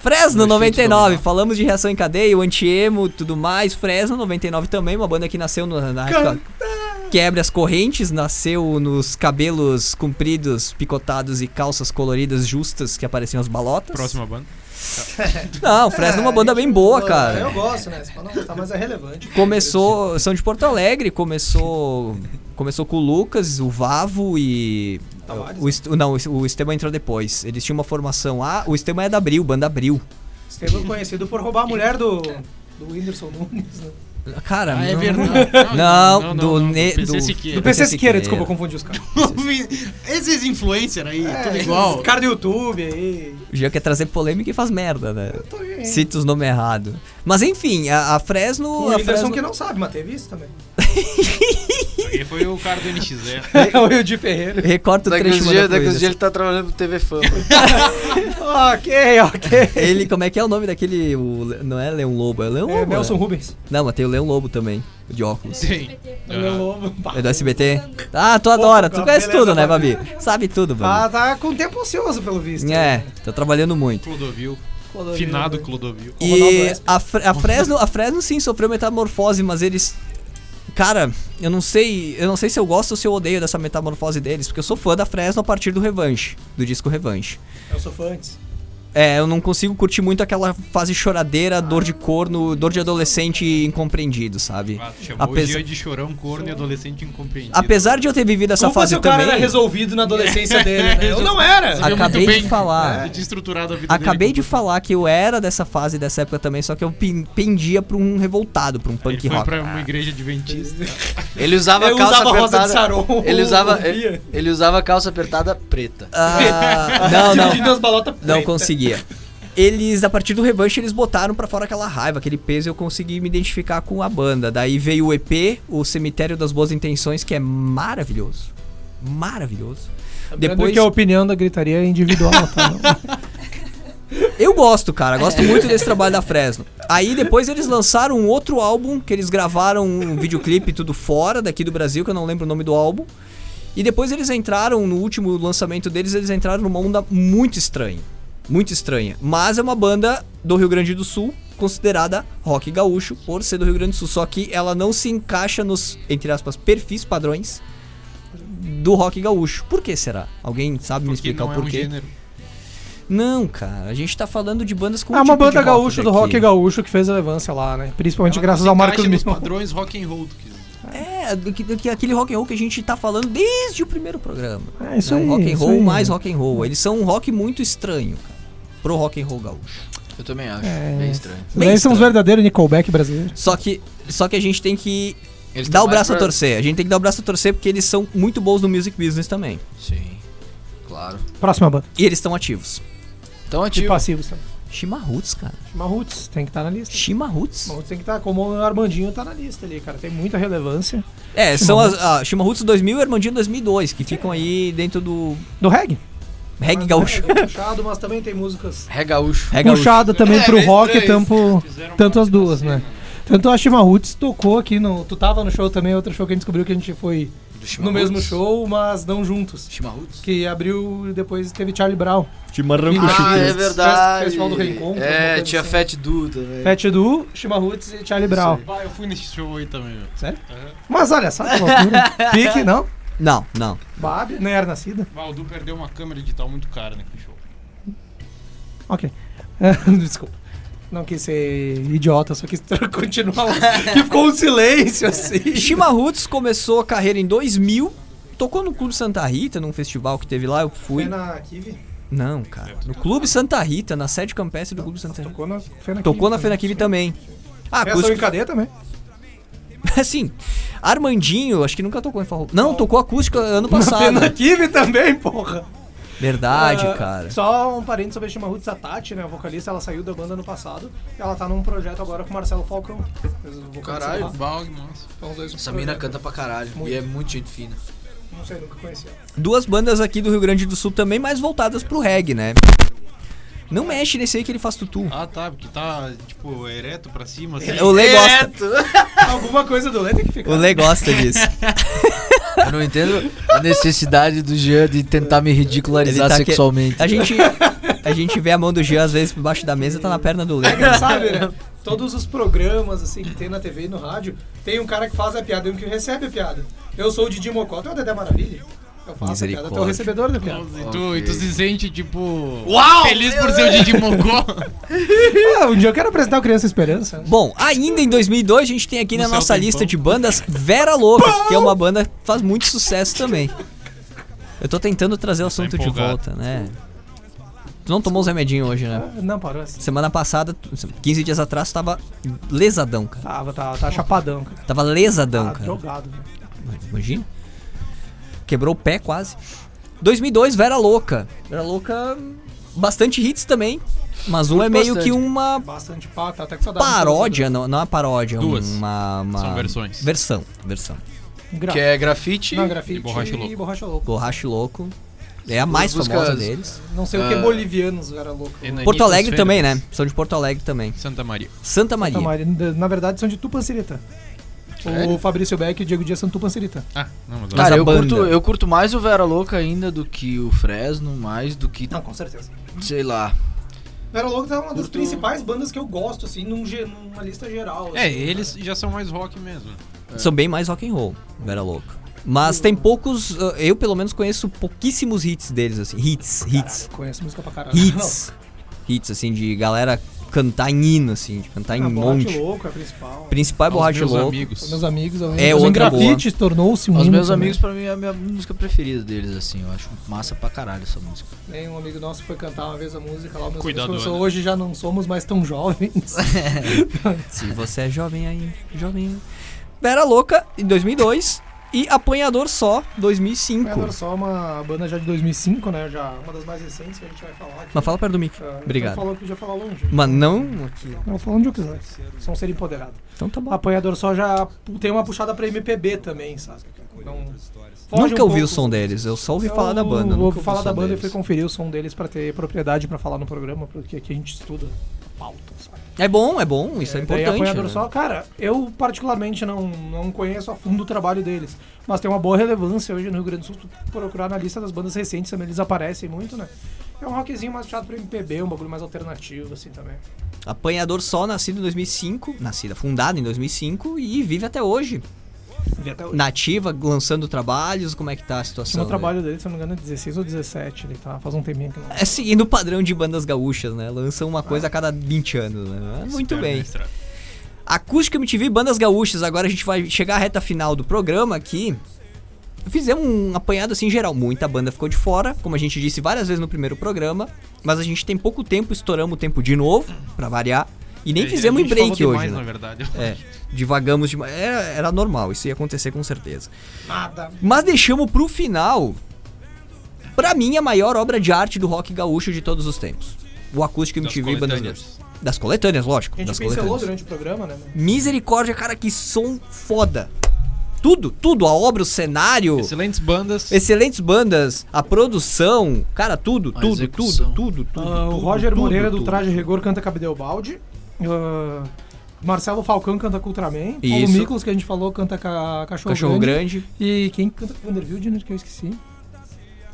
A: Fresno
D: Efeito
A: 99,
D: dominó.
A: falamos de reação em cadeia, o anti-emo, tudo mais. Fresno 99 também, uma banda que nasceu no, na época. Quebra as correntes, nasceu nos cabelos compridos, picotados e calças coloridas justas que apareciam as
C: Tá
A: balotas.
D: Próxima banda.
A: Não, Fresno é uma banda bem boa, cara.
C: Eu gosto, né? Se pra não gostar, mas é relevante.
A: Começou, são de Porto Alegre, começou começou com o Lucas, o Vavo e
C: Tavares, né?
A: o, Est- não, o Esteban entrou depois. Eles tinham uma formação A, o Esteban é da Abril, banda Abril.
C: Estevam conhecido por roubar a mulher do, do Whindersson Nunes, né?
A: Cara, não-
D: verdade.
A: Ah, é Não, do, ne-
F: PC
A: do-
F: Siqueira.
C: Do
A: assim
C: PC Siqueira, desculpa, eu confundi os caras.
F: Esses influencer aí, tudo
C: É,
F: igual.
C: Os caras do YouTube aí.
A: O Jean quer trazer polêmica e faz merda, né?
C: Tô aí.
A: Cita os nomes errados. Mas enfim, a, a Fresno.
C: O
A: a
C: Whindersson
A: Fresno-
C: que não sabe, mas teve isso também.
D: Aí foi o cara do NX0.
C: É o Wildi Ferreira.
A: Recorta o
B: Daqui
A: trecho
B: uns
A: e
B: dias
A: manda pro
B: daqui uns
A: Whindersson.
B: dias ele tá trabalhando pro TV Fama.
C: ok, ok.
A: Ele, como é que é o nome daquele. o Le- não é Leão Lobo, é Leão
C: É,
A: Lobo. né?
C: Nelson Rubens.
A: Não, mas tem o Leão Lobo também, o de óculos.
D: Sim.
C: Meu lobo. Bah.
A: É do SBT? Ah, tu adora, tu
C: cara,
A: conhece
C: beleza,
A: tudo, né,
C: Babi?
A: Babi? Sabe tudo,
C: Tá,
A: Babi.
C: tá com tempo ocioso, pelo visto.
A: É, tá trabalhando muito.
D: Clodovil.
C: Clodovil,
D: Finado
C: né?
D: Clodovil.
C: O Ronaldo é.
A: E
C: Esp.
A: a, Fre- a Fresno, a Fresno sim sofreu metamorfose, mas eles Cara, eu não sei, eu não sei se eu gosto ou se eu odeio dessa metamorfose deles, porque eu sou fã da Fresno a partir do Revanche, do disco Revanche.
C: Eu sou fã antes.
A: É, eu não consigo curtir muito aquela fase choradeira, dor de corno, dor de adolescente e incompreendido, sabe?
D: Ah, tu chamou
A: Apesar-
D: o Jean de chorão, corno e adolescente incompreendido.
A: Apesar de eu ter vivido essa
C: Como
A: fase
C: se o cara
A: também,
C: era resolvido na adolescência dele, né? Eu não
F: Ah,
C: era.
F: muito
A: acabei de
F: bem.
D: né,
A: falar.
D: Desestruturado a vida
A: Acabei
D: dele.
A: de falar que eu era dessa fase, dessa época também, só que eu pen- pendia pra um revoltado, pra um
D: Ele
A: punk
D: foi
A: rock.
D: pra uma igreja adventista.
B: Ele usava
C: Eu
B: calça
C: usava rosa de
B: apertada.
C: sarong,
B: ele usava
C: via.
B: ele, ele usava calça apertada preta.
A: Ah, não,
C: Dividindo
A: não,
C: as balotas
A: não
C: preta.
A: conseguia. Eles, a partir do revanche, eles botaram pra fora aquela raiva, aquele peso, e eu consegui me identificar com a banda. Daí veio o EP, o Cemitério das Boas Intenções, que é maravilhoso. Maravilhoso.
C: Lembrando
A: Depois, um
C: que é a opinião da gritaria é individual, tá?
A: eu gosto, cara, gosto muito desse trabalho da Fresno. Aí depois eles lançaram um outro álbum, que eles gravaram um videoclipe tudo fora daqui do Brasil, que eu não lembro o nome do álbum. E depois eles entraram, no último lançamento deles, eles entraram numa onda muito estranha. Muito estranha. Mas é uma banda do Rio Grande do Sul, considerada rock gaúcho, por ser do Rio Grande do Sul. Só que ela não se encaixa nos, entre aspas, perfis padrões do rock gaúcho. Por que será? Alguém sabe me
D: Porque
A: explicar
D: não
A: o
D: é um
A: porquê?
D: gênero.
A: Não, cara, a gente tá falando de bandas com
C: É
A: um
C: uma
A: tipo de
C: banda
A: rock
C: gaúcha do
A: daqui.
C: rock gaúcho que fez relevância lá, né? Principalmente
D: Ela
C: graças
D: não
C: ao
D: se
C: Marcos
D: encaixa nos
C: Mion.
D: padrões rock and roll. tu quis dizer.
A: É, do que, do que aquele rock and roll que a gente tá falando desde o primeiro programa.
C: É, isso
A: é um
C: aí,
A: rock and
C: isso
A: roll
C: aí.
A: mais rock and roll. Eles são um rock muito estranho, cara. Pro rock and roll gaúcho.
B: Eu também acho.
C: É.
B: Bem estranho.
A: Bem
C: Daí são os
A: estranho.
C: verdadeiros Nickelback brasileiros.
A: Só que só que a gente tem que
B: Eles
A: dar o
B: tão tá mais
A: braço a
B: pra-
A: torcer. A gente tem que dar o braço a torcer porque eles são muito bons no music business também.
B: Sim. Claro.
C: Próxima banda.
A: E eles estão ativos.
B: Então
C: De
B: ativo.
C: passivos também.
A: Chimarruts, cara.
C: Chimarruts, tem que
A: tá
C: estar na lista.
A: Chimarruts.
C: Chimarruts tem que estar, como o Armandinho tá na lista ali, cara. Tem muita relevância.
A: É, são as ah, Chimarruts 2000 e Armandinho 2002, que ficam aí dentro do
C: Do reggae.
A: reggae
C: Mas
A: gaúcho.
C: é Puxado, mas também tem músicas.
B: Ré gaúcho.
A: Reggae gaúcho.
C: Puxada também
F: É,
C: pro
F: bem
C: rock,
F: estranho
C: tanto,
D: Fizeram
C: tanto
D: uma
C: as duas,
D: cena,
C: né? Tanto a Chimarruts tocou aqui no. Tu tava no show também, outro show que a gente descobriu que a gente foi
B: Do
C: no
B: Chimarruts.
C: mesmo show, mas não juntos.
B: Chimarruts?
C: Que abriu e depois teve Charlie Brown.
A: Chimarrão
B: Ah, é verdade.
C: Festival do Reencontro, alguma
B: É,
C: coisa
B: tinha
C: assim.
B: Fat Du também.
C: Fat Edu, Chimarruts e Charlie Brown.
D: Ah, eu fui nesse show aí também, meu.
C: Mas olha só que loucura. Pique, não?
A: Não, não.
C: Babi, nem era nascida.
D: Ah, o Du perdeu uma câmera digital muito cara naquele show.
C: Ok. Desculpa. Não quis ser idiota, só quis continuar lá. que ficou um silêncio assim.
A: Chimarruts começou a carreira em 2000, tocou no Clube Santa Rita, num festival que teve lá, eu fui.
C: Foi na Kiwi?
A: Não, cara. No Clube Santa Rita, na sede campestre do Clube Santa Rita.
C: Tocou na Fenaquive.
A: Tocou na Fenaquive também. Ah,
C: Reação em
A: acústico.
C: cadeia também.
A: Assim, Armandinho, acho que nunca tocou em Farro. Não, tocou acústica ano passado.
C: Na Fenaquive também, porra.
A: Verdade,
C: Ah,
A: cara.
C: Só um parênteses sobre a Chimarruts, a Tati, né, a vocalista, ela saiu da banda no passado. Ela tá num projeto agora com o Marcelo Falcão. Vocês vão conhecer
B: Caralho.
C: tá lá.
D: Balg, nossa.
C: São então os dois
B: Essa mina canta pra caralho.
C: Muito.
B: E é muito gente fina.
C: Não sei, nunca conheci.
A: Duas bandas aqui do Rio Grande do Sul também, mais voltadas pro reggae, né? Não mexe nesse aí que ele faz tutu.
D: Ah, tá, porque tá, tipo, ereto pra cima, assim.
A: O Lê gosta.
B: Direto.
C: Alguma coisa do Lê tem que
A: O
C: ficar.
A: Lê gosta disso.
G: Eu não entendo a necessidade do Jean de tentar me
A: Ele
G: ridicularizar
A: tá aqui-
G: sexualmente.
A: A gente, a gente vê a mão do Jean às vezes por baixo da mesa, tá na perna do Lê.
C: Sabe, né? Todos os programas assim que tem na TV e no rádio, tem um cara que faz a piada e um que recebe a piada. Eu sou o Didi Mocó, tu é o Dedé Maravilha. Eu faço a piada, tu é o
A: Misericórdia.
C: recebedor da piada.
D: E tu, e tu
G: Ok.
D: se sente, tipo,
B: Uau!
D: feliz por ser o Didi Mocó.
C: Ah, um dia eu quero apresentar o Criança Esperança. né?
A: Bom, ainda em 2002 a gente tem aqui
D: No
A: na
D: céu
A: nossa
D: tem
A: lista
D: pão.
A: de bandas Vera Louca, que é uma banda que faz muito sucesso também. Eu tô tentando trazer o assunto de
D: empolgado.
A: volta, né? Tu não tomou os remedinhos hoje, né?
C: Ah, Não, parou assim.
A: Semana passada, tu- 15 dias atrás, tu tava lesadão, cara.
C: Tava, tava, tava chapadão, cara.
A: Tava lesadão,
D: Ah,
C: Tava
A: cara.
C: drogado, né?
A: Imagina. Quebrou o pé quase. 2002, Vera Louca. Vera Louca, bastante hits também. Mas um é meio
B: bastante.
A: que uma
C: Bastante pá, tá até com saudade.
A: paródia, não, não é uma paródia,
D: Duas.
A: uma, uma-
D: São versões.
A: Versão, versão.
C: Gra
G: Que é grafite.
C: né? não, grafite
D: E Borracha Louco.
C: e borracha louco.
A: Borracho Louco. É a mais
G: Duas
A: famosa
G: músicas.
A: deles.
C: Não sei o que
G: Ah.
C: bolivianos era louco.
A: Porto Alegre
D: Férias.
A: também, né? São de Porto Alegre também.
D: Santa Maria.
A: Santa Maria.
C: Santa Maria. Na verdade, são de Tupancirita. O Fabrício Beck e o Diego Dias são de Tupancirita.
D: Ah, não, mas...
A: Mas
B: Cara,
A: a
B: eu curto,
A: banda.
B: eu curto mais o Vera Louca ainda do que o Fresno, mais do que,
C: com certeza.
B: sei lá.
C: Vera Louco é uma das
B: Curto-
C: principais bandas que eu gosto, assim, num ge- numa lista geral.
D: É,
C: assim,
D: eles já são mais rock mesmo.
A: São bem mais rock and roll, Vera Louco. Mas tem poucos, uh, eu pelo menos conheço pouquíssimos hits deles, assim. Hits, hits,
C: Caralho, conheço música pra caralho.
A: hits. Hits, assim, de galera cantar em hino, assim, de cantar em
C: Não, a Borracha
A: monte.
C: louco é a principal.
A: Principal é
D: Aos
A: Borracha
D: meus
A: Louco.
D: amigos.
C: Os meus amigos, eu
A: É,
C: lembro. Em
A: outra boa.
C: grafite tornou-se um
B: Os
C: hino
B: meus
C: também.
B: amigos, pra mim, é a minha música preferida deles, assim. Eu acho massa pra caralho essa música.
C: Nem um amigo nosso foi cantar uma vez a música lá. Meus
D: Cuidado,
C: amigos,
D: Ana.
C: hoje já não somos mais tão jovens.
A: Se você é jovem aí, jovem. Vera Louca, em 2002. E Apanhador Só, 2005.
C: Era só uma banda já de 2005, né? Já uma das mais recentes que a gente vai falar. aqui.
A: Mas fala perto do mic.
C: Ah,
A: Obrigado.
C: então Falou que podia falar longe.
A: Mas não aqui.
C: Eu vou falar onde eu quiser. São ser empoderado.
A: Então tá bom.
C: Apanhador só já pu- tem uma puxada pra MPB também, sabe? Não, foge
A: Nunca
C: um
A: ouvi
C: pouco.
A: o som deles, eu só ouvi
C: Eu
A: falar da banda. nunca
C: ouvi
A: o
C: falar da
A: som
C: banda e
A: deles.
C: fui conferir o som deles pra ter propriedade pra falar no programa, porque aqui a gente estuda pauta, sabe?
A: É bom, é bom, isso é,
C: daí
A: importante.
C: Apanhador
A: né?
C: só, cara, eu particularmente não, não conheço a fundo o trabalho deles, mas tem uma boa relevância hoje no Rio Grande do Sul, tu procurar na lista das bandas recentes também, eles aparecem muito, né? É um rockzinho mais puxado pro MPB, um bagulho mais alternativo, assim, também.
A: Apanhador só, nascido em 2005, nascida, fundada em 2005 e vive até hoje.
C: Vi até hoje.
A: Nativa, lançando trabalhos, como é que tá a
C: O
A: situação?
C: meu trabalho dele, se eu não me engano, é 16 ou 17, ele tá, faz um tempinho que não...
A: né? É seguindo o padrão de bandas gaúchas, né? Lançam uma
C: Ah.
A: coisa a cada 20 anos, né? Muito
D: Espero na
A: bem.
D: estrada.
A: Acústica MTV, bandas gaúchas. Agora a gente vai chegar à reta final do programa aqui. Fizemos um apanhado assim geral. Muita banda ficou de fora, como a gente disse várias vezes no primeiro programa. Mas a gente tem pouco tempo, estouramos o tempo de novo, pra variar. E nem
D: É,
A: fizemos
D: a
A: um
D: gente
A: break
D: falou
A: hoje.
D: demais,
A: né?
D: na verdade.
A: É, divagamos demais. Era, era normal, isso ia acontecer com certeza.
C: Nada.
A: Mas deixamos pro final. Pra mim, a maior obra de arte do rock gaúcho de todos os tempos. O Acústico
D: Das
A: MTV e Bandas
D: Então, coletâneas.
A: Gaúchas. Das coletâneas, lógico.
C: A gente
A: das
C: pincelou
A: coletâneas.
C: durante o programa, né? mano?
A: Misericórdia, cara, que som foda. Tudo, tudo, a obra, o cenário,
D: Excelentes bandas.
A: excelentes bandas, a produção, cara, tudo,
B: A
A: tudo, tudo,
B: execução.
A: tudo, tudo.
C: Ah, o
A: tudo,
C: Roger
A: tudo,
C: Moreira do
A: tudo.
C: Traje Rigor canta Cabedel Balde. Ah, Marcelo Falcão canta Cultraman. Paulo
A: Isso.
C: Miklos, que a gente falou, canta ca Cachorro,
A: Cachorro
C: Grande.
A: Grande.
C: E quem canta com o Vanderbilt, né, que eu esqueci?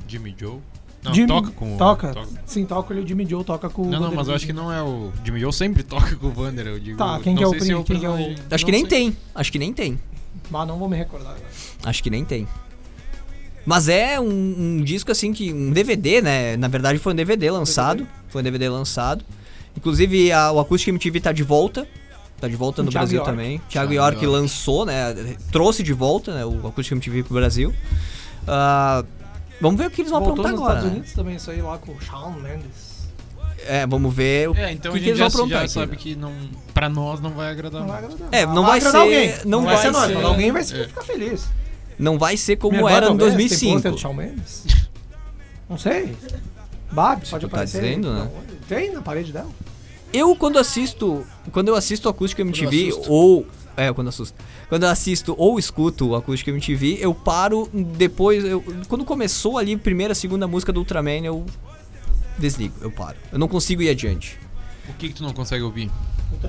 D: Jimmy Joe. Não,
C: Jimmy-
D: toca com o-
C: Toca. Sim, toca ele, o Jimmy Joe toca com o
D: Não, não, mas eu
C: Vanderbilt.
D: acho que não é o. Jimmy Joe sempre toca com o Vander, eu digo.
C: Tá, quem
D: não
C: que é o
D: sei se
C: prim- quem que é o-
D: personagem.
A: Acho que
D: Não
A: nem
D: sei.
A: tem, acho que nem tem,
C: Mas não vou me recordar agora.
A: acho que nem tem. Mas é um, um disco assim que, um DVD, né, na verdade foi um DVD lançado, foi um DVD lançado. Inclusive a- o Acústico MTV tá de volta, tá de volta
C: Com
A: no
C: Thiago
A: Brasil
C: York.
A: também. Thiago
D: Thiago
A: York
D: York.
A: lançou, né, trouxe de volta né, o Acústico MTV pro Brasil. Ah, vamos ver o que eles vão
C: Voltou
A: aprontar
C: nos
A: agora.
C: Estados
A: né?
C: Unidos também, isso aí lá com o Shawn Mendes.
A: É, vamos ver o
D: É, então
A: que,
D: a
A: que eles
D: gente
A: vão
D: já,
A: aprontar.
D: já
A: aqui,
D: sabe
A: né?
D: que não, pra nós não vai agradar.
C: Não vai
D: muito.
C: agradar.
A: É, não
C: Vai
A: vai
C: agradar
A: ser-
C: alguém.
A: não
C: vai
A: vai
C: ser nós,
A: ser-
C: mas alguém vai se
D: É.
C: ficar feliz.
A: Não vai ser como
C: Minha irmã,
A: era em
C: talvez, Tem
A: 2005.
C: pôster do Shawn Mendes? Não sei. Babi, pode
A: tu tá
C: aparecer.
A: dizendo, né?
C: Não, Tem na parede dela.
A: Eu quando assisto, quando eu assisto acústico MTV
B: assisto.
A: ou É, quando assusto. Quando eu assisto ou escuto o Acústica MTV, eu paro depois. eu- quando começou ali, primeira, segunda música do Ultraman, eu desligo, eu paro. Eu não consigo ir adiante.
D: O que, que tu não consegue ouvir?
A: é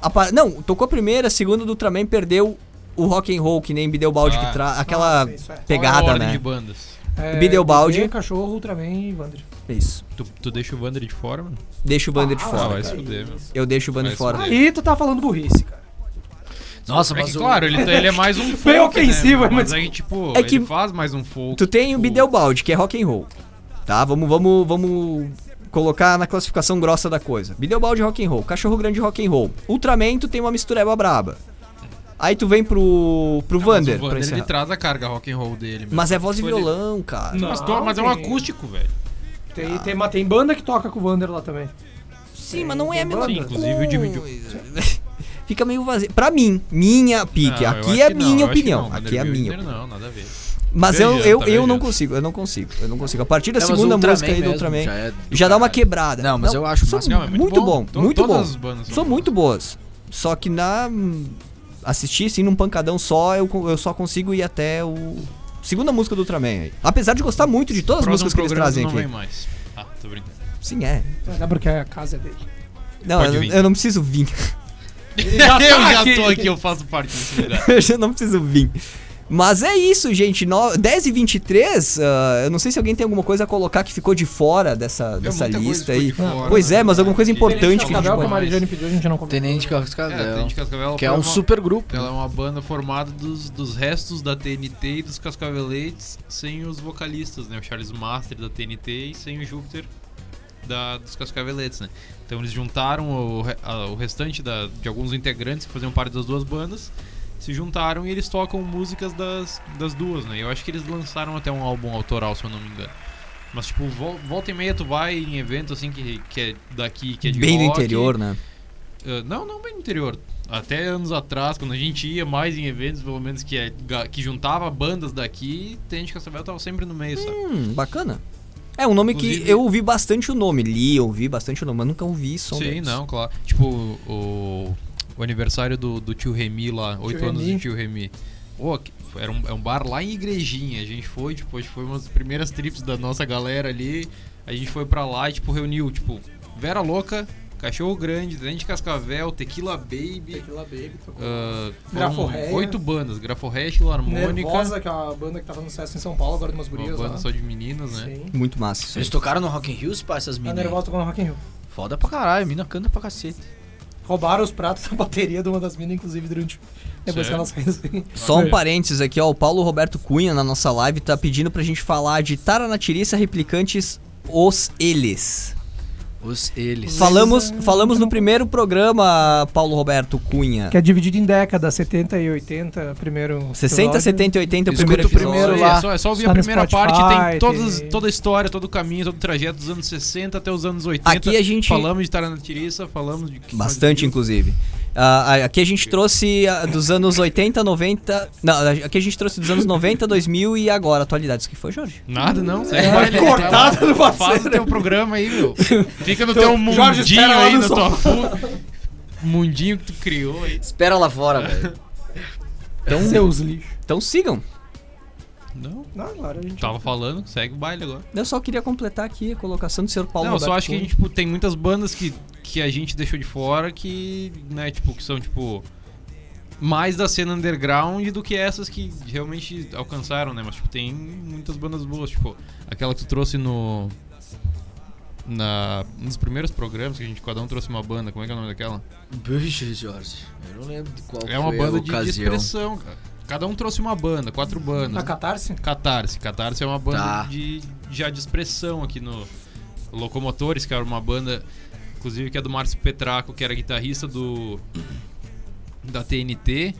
A: A par- Não, tocou a primeira, a segunda do Ultraman perdeu o rock and roll, que nem Bideu Balde
D: Ah.
A: que traz. Aquela
C: isso é.
D: Qual é a
A: pegada,
D: ordem
A: né?
D: de bandas.
C: É,
A: Bideobaldi.
C: bebê, cachorro, Ultraman e Wander.
A: Isso.
D: Tu, tu deixa o Wander de fora, mano?
A: Deixa o banner de
D: Ah,
A: fora.
D: vai se
A: cara.
D: fuder, mano.
A: Eu deixo o banner de
D: Vai se
A: fora.
D: fuder.
C: Aí tu tá falando burrice, cara.
G: Nossa,
D: É
G: mas
D: que,
G: o-
D: claro, ele, tá- ele é mais um folk,
C: ofensivo,
D: né, mano?
C: mas-
D: Mas é que, tipo,
A: É que-
D: ele faz mais um folk.
A: Tu tem o
D: tipo,
A: Bideu Balde, que é rock and roll. Tá? Vamos, vamos, vamos colocar na classificação grossa da coisa. Bideu Balde rock and roll, Cachorro Grande rock and roll. Ultraman tu tem uma mistureba braba. Aí tu vem pro pro
D: mas
A: Vander,
D: o
A: pra
D: Wander, ele tá-
A: encerrar.
D: traz a carga rock and roll dele, mano.
A: Mas é voz e
D: Tipo, ele-
A: violão, cara.
C: Não.
D: Mas, to- mas é um
C: tem-
D: acústico, velho.
A: Ah.
C: Tem, tem, mas tem banda que toca com o Wander lá também.
A: Sim, mas não é a mesma
D: Sim, inclusive o dividiu.
A: Fica meio vazio. Pra mim, minha pique.
D: Não, eu
A: aqui
D: acho
A: é
D: que não,
A: minha
D: eu acho que
A: opinião.
D: não, Wander
A: aqui é a
D: Wilder,
A: minha.
D: Não, nada a ver.
A: Mas eu,
D: Beijando,
A: eu,
D: tá
A: eu não
D: beijando.
A: consigo, eu não consigo, eu não consigo. A
B: é,
A: partir da
G: Não, mas
A: segunda
G: o Ultraman
A: música aí do
G: mesmo
A: Ultraman, já,
G: já é do
A: dá uma
G: caralho.
A: quebrada.
G: Não, mas eu acho
A: são
G: massa.
D: Não, é muito
A: muito
D: bom.
A: bom,
D: To-
A: muito
D: todas
A: bom.
D: as bandas são
A: são
D: boas.
A: muito boas. Só que na assistir assim num pancadão só, eu, co- eu só consigo ir até o segunda música do Ultraman aí. Apesar de gostar muito de todas as
D: Próximo
A: músicas que eles
D: programa tu
A: trazem
D: não
A: aqui.
D: vem mais. Ah, tô brincando.
A: Sim, é.
C: Até porque a casa é dele.
A: Não,
D: Pode
A: eu,
D: vir.
A: eu não preciso vir.
D: eu já tô aqui, eu faço parte desse lugar.
A: eu já não preciso vir. Mas é isso, gente. No, 10 e 23, ah, eu não sei se alguém tem alguma coisa a colocar que ficou de fora dessa, dessa
D: muita coisa
A: lista
D: ficou
A: aí.
D: de fora,
A: pois é,
D: né,
A: mas alguma coisa
D: que-
A: importante
C: Tenente
A: que a gente
C: Cascavel, um que a
A: pode...
C: Marijane pediu, a gente não comentou.
G: Tenente
D: É, a
G: Cascavel.
D: Tenente Cascavel
G: que é
D: foi
G: um
D: uma-
G: super grupo.
D: Ela é uma banda formada dos, dos restos da TNT e dos Cascaveletes, sem os vocalistas, né? O Charles Master da TNT e sem o Júpiter da, dos Cascaveletes, né? Então eles juntaram o, re- a- o restante da- de alguns integrantes que faziam parte das duas bandas, se juntaram e eles tocam músicas das, das duas, né? Eu acho que eles lançaram até um álbum autoral, se eu não me engano. Mas, tipo, vol- volta e meia tu vai em evento, assim, que, que é daqui, que é de
A: Bem do
D: rock,
A: interior, né?
D: Uh, não, não bem no interior. Até anos atrás, quando a gente ia mais em eventos, pelo menos que, é, ga- que juntava bandas daqui, Tente Cascavel tava sempre no meio, sabe?
A: Hum, bacana. É um nome que
D: Inclusive-
A: eu ouvi bastante o nome. Li, ouvi bastante o nome, mas nunca ouvi som
D: Sim,
A: deles.
D: não, claro. Tipo, o, o aniversário do, do tio Remy lá, oito anos
C: Remy.
D: do tio Remy. Pô, que- era um, é um bar lá em Igrejinha, a gente foi, tipo, acho que foi uma das primeiras trips da nossa galera ali. A gente foi pra lá e, tipo, reuniu, tipo, Vera Louca, Cachorro Grande, Tenente Cascavel, Tequila Baby,
C: tá
D: Ah, foram
C: Graforreia.
D: Oito bandas, Graforreia, Chilarmônica,
C: Nervosa, que é a banda que tava no sucesso em São Paulo, agora de umas
D: uma
C: gurias lá.
D: banda só de meninas, né?
C: Sim.
A: Muito massa isso aí.
B: Eles tocaram no Rock in Rio, pá, essas
A: Tá
C: A
B: meninas.
C: Nervosa tocou no Rock in Rio.
G: Foda pra caralho, a mina canta pra cacete.
C: Roubaram os pratos da bateria de uma das minas, inclusive, durante... Depois que
D: Sério?
C: ela saiu assim.
A: Só um
D: Ok.
A: parênteses aqui, ó. O Paulo Roberto Cunha na nossa live tá pedindo pra gente falar de Taranatiriça Replicantes Os Eles.
G: Os eles.
A: Falamos,
C: eles, é,
A: falamos no
C: não-
A: primeiro programa, Paulo Roberto Cunha.
C: Que é dividido em décadas, 70 e 80, primeiro
A: 60, 70 e 80 é o
G: Escuta
A: primeiro
G: o
A: episódio.
G: primeiro
D: é,
G: lá.
D: só, é só ouvir
C: Tá
D: a
C: no
D: primeira
C: Spotify,
D: parte, tem, todas,
C: tem-
D: toda a história, todo o caminho, todo o trajeto dos anos 60 até os anos 80.
A: Aqui a gente-
D: Falamos de Taranatiriça, falamos de...
A: Bastante, inclusive. Ah, ah, aqui a gente trouxe ah, dos anos 80, 90. Não, ah, aqui a gente trouxe dos anos 90, 2000 e agora, atualidades. O que foi, Jorge?
D: Nada, não. Segue o baile,
C: É, cortado
D: vai lá,
C: no parceiro.
D: Faz o teu programa aí, meu. Fica no
C: Então,
D: teu
C: Jorge,
D: mundinho
C: espera lá
D: aí,
C: no
D: na
C: sofá.
D: tua... fu- Mundinho que tu criou aí.
G: Espera lá fora, velho.
A: Então,
C: Seus lixos.
A: então sigam.
D: Não,
C: Não, agora a gente...
D: tava falando, segue o baile agora.
A: Eu só queria completar aqui a colocação do senhor Paulo
D: não, eu só
A: Roberto
D: acho que a
A: Cunha.
D: gente tipo, tem muitas bandas que, que a gente deixou de fora que, né, tipo, que são, tipo, mais da cena underground do que essas que realmente alcançaram, né? Mas, tipo, tem muitas bandas boas, tipo, aquela que tu trouxe no... Na, um dos primeiros programas que a gente, cada um trouxe uma banda, como é que é o nome daquela?
G: Bicho, Jorge. Eu não lembro de qual
D: É uma
G: foi
D: banda
G: a
D: de, de
G: ocasião.
D: expressão, cara. Cada um trouxe uma banda, quatro bandas.
C: Na Catarse?
D: Catarse. Catarse é uma banda
G: Tá.
D: de, já de expressão aqui no Locomotores, que era uma banda, inclusive, que é do Márcio Petraco, que era guitarrista do da TNT.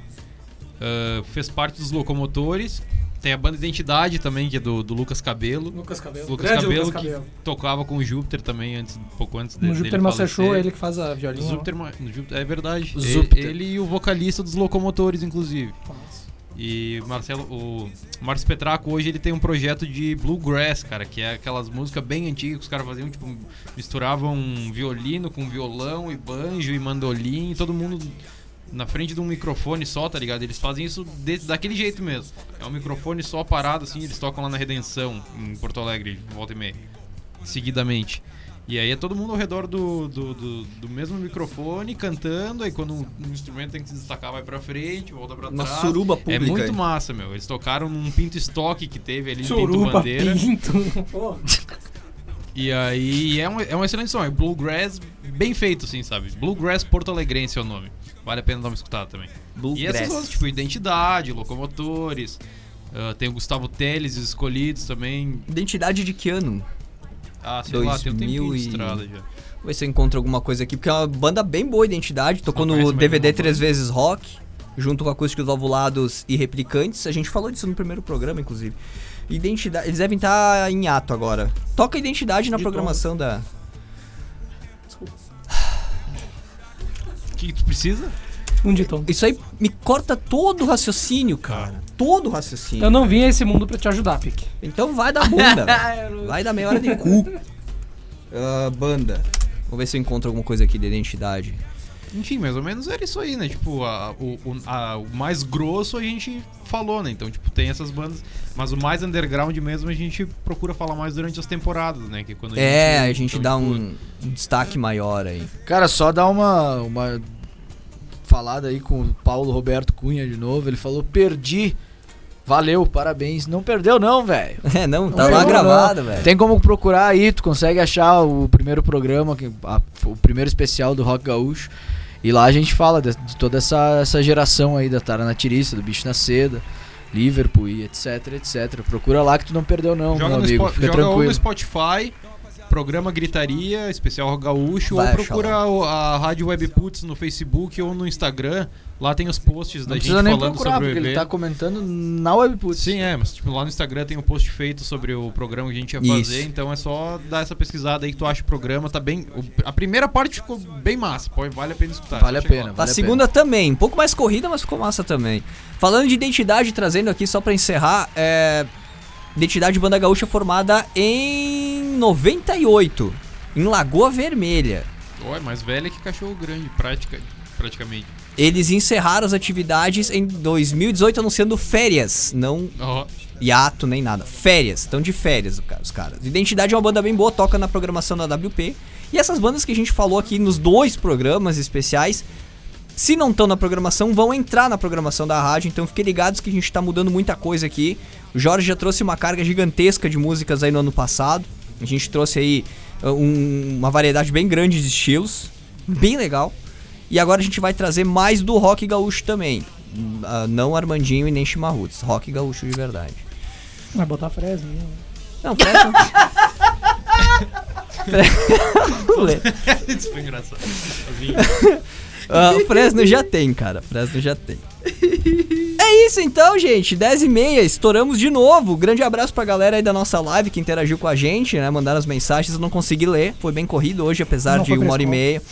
D: Ah, fez parte dos Locomotores. Tem a banda Identidade também, que é do, do Lucas Cabelo.
C: Lucas Cabelo.
D: Lucas
C: Grande
D: Cabelo,
C: Lucas
D: que
C: Cabelo.
D: tocava com o Júpiter também, antes, um pouco antes de,
C: No
D: dele
C: Júpiter Master
D: falecer.
C: Show, ele que faz a violinha.
D: Júpiter, Ma- Júpiter- é verdade. Ele-
G: Júpiter.
D: ele e o vocalista dos Locomotores, inclusive.
C: lá. Nossa.
D: E o Marcelo, o Márcio Petraco hoje ele tem um projeto de bluegrass, cara, que é aquelas músicas bem antigas que os caras faziam, tipo, misturavam violino com violão e banjo e mandolim, e todo mundo na frente de um microfone só, tá ligado? Eles fazem isso de- daquele jeito mesmo. É um microfone só parado, assim, eles tocam lá na Redenção, em Porto Alegre, volta e meia, seguidamente. E aí é todo mundo ao redor do, do, do, do mesmo microfone, cantando, aí quando um, um instrumento tem que se destacar, vai pra frente, volta pra
A: Uma
D: trás.
A: suruba
D: É
A: pública.
D: muito massa, meu. Eles tocaram num pinto estoque que teve ali, pinto
C: Suruba, um-
D: bandeira.
C: pinto. Pô,
D: E aí é um, é um excelente som, é Bluegrass bem feito, assim, sabe? Bluegrass Porto Alegrense é o nome. Vale a pena dar uma escutada também. E essas outras, tipo, Identidade, Locomotores, ah, tem o Gustavo Teles, os Escolhidos também.
A: Identidade de que ano?
D: Ah, sei lá, tem um tempinho
A: 2000 e-
D: de estrada já.
A: Vamos ver se eu encontro alguma coisa aqui, porque é uma banda bem boa, Identidade. Tocou
D: Não
A: no
D: conhece mais
A: DVD
D: nenhuma
A: Três Vezes Rock, junto com Acústicos Valvulados e Replicantes. A gente falou disso no primeiro programa, inclusive. Identidade. Eles devem estar em ato agora. Toca Identidade na programação da.
D: O que que tu precisa?
C: um ditão.
A: Isso aí me corta todo o raciocínio, cara. Todo o raciocínio.
C: Eu não vim a esse mundo pra te ajudar, Pique.
A: Então vai da bunda. velho. vai da meia hora de cu. Ah, banda. Vamos ver se eu encontro alguma coisa aqui de identidade.
D: Enfim, mais ou menos era isso aí, né? Tipo, a- o, o- a- o mais grosso a gente falou, né? Então, tipo, tem essas bandas, mas o mais underground mesmo a gente procura falar mais durante as temporadas, né? Que é quando
A: É, a gente
D: então,
A: dá
D: tipo,
A: um, um destaque maior aí.
B: Cara, só dá uma, uma falada aí com o Paulo Roberto Cunha de novo. Ele falou: perdi. Valeu, parabéns. Não perdeu, não, velho.
A: É, não, tá
B: Não
A: lá
B: perdeu, não.
A: gravado, velho.
B: Tem como procurar aí, tu consegue achar o primeiro programa, que- a- o primeiro especial do Rock Gaúcho. E lá a gente fala de, de toda essa, essa geração aí da Tara na Tirista, do Bicho na Seda, Liverpool e etc, etc. Procura lá que tu não perdeu, não,
D: joga
B: meu
D: no,
B: um amigo.
D: Spo-
B: Fica
D: joga ou
B: tranquilo.
D: no Spotify, programa Gritaria, especial Gaúcho,
A: Vai
D: ou
A: achar
D: procura o- a Rádio Web Putz no Facebook ou no Instagram. Lá tem os posts da
B: Não
D: gente
B: precisa nem
D: falando
B: procurar,
D: sobre o
B: porque ele
D: evento.
B: tá comentando na Webput.
D: Sim, é, mas tipo, lá no Instagram tem um post feito sobre o programa que a gente ia
A: Isso.
D: fazer, então é só dar essa pesquisada aí que tu acha o programa, tá bem. o- a primeira parte ficou bem massa, pô, vale a pena escutar.
B: Vale a
D: Chega
B: pena,
D: lá.
A: A
B: vale a
A: segunda também, um pouco mais corrida, mas ficou massa também. Falando de identidade, trazendo aqui só pra encerrar, é. Identidade Banda Gaúcha formada em 98, em Lagoa Vermelha.
D: Ó, é mais velha que cachorro grande, prática, praticamente.
A: Eles encerraram as atividades em 2018 anunciando férias, não
D: Ó,
A: hiato nem nada. Férias, estão de férias o ca- os caras. Identidade é uma banda bem boa, toca na programação da WP. E essas bandas que a gente falou aqui nos dois programas especiais, se não estão na programação, vão entrar na programação da rádio. Então fiquem ligados que a gente tá mudando muita coisa aqui. O Jorge já trouxe uma carga gigantesca de músicas aí no ano passado. A gente trouxe aí uh, um- uma variedade bem grande de estilos, bem legal. E agora a gente vai trazer mais do rock gaúcho também. Hum, ah, não Armandinho e nem Chimarruts, rock gaúcho de verdade.
C: Vai botar Fresno. né?
A: Não, presta. Fre-
D: isso foi engraçado.
A: Ah, o Fresno já tem, cara. O Fresno já tem. É isso então, gente. 10 e meia, estouramos de novo. Grande abraço pra galera aí da nossa live que interagiu com a gente, né? Mandaram as mensagens, eu não consegui ler. Foi bem corrido hoje, apesar
C: Não,
A: de
C: foi
A: uma hora e
C: frescão.
A: meia.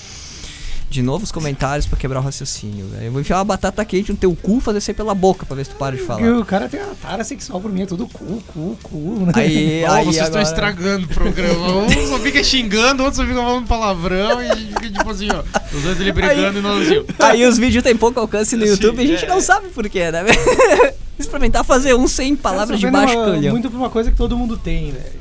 A: De novo os comentários pra quebrar o raciocínio, velho. Eu vou enfiar uma batata quente no teu cu e fazer sair pela boca pra ver se tu para de
C: Porque
A: falar.
C: o cara tem uma tara sexual por mim, é tudo cu, cu, cu. Né?
A: Aí,
D: Ó,
A: aí
D: vocês estão
A: agora-
D: estragando o programa. Um só fica xingando, outro só fica falando palavrão e a gente fica tipo assim, ó. Os dois ali brigando e nós assim, ó.
A: Aí os vídeos têm pouco alcance no
D: Sim,
A: YouTube e a gente
D: é.
A: não sabe porquê, né? Experimentar fazer um sem palavras de baixo
C: uma,
A: calhão.
C: Muito pra uma coisa que todo mundo tem, né? velho.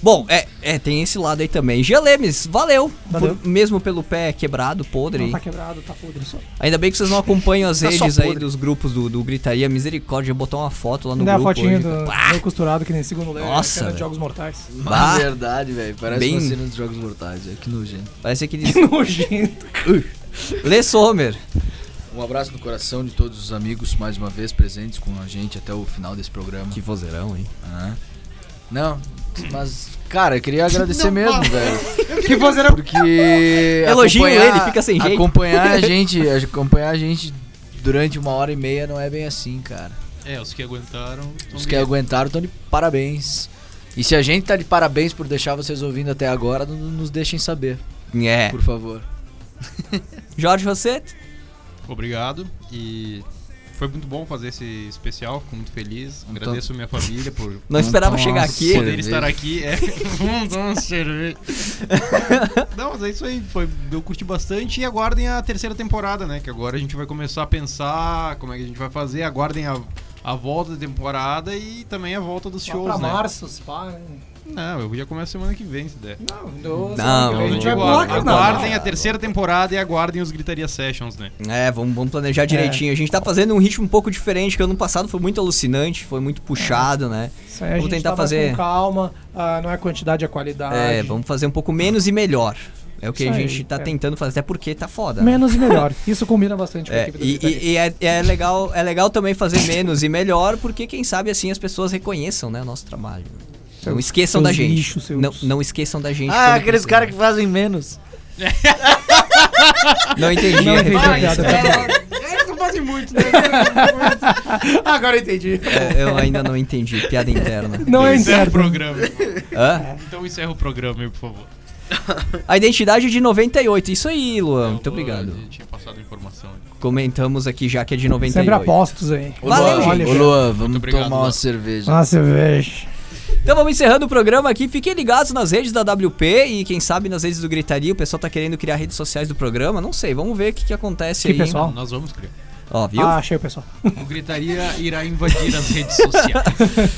A: Bom, é, é, tem esse lado aí também. Gelemes, valeu.
C: Valeu.
A: Por- mesmo pelo pé quebrado, podre.
C: Não
A: aí.
C: tá quebrado, tá podre só.
A: Ainda bem que vocês não acompanham as
B: Tá só
A: redes aí
B: podre.
A: dos grupos do, do Gritaria. Misericórdia, botar uma foto lá no
C: Dá a
A: grupo.
C: fotinha
A: hoje, tá?
C: do,
A: cara.
C: do costurado que nem segundo leve.
A: Nossa,
C: cena
A: velho.
C: de Jogos Mortais.
A: Bah,
B: É verdade, velho. Parece
A: Bem-
B: uma cena dos Jogos Mortais, velho. Que nojento.
A: Parece aquele.
C: Que nojento.
A: Lê Sommer.
B: Um abraço no coração de todos os amigos, mais uma vez, presentes com a gente até o final desse programa.
A: Que vozeirão, hein?
B: Ah. Não, mas, cara, eu queria agradecer mesmo, velho.
C: Que voz era.
B: Porque.
A: Elogio
B: acompanhar-
A: ele, fica sem jeito.
B: Acompanhar a gente, acompanhar a gente durante uma hora e meia não é bem assim, cara.
D: É, os que aguentaram.
B: Os
A: é.
B: que aguentaram estão de parabéns. E se a gente tá de parabéns por deixar vocês ouvindo até agora, n- nos deixem saber,
A: É.
B: por favor.
A: Jorge Rosset?
D: Obrigado. E foi muito bom fazer esse especial, fico muito feliz.
B: Então-
D: Agradeço minha família por
A: Não esperava
G: Nossa.
A: chegar aqui.
D: poder
G: Cerveja.
D: estar aqui. É. Vamos dar uma cerveja. Não, mas é isso aí. Foi, eu curti bastante e aguardem a terceira temporada, né? Que agora a gente vai começar a pensar como é que a gente vai fazer. Aguardem a, a volta da temporada e também a volta dos
C: Lá
D: shows,
C: pra
D: né?
C: março, se pá. né?
D: Não, eu já começo semana que vem, se der.
C: Ah,
D: Então, tipo,
C: Não, não, é
A: Não,
C: a gente vai
A: não.
C: pular,
D: Aguardem,
C: carnal.
D: aguardem a terceira temporada e aguardem os Gritaria Sessions, né?
A: É, vamos, vamos planejar direitinho. A gente tá fazendo um ritmo um pouco diferente, que ano passado foi muito alucinante, foi muito puxado, né?
C: Isso aí a
A: Vou
C: gente
A: tentar
C: tava
A: fazer-
C: Com calma, ah, não é quantidade, é qualidade.
A: É, vamos fazer um pouco menos e melhor. É o que
C: Isso
A: a
C: aí,
A: gente tá
C: é.
A: tentando fazer, até porque tá foda. né?
C: Menos e melhor. Isso combina bastante com a
A: É,
C: equipe do
A: e
C: Gritaria.
A: e- e é, é legal, é legal também fazer menos e melhor, porque quem sabe assim as pessoas reconheçam né, o nosso trabalho. não
C: Seus-
A: esqueçam
C: seus
A: da gente.
C: lixos, seus-
A: não, não esqueçam da gente.
B: Ah,
A: quando
B: aqueles
A: crescer.
B: caras que fazem menos.
A: Não entendi.
C: Não
A: a
C: entendi a tá
A: referência.
F: Eles não fazem muito, né?
C: Agora eu entendi.
A: É, eu ainda não entendi. Piada interna.
C: Não é
D: encerra o
C: interno.
D: programa.
A: Hã?
D: Então encerra o programa aí, por favor.
A: A identidade de 98. Isso aí,
C: Tá,
A: Luan. Muito obrigado.
D: Eu tinha passado a informação.
A: Comentamos aqui já que é de 98.
C: Sempre apostos aí.
G: Ô,
A: Valeu,
G: Luan,
A: gente.
G: Ô, Luan, vamos
D: obrigado,
G: tomar
D: Luan.
G: uma cerveja.
C: Uma cerveja.
A: Então vamos encerrando o programa aqui. Fiquem ligados nas redes da WP e quem sabe nas redes do Gritaria. O pessoal tá querendo criar redes sociais do programa. Não sei, vamos ver o que, que acontece
C: Que
A: aí.
C: pessoal?
D: Nós vamos criar.
A: Ó, viu?
C: Ah, achei o pessoal.
D: O Gritaria irá invadir as redes sociais.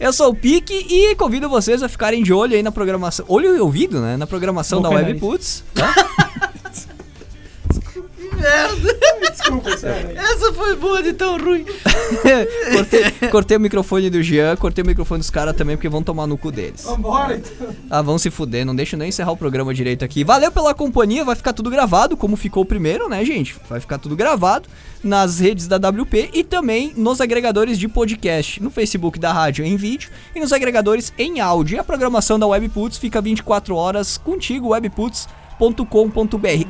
A: Eu sou o Pique e convido vocês a ficarem de olho aí na programação. Olho e ouvido, né? Na programação
C: Boca
A: da
C: e
A: Web
C: nariz.
A: Puts. é
B: Essa foi boa de tão ruim.
A: cortei, cortei o microfone do Jean, cortei o microfone dos caras também, porque vão tomar no cu deles.
C: Vambora, então.
A: Ah, vão se fuder, não deixa eu nem encerrar o programa direito aqui. Valeu pela companhia, vai ficar tudo gravado, como ficou o primeiro, né, gente? Vai ficar tudo gravado nas redes da WP e também nos agregadores de podcast, no Facebook da rádio em vídeo e nos agregadores em áudio. E a programação da Webputs fica 24 horas contigo, webputs.com.br.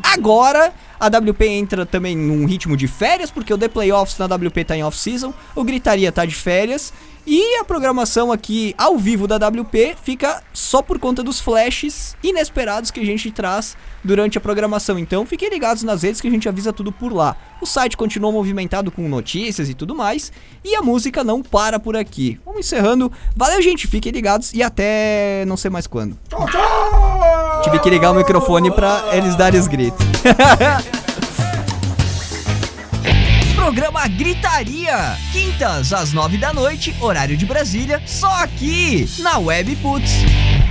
A: Agora a WP entra também num ritmo de férias, porque o The Playoffs na WP tá em off-season, o Gritaria tá de férias, e a programação aqui ao vivo da WP fica só por conta dos flashes inesperados que a gente traz durante a programação. Então fiquem ligados nas redes que a gente avisa tudo por lá. O site continua movimentado com notícias e tudo mais. E a música não para por aqui. Vamos encerrando. Valeu, gente. Fiquem ligados e até não sei mais quando. Tive que ligar o microfone pra eles darem os gritos. Programa Gritaria. Quintas às nove da noite, horário de Brasília, só aqui na Web Putz.